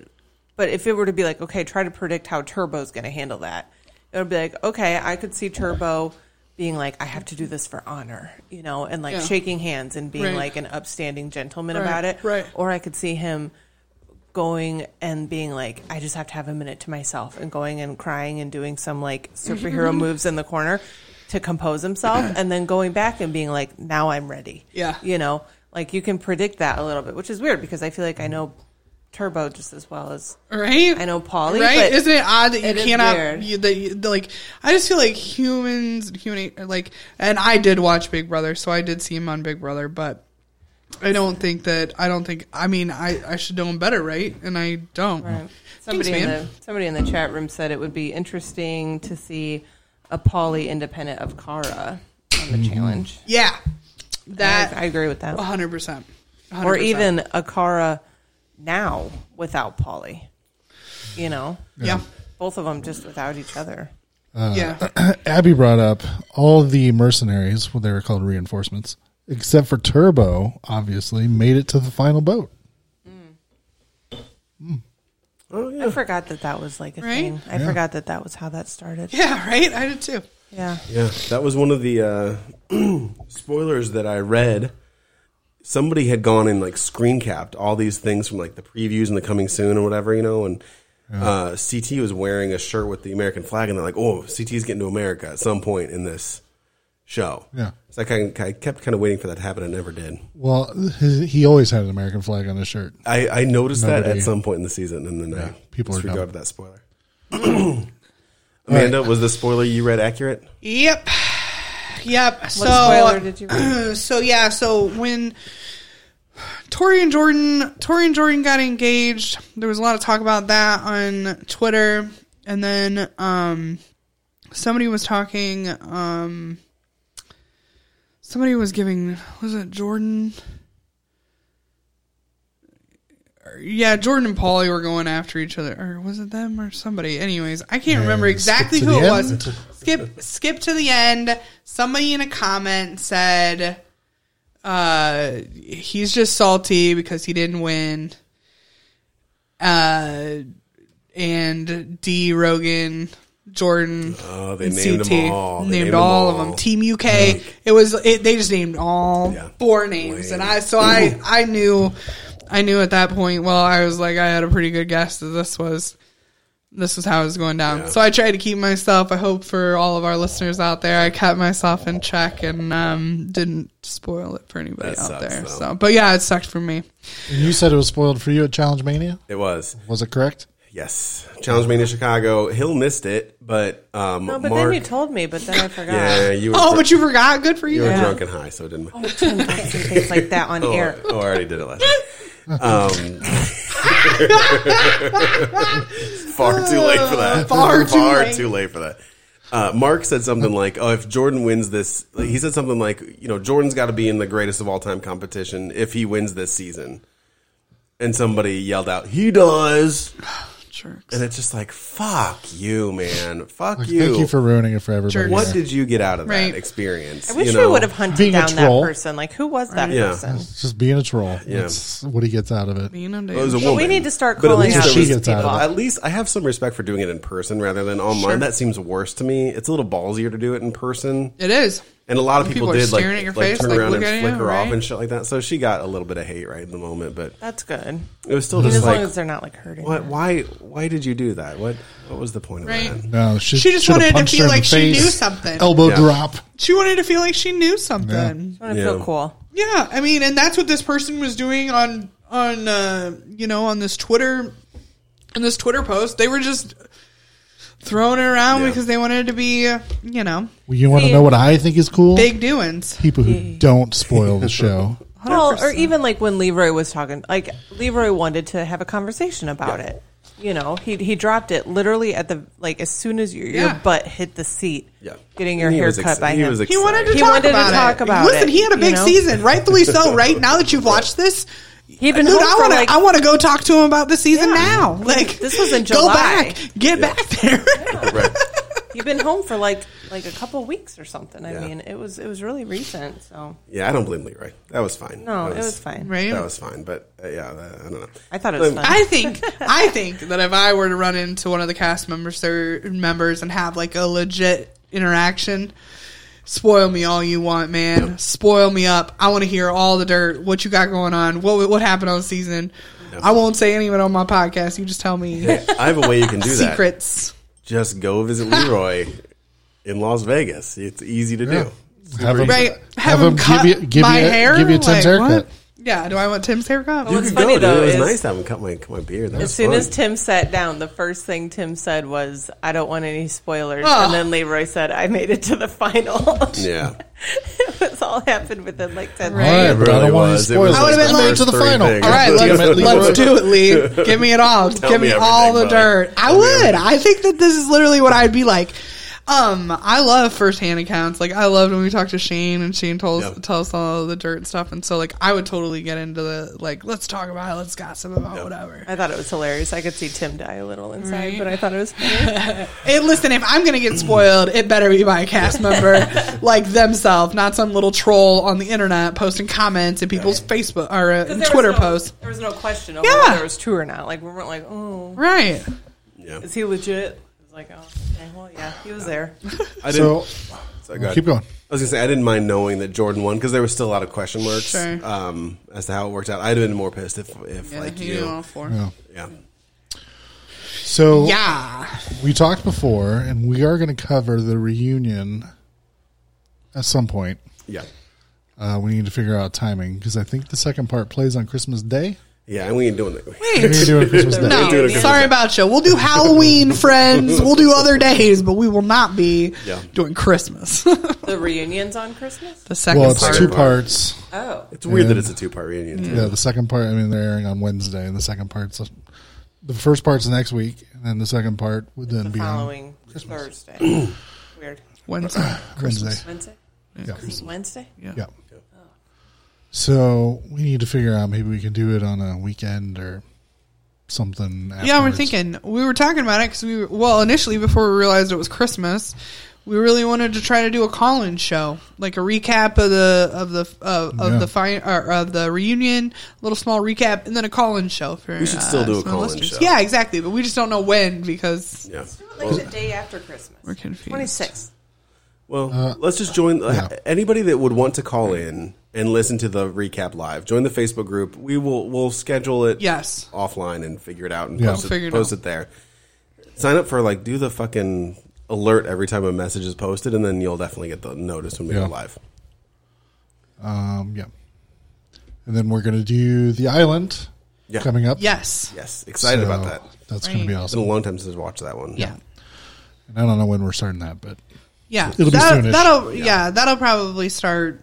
S7: but if it were to be like, okay, try to predict how Turbo's going to handle that, it would be like, okay, I could see Turbo being like, I have to do this for honor, you know, and like
S6: Yeah.
S7: shaking hands and being
S6: Right.
S7: like an upstanding gentleman
S6: Right,
S7: about it,
S6: right.
S7: Or I could see him going and being like, I just have to have a minute to myself, and going and crying and doing some like superhero moves in the corner to compose himself, and then going back and being like, now I'm ready,
S6: Yeah.
S7: you know, like you can predict that a little bit, which is weird because I feel like I know Turbo just as well as
S6: Right?
S7: I know Polly,
S6: Right?
S7: but-
S6: Isn't it odd that you
S7: It is
S6: cannot
S7: weird.
S6: you, that you, like I just feel like humans human like and I did watch Big Brother, so I did see him on Big Brother, but I don't think that I don't think I mean I I should know him better, right? And I don't.
S7: somebody
S6: Thanks,
S7: in
S6: man.
S7: the somebody in the chat room said it would be interesting to see a Polly independent of Kara on the challenge.
S6: Mm-hmm. Yeah. Oh, That
S7: I, I agree with that.
S6: 100%. 100%.
S7: Or even a Kara now without Polly. You know,
S6: yeah.
S7: both of them just without each other.
S6: yeah.
S5: Abby brought up all the mercenaries, well, they were called reinforcements, except for Turbo, obviously, made it to the final boat.
S7: I forgot that that was like a
S6: Right?
S7: thing. I forgot that that was how that started.
S6: Yeah, right? I did too.
S7: Yeah.
S4: Yeah, that was one of the uh, spoilers that I read. Somebody had gone and like screen capped all these things from like the previews and the coming soon or whatever, you know. And uh, CT was wearing a shirt with the American flag, and they're like, "Oh, CT's getting to America at some point in this show."
S5: Yeah.
S4: so I, kind I kept kind of waiting for that to happen, and it never did.
S5: Well, his, he always had an American flag on his shirt.
S4: I, I noticed that
S5: Nobody-
S4: at some point in the season, and then I
S5: people are dumb.
S4: disregarded that spoiler. Amanda, was the spoiler you read accurate?
S6: Yep. Yep. so
S7: spoiler did you
S6: so yeah, so when Tori and Jordan Tori and Jordan got engaged, there was a lot of talk about that on Twitter. And then um somebody was talking um somebody was giving was it Jordan yeah, Jordan and Paulie were going after each other, or was it them or somebody? Anyways, I can't remember exactly
S5: skip to
S6: who it
S5: the end.
S6: was. Skip, skip to the end. Somebody in a comment said, "Uh, he's just salty because he didn't win." Uh, and D Rogan, Jordan,
S4: Oh, they
S6: and
S4: named
S6: CT
S4: them all. They
S6: named,
S4: named
S6: all
S4: them
S6: of
S4: all.
S6: them. Team UK. It was it, they just named all
S4: Yeah.
S6: four names, and I so I I knew I knew at that point. Well, I was like I had a pretty good guess that this was this was how it was going down. So I tried to keep myself. I hope for all of our listeners out there, I kept myself in check and um, didn't spoil it for anybody
S4: That
S6: out
S4: sucks,
S6: there.
S4: though.
S6: So, but yeah, it sucked for me.
S5: And you said it was spoiled for you at Challenge Mania.
S4: It was.
S5: Was it correct?
S4: Yes, Challenge Mania Chicago. Hill missed it, but um,
S7: No, but
S4: Mark,
S7: then you told me, but then I forgot.
S4: yeah, you were,
S6: Oh,
S4: dr-
S6: but you forgot. Good for you.
S4: you were
S7: Yeah.
S4: drunk and high, so it didn't.
S7: Oh,
S4: matter.
S7: Things like that on
S4: Oh,
S7: air.
S4: oh, I already did it last. night. Um, far too late for that.
S6: Far too late.
S4: too late for that. Uh, Mark said something like, "Oh, if Jordan wins this, like, he said something like, you know, Jordan's got to be in the greatest of all time competition if he wins this season." And somebody yelled out, "He does!"
S6: Jerks.
S4: And it's just like, "Fuck you, man! Fuck
S5: Like,
S4: you!"
S5: Thank you for ruining it for everybody.
S6: What
S4: What did you get out of that
S6: Right.
S4: experience?
S7: I wish
S4: you
S7: we would have hunted
S5: Being a
S7: down that
S5: troll.
S7: person. Like, who was that
S4: Yeah.
S7: person?
S5: It's just being a troll.
S4: Yeah.
S5: That's what he gets out of it.
S6: You know, dude.
S4: It was a
S7: we
S4: woman.
S7: need to start
S4: But at
S7: calling
S4: least
S7: out
S4: there
S7: these
S5: was- She gets out
S7: people.
S5: of
S4: At least I have some respect for doing it in person rather than online. That seems worse to me. It's a little ballsier to do it in person.
S6: It is.
S4: And a lot of
S6: When
S4: people,
S6: people are
S4: did like,
S6: staring at your
S4: like
S6: face,
S4: turn
S6: like,
S4: around and
S6: look at you,
S4: flick her off
S6: right?
S4: and shit like that. So she got a little bit of hate right in the moment, but
S7: That's good.
S4: it was still
S7: As
S4: just
S7: long
S4: like,
S7: as they're not like hurting.
S4: what? Why? Why did you do that? What? What was the point of
S6: Right.
S4: that?
S5: No, she,
S6: She just
S5: should've
S6: wanted to
S5: punched
S6: feel
S5: her in the
S6: like she knew
S5: face.
S6: something.
S5: Elbow
S4: Yeah.
S5: drop.
S6: She wanted to feel like she knew something.
S7: I want to
S4: Yeah.
S7: feel cool.
S6: Yeah, I mean, and that's what this person was doing on on uh, you know on this Twitter on this Twitter post. They were just throwing it around
S4: Yeah.
S6: because they wanted to be you know
S5: Well, you want to know what I think is cool?
S6: big doings.
S5: People who don't spoil the show.
S7: Well, or even like when Leroy was talking, like Leroy wanted to have a conversation about it. You know, he he dropped it literally at the like as soon as your,
S6: Yeah.
S7: your butt hit the seat.
S4: Yeah.
S7: getting your
S4: He
S7: hair
S4: was
S7: cut
S4: ex-
S7: by
S4: he
S7: him.
S4: was ex-
S6: He wanted to
S7: He
S6: talk
S7: wanted to
S6: about it.
S7: talk about
S6: Listen,
S7: it,
S6: he had a
S7: you
S6: big
S7: know?
S6: season, rightfully so. Right now that you've watched this,
S7: He'd been
S6: dude,
S7: home
S6: I
S7: for,
S6: want to
S7: like-
S6: I want to go talk to him about the season
S7: Yeah.
S6: now. Like
S7: This was in
S6: Go
S7: July.
S6: back, get back there.
S4: Right.
S7: You've been home for like like a couple weeks or something. I
S4: Yeah.
S7: mean, it was it was really recent. So
S4: Yeah, I don't blame Leroy. That was fine.
S7: no,
S4: That
S7: it was fine.
S6: Right?
S4: That was fine. But uh, yeah, uh, I don't know.
S7: I thought it was
S4: But-
S7: fun.
S6: I think I think that if I were to run into one of the cast members their members and have like a legit interaction, spoil me all you want, man. Spoil me up. I want to hear all the dirt. What you got going on? What what happened on the season? I won't say anyone on my podcast. You just tell me
S4: I have a way you can do that.
S6: secrets.
S4: Just go visit Leroy in Las Vegas. It's easy to do.
S5: Have him,
S6: Right.
S5: have
S6: Have him
S5: him
S6: cut
S5: give you, give
S6: my
S5: you,
S6: hair?
S5: give you Tim's
S6: Like, what?
S5: haircut.
S6: Yeah, do I want Tim's haircut?
S4: You
S7: what's
S4: could
S7: funny,
S4: go,
S7: though,
S4: dude. It was
S7: is-
S4: nice to have him cut my, cut my beard. That
S7: As
S4: was
S7: soon
S4: fun.
S7: as Tim sat down, the first thing Tim said was, "I don't want any spoilers."
S6: Oh.
S7: And then Leroy said, "I made it to the final."
S4: Yeah.
S7: it's all happened within like ten
S5: All right,
S7: minutes.
S5: but I
S4: really
S5: don't want any
S4: was. It
S5: spoilers.
S4: was
S6: like the
S5: I made it
S6: first
S5: to the
S4: three
S5: final.
S4: things.
S6: All right,
S5: Damn
S6: let's,
S5: it, Leroy.
S6: let's do it, Lee. Give me it all. Give me,
S4: me
S6: all the
S4: everything, buddy.
S6: dirt. I would. I think that this is literally what I'd be like. Um, I love firsthand accounts. Like I loved when we talked to Shane and Shane told us,
S4: Yep.
S6: tell us all the dirt and stuff. And so like I would totally get into the like let's talk about it, let's gossip about whatever.
S7: I thought it was hilarious. I could see Tim die a little inside, but I thought it was funny.
S6: And listen, if I'm gonna get spoiled, it better be by a cast member like themselves, not some little troll on the internet posting comments in people's Facebook or uh, Twitter posts.
S7: There was no question over
S6: Yeah.
S7: whether it was true or not. Like we weren't like, "Oh,
S6: Right.
S7: is he legit?" It was like, "Oh, okay, well, yeah, he was there."
S4: I
S5: So
S4: didn't. Sorry, go ahead.
S5: keep going.
S4: I was gonna say I didn't mind knowing that Jordan won because there was still a lot of question marks
S6: Sure.
S4: um, as to how it worked out. I'd have been more pissed if, if like
S6: he
S4: you,
S6: went all four.
S5: Yeah.
S4: yeah.
S5: So
S6: Yeah.
S5: we talked before, and we are going to cover the reunion at some point.
S4: Yeah.
S5: Uh, we need to figure out timing because I think the second part plays on Christmas Day.
S4: Yeah, and we ain't doing that.
S5: I think we do it on Christmas Day.
S4: do it
S6: No,
S4: again.
S6: sorry about you. We'll do Halloween, friends. We'll do other days, but we will not be
S4: Yeah.
S6: doing Christmas. the
S7: The reunions on Christmas.
S6: second
S5: Well, it's
S6: part.
S5: two parts.
S7: Oh,
S4: It's weird that it's a two part reunion. too.
S5: Yeah, the second part. I mean, they're airing on Wednesday, and the second part's the first part's next week, and then the second part would then
S7: the
S5: be on
S7: following Thursday. Weird.
S6: Wednesday.
S5: Wednesday.
S7: Wednesday.
S5: Yeah.
S7: Wednesday.
S5: Yeah.
S6: Oh.
S5: So we need to figure out maybe we can do it on a weekend or something.
S6: Yeah, we're
S5: afterwards.
S6: thinking. We were talking about it because we were, well, initially before we realized it was Christmas, we really wanted to try to do a call-in show, like a recap of the of the of, of
S5: Yeah.
S6: the fi- or, of the reunion, a little small recap, and then a call-in show for. uh,
S4: We should still do a
S6: some of the
S4: call-in
S6: listeners.
S4: show.
S6: Yeah, exactly. But we just don't know when because
S4: Yeah.
S7: Like
S4: Well,
S7: the day after Christmas.
S6: we're confused.
S7: Twenty sixth.
S4: Well, let's just join. uh,
S5: yeah.
S4: Anybody that would want to call in and listen to the recap live, join the Facebook group. We will we'll schedule it.
S6: Yes.
S4: offline and figure it out and
S5: Yeah.
S4: post,
S6: Figure
S4: it,
S6: it
S4: post
S6: out.
S4: it there. Sign up for like do the fucking alert every time a message is posted, and then you'll definitely get the notice when we
S5: Yeah.
S4: go live.
S5: Um, yeah. And then we're gonna do the island
S4: Yeah.
S5: coming up.
S6: Yes.
S4: Yes, excited about
S5: So
S4: that.
S5: That's gonna be
S6: Right.
S4: It's been a
S5: awesome.
S4: long time since I watched that one.
S6: Yeah.
S5: And I don't know when we're starting that, but
S6: Yeah,
S5: It'll be
S6: that'll,
S5: soonish.
S6: that'll yeah. that'll probably start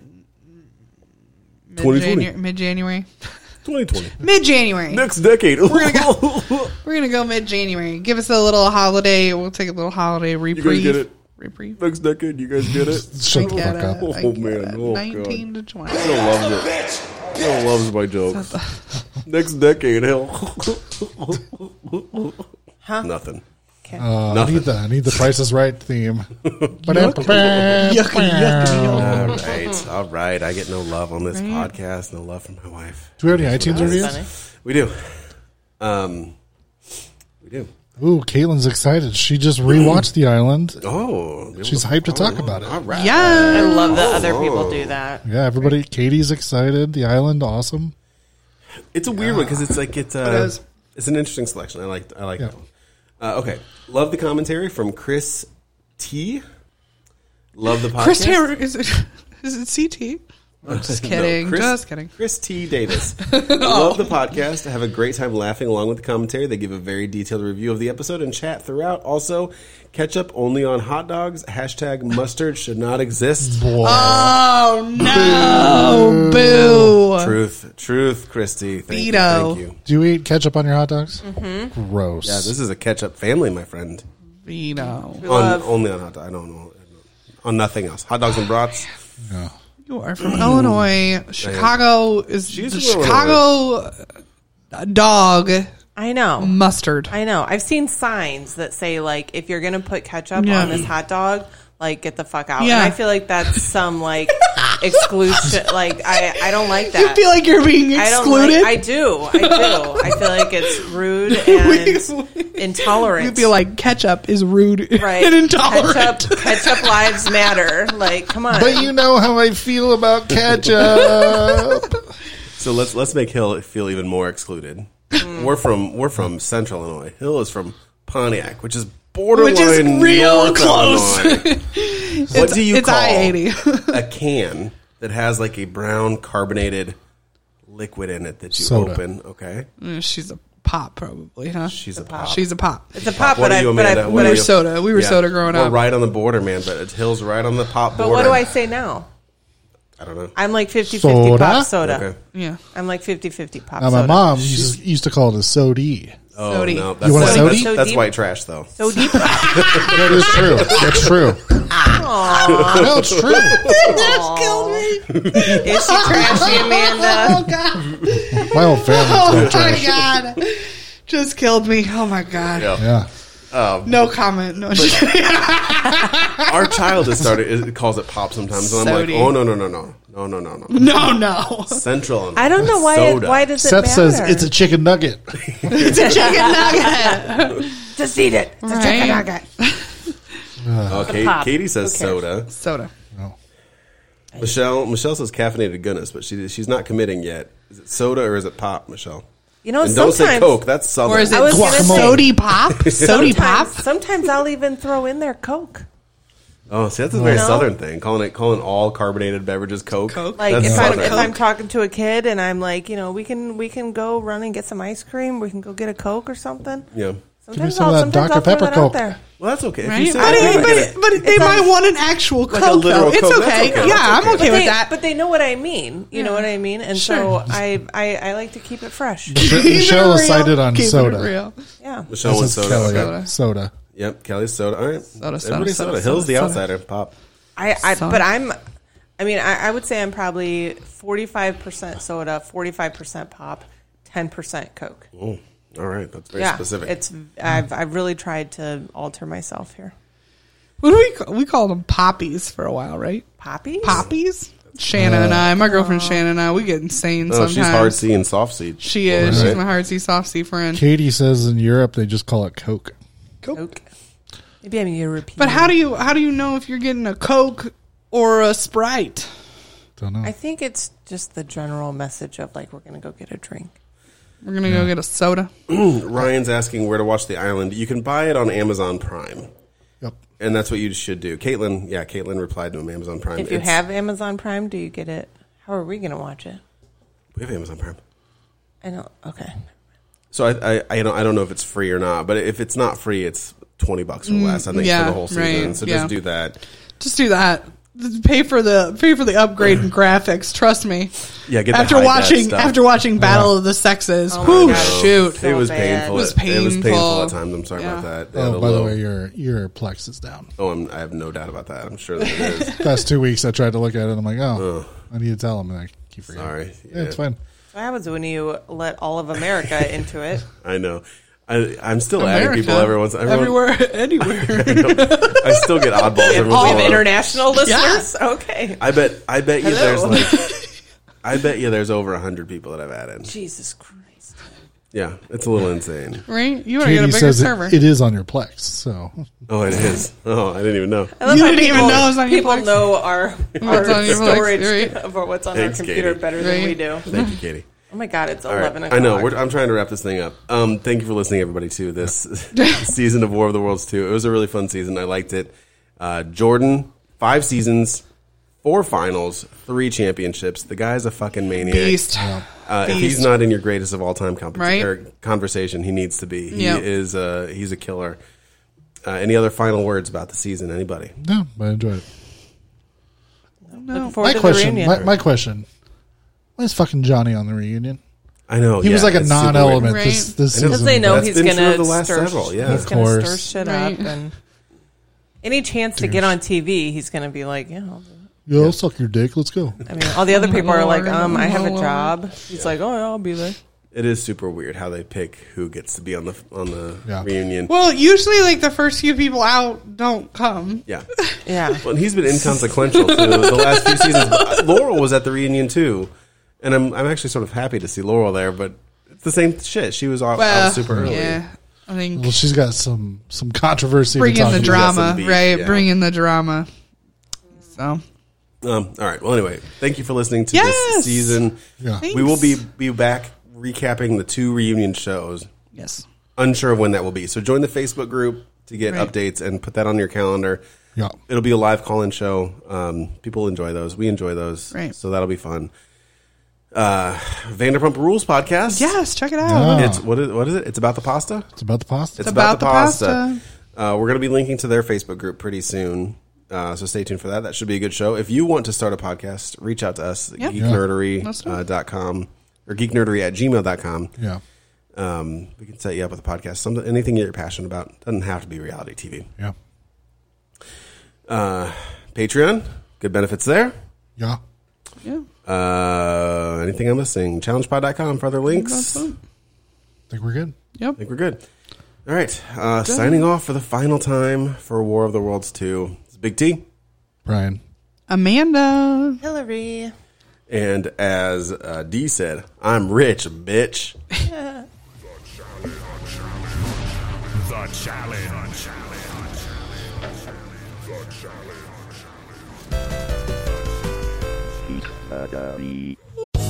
S4: 2020.
S6: mid January.
S4: 2020.
S6: Mid January,
S4: Next decade.
S6: gonna we're gonna go mid January. Give us a little holiday. We'll take a little holiday reprieve.
S4: get it.
S6: Reprieve.
S4: Next decade. You guys get it?
S5: shut the
S6: Get
S5: fuck
S6: it.
S5: up.
S4: Oh,
S6: I get
S4: man.
S6: it.
S4: Oh, God.
S6: Nineteen to twenty.
S4: Bill loves it. Bill loves my jokes. Next decade, hell. Nothing.
S5: Uh, I need the I need the Price is Right theme. Do
S4: All right, all right. I get no love on this podcast. No love from my wife.
S5: we have any iTunes
S7: Funny.
S5: reviews?
S4: We do. Um, we do.
S5: Ooh, Caitlin's excited. She just rewatched The Island.
S4: Oh,
S5: She's hyped to talk about it.
S4: All right.
S7: I
S6: Yeah,
S7: love that other people do that.
S5: Yeah, everybody. Katie's excited. The Island, awesome.
S4: It's a weird one because it's like it's
S6: It
S4: uh,
S6: is.
S4: it's an interesting selection. I like I like
S5: Yeah.
S4: that one. Uh, okay, love the commentary from Chris T. Love the podcast.
S6: Chris Taylor is it? Is it CT? I'm just kidding.
S4: Chris-
S6: just kidding. Oh.
S4: Chris T. Davis. Love the podcast. I have a great time laughing along with the commentary. They give a very detailed review of the episode and chat throughout. Also, ketchup only on hot dogs. Hashtag mustard should not exist.
S6: Oh no! Boo!
S4: Truth, truth, Christy. Thank you.
S6: Beto.
S4: Thank you.
S5: Do you eat ketchup on your hot dogs?
S7: Mm-hmm.
S5: Gross.
S4: Yeah, this is a ketchup family, my friend.
S6: You know,
S4: On, only on hot dogs. I don't know. On nothing else. Hot dogs and brats.
S6: you are from Illinois. Chicago is
S4: She's
S6: the
S4: from
S6: Chicago dog.
S7: I know.
S6: mustard.
S7: I know. I've seen signs that say like, if you're gonna put ketchup
S6: Yeah.
S7: on this hot dog, like get the fuck out.
S6: Yeah.
S7: And I feel like that's some like exclusion. Like I, I don't like that.
S6: You feel like you're being
S7: I don't
S6: excluded.
S7: Like, I do. I do. I feel like it's rude and intolerant.
S6: you feel like ketchup is rude
S7: right.
S6: and intolerant.
S7: Ketchup, ketchup lives matter. Like, come on.
S5: But you know how I feel about ketchup.
S4: So let's let's make Hill feel even more excluded. we're from we're from Central Illinois. Hill is from Pontiac, which is borderline
S6: real
S4: North
S6: close.
S4: Illinois. what do you
S6: it's
S4: call
S6: I-80.
S4: a can that has like a brown carbonated liquid in it that you
S5: Soda.
S4: open. Okay,
S6: Mm, She's a pop, probably, huh?
S4: she's a pop.
S6: She's a pop.
S7: It's a pop,
S4: What
S7: but
S4: are
S7: I,
S4: you,
S7: but I,
S4: Amanda?
S7: but
S4: What
S7: I,
S4: are
S6: We're
S4: you?
S6: soda. We were soda growing
S4: We're
S6: up.
S4: right on the border, man. But it hills right on the pop
S7: but
S4: border.
S7: what do I say now?
S4: I don't know.
S7: I'm like 50 50
S5: Soda?
S7: pop soda.
S4: Okay.
S6: Yeah.
S7: I'm like 50 50 pop
S5: Now, my
S7: soda.
S5: mom used, used to call it a sody.
S4: Oh
S6: Sody.
S4: no,
S5: You want
S4: that's, that's,
S5: a sody?
S4: that's
S7: Sody?
S4: white trash though.
S7: So deep.
S5: That is true. That's true. No, it's true.
S6: Oh,
S7: Is she trashy, Amanda?
S5: My whole family.
S6: Oh my god. Just killed me. Oh my god.
S5: Yeah.
S6: No comment. No.
S4: Our child has started it calls it pop sometimes, and I'm like,
S6: Sody.
S4: oh no no no no no no no no.
S6: no, no.
S4: Central. on
S7: I don't know why. It,
S4: Soda.
S7: why does it
S5: Seth
S7: matter?
S5: says it's a chicken nugget.
S7: just eat it. It's a chicken
S6: Right.
S7: nugget.
S4: Okay,
S7: pop.
S4: Katie says
S7: Who
S4: soda.
S7: cares?
S6: Soda.
S4: Michelle Michelle says caffeinated goodness, but she she's not committing yet. Is it soda or is it pop, Michelle?
S7: You know,
S4: and don't say
S7: sometimes-
S4: Coke. That's southern.
S6: Or is
S7: I
S6: it
S7: was gonna
S5: Guacamole.
S7: say-
S6: sody pop? Sody pop?
S7: Sometimes, sometimes I'll even throw in their Coke.
S4: oh, see, that's a very
S7: No.
S4: southern thing. Calling it calling all carbonated beverages Coke.
S6: Coke?
S7: Like
S4: That's
S7: if I'm
S4: southern.
S7: if I'm talking to a kid and I'm like, you know, we can we can go run and get some ice cream. We can go get a Coke or something.
S4: yeah.
S5: Give me
S7: Sometimes
S5: some
S7: I'll
S5: of that
S7: sometimes
S5: Dr.
S7: I'll throw
S5: Pepper
S7: that
S5: Coke.
S7: out there.
S4: Well, that's okay. If
S6: Right?
S4: you say
S6: I
S4: that,
S6: mean,
S4: we're gonna-
S6: but, but they might want an actual
S4: Like a
S6: Coke,
S4: literal
S6: though. It's
S4: Coke. That's
S6: okay.
S4: okay.
S6: Yeah,
S4: That's
S6: I'm
S4: okay.
S6: okay
S7: But
S6: with
S7: they,
S6: that.
S7: but they know what I mean. You know
S6: Yeah.
S7: what I mean? And
S6: Sure.
S7: so I, I I like to keep it fresh.
S5: Mich-
S6: Keep it
S5: Michelle is
S6: real.
S5: cited on
S6: Keep it
S5: soda.
S6: real.
S7: Yeah.
S4: Michelle wants
S5: This is
S4: soda.
S5: Kelly.
S4: Okay.
S5: Soda.
S4: Yep, Kelly's soda. All right.
S6: Soda, soda,
S4: Everybody's
S6: soda,
S4: soda. Hill's the
S6: soda.
S4: outsider. Pop.
S7: I, I
S6: Soda.
S7: but I'm I mean I, I would say I'm probably forty five percent soda, forty five percent pop, ten percent Coke.
S4: Oh, all right. That's very
S7: yeah,
S4: specific.
S7: it's I've I've really tried to alter myself here.
S6: What do we call, we called them poppies for a while, right?
S7: Poppies?
S6: Poppies. Shanna and I, my
S5: Uh,
S6: girlfriend Shanna and I, we get insane
S4: no,
S6: sometimes.
S4: Oh, she's hard C and soft C.
S6: She is.
S4: Right.
S6: She's my hard C, soft C friend.
S5: Katie says in Europe they just call it Coke.
S7: Coke. Maybe I'm European.
S6: But how do you how do you know if you're getting a Coke or a Sprite?
S5: Don't know.
S7: I think it's just the general message of like we're gonna go get a drink.
S6: We're gonna go get a soda.
S4: Ryan's asking where to watch The Island. You can buy it on Amazon Prime,
S5: Yep.
S4: and that's what you should do. Caitlin, yeah, Caitlin replied to him Amazon Prime.
S7: If you
S4: It's-
S7: have Amazon Prime, do you get it? How are we gonna watch it?
S4: we have Amazon Prime.
S7: I don't okay.
S4: So I, I, I don't, I don't know if it's free or not, but if it's not free, it's twenty bucks or less. I think
S6: Mm, yeah,
S4: for the whole season.
S6: right,
S4: so
S6: yeah.
S4: just do that.
S6: Just do that. Just Pay for the pay for the upgrade in graphics. Trust me.
S4: Yeah, get the
S6: after
S4: high-def
S6: watching
S4: stuff.
S6: after watching Battle of the
S5: Oh
S6: Sexes. whew, shoot.
S4: it was
S7: bad.
S4: painful.
S6: It was painful.
S4: painful at times. I'm sorry
S6: Yeah.
S4: about that. Yeah,
S5: Oh, by
S4: low-
S5: the way, your your plex is down.
S4: oh, I'm, I have no doubt about that. I'm sure that it is.
S5: Past two weeks, I tried to look at it. I'm like, oh, I need to tell him, and I keep forgetting.
S4: Sorry.
S5: Yeah, it's fine.
S7: What happens when you let all of America into it?
S4: I know. I, I'm still adding
S6: America,
S4: people every once. Everyone,
S6: everywhere, anywhere.
S4: I still get oddballs every once
S7: All
S4: in
S7: of
S4: a while.
S7: international listeners? Okay.
S4: I bet. I bet you there's
S7: Hello.
S4: like. I bet you there's over hundred people that I've added.
S7: Jesus Christ.
S4: Yeah, it's a little insane.
S6: right? You want to get
S5: Katie
S6: a bigger
S5: says it-
S6: server.
S5: it is on your plex. So
S4: Oh, it is. Oh, I didn't even know.
S7: I love
S6: You
S7: how
S6: didn't even
S7: people-
S6: know it was on your
S7: People
S6: flex.
S7: know our, our
S6: on your flex,
S7: storage
S6: right?
S7: of what's on
S4: Thanks,
S7: our computer
S4: Katie.
S7: better than
S6: Right.
S7: we do.
S4: Thank you, Katie.
S7: Oh my God, it's
S4: All right.
S7: 11
S4: I
S7: o'clock.
S4: know. We're, I'm trying to wrap this thing up. Um, thank you for listening, everybody, to this season of War of the Worlds 2. It was a really fun season. I liked it. Uh, Jordan, five seasons, four finals, three championships. The guy's a fucking maniac.
S6: Beast.
S4: Uh, if he's not in your greatest of all time competi-
S6: Right.
S4: or conversation, he needs to be. He
S6: Yeah.
S4: is. Uh, he's a killer. Uh, any other final words about the season? Anybody?
S5: no, but I enjoyed it.
S7: Looking forward
S5: My
S7: to the
S5: question,
S7: reunion.
S5: my, my question, why is fucking Johnny on the reunion?
S4: I know
S5: He was
S4: yeah,
S5: like a
S4: it's super weird.
S5: non-element
S6: Right.
S5: this
S4: I
S5: this
S4: know.
S5: season.
S7: Because they know
S4: That's
S7: he's
S4: been
S7: going
S4: true
S7: to
S4: the last
S7: stir,
S4: several, yeah.
S7: he's
S4: Of
S7: gonna stir
S5: course.
S7: shit
S6: Right.
S7: up. and Any chance to get on TV, he's going to be like, yeah. I'll do it."
S5: Yo, suck your dick. Let's go.
S7: I mean, all the other people are like,
S6: Lord,
S7: um, I have a
S6: Lord.
S7: job. He's like, oh, yeah, I'll be there.
S4: It is super weird how they pick who gets to be on the on the
S5: Yeah.
S4: reunion.
S6: Well, usually like the first few people out don't come.
S4: yeah.
S7: Yeah.
S4: Well, and he's been inconsequential too the last few seasons. But Laurel was at the reunion too, and I'm I'm actually sort of happy to see Laurel there, but it's the same shit. She was out, out
S6: Well,
S4: super early.
S6: yeah. I think
S5: Well, she's got some some controversy.
S6: bring
S5: to
S6: in
S5: talk
S6: the
S5: about.
S6: drama,
S4: Got some beef,
S6: right?
S4: yeah.
S6: Bring in the drama. So
S4: Um, all right. Well, anyway, thank you for listening to this
S6: Yes!
S4: season.
S5: Yeah.
S4: We will be be back recapping the two reunion shows.
S6: yes,
S4: Unsure of when that will be. So join the Facebook group to get
S6: Right.
S4: updates and put that on your calendar.
S5: Yeah.
S4: It'll be a live call-in show. Um, people enjoy those. We enjoy those.
S6: Right.
S4: So that'll be fun. Uh, Vanderpump Rules podcast.
S6: Yes, check it out.
S5: Yeah.
S4: It's what is what is it? It's about the pasta.
S5: It's about the pasta.
S4: It's
S6: about the pasta.
S4: Uh, we're going to be linking to their Facebook group pretty soon. Uh, so stay tuned for that. That should be a good show. If you want to start a podcast, reach out to us at
S6: Yeah.
S4: geeknerdery.com uh, dot com or geeknerdery at gmail.com.
S5: yeah.
S4: Um, we can set you up with a podcast. Something, anything you're passionate about. Doesn't have to be reality TV.
S5: Yeah.
S4: Patreon, good benefits there.
S5: Yeah.
S4: Uh, anything I'm missing? Challengepod.com for other links. I
S5: think we're good.
S4: think we're good. All right. Uh, signing off for the final time for War of the Worlds 2. It's Big T.
S5: Brian.
S6: Amanda.
S7: Hillary.
S4: And as uh, D said, I'm rich, bitch.
S3: The challenge. The challenge.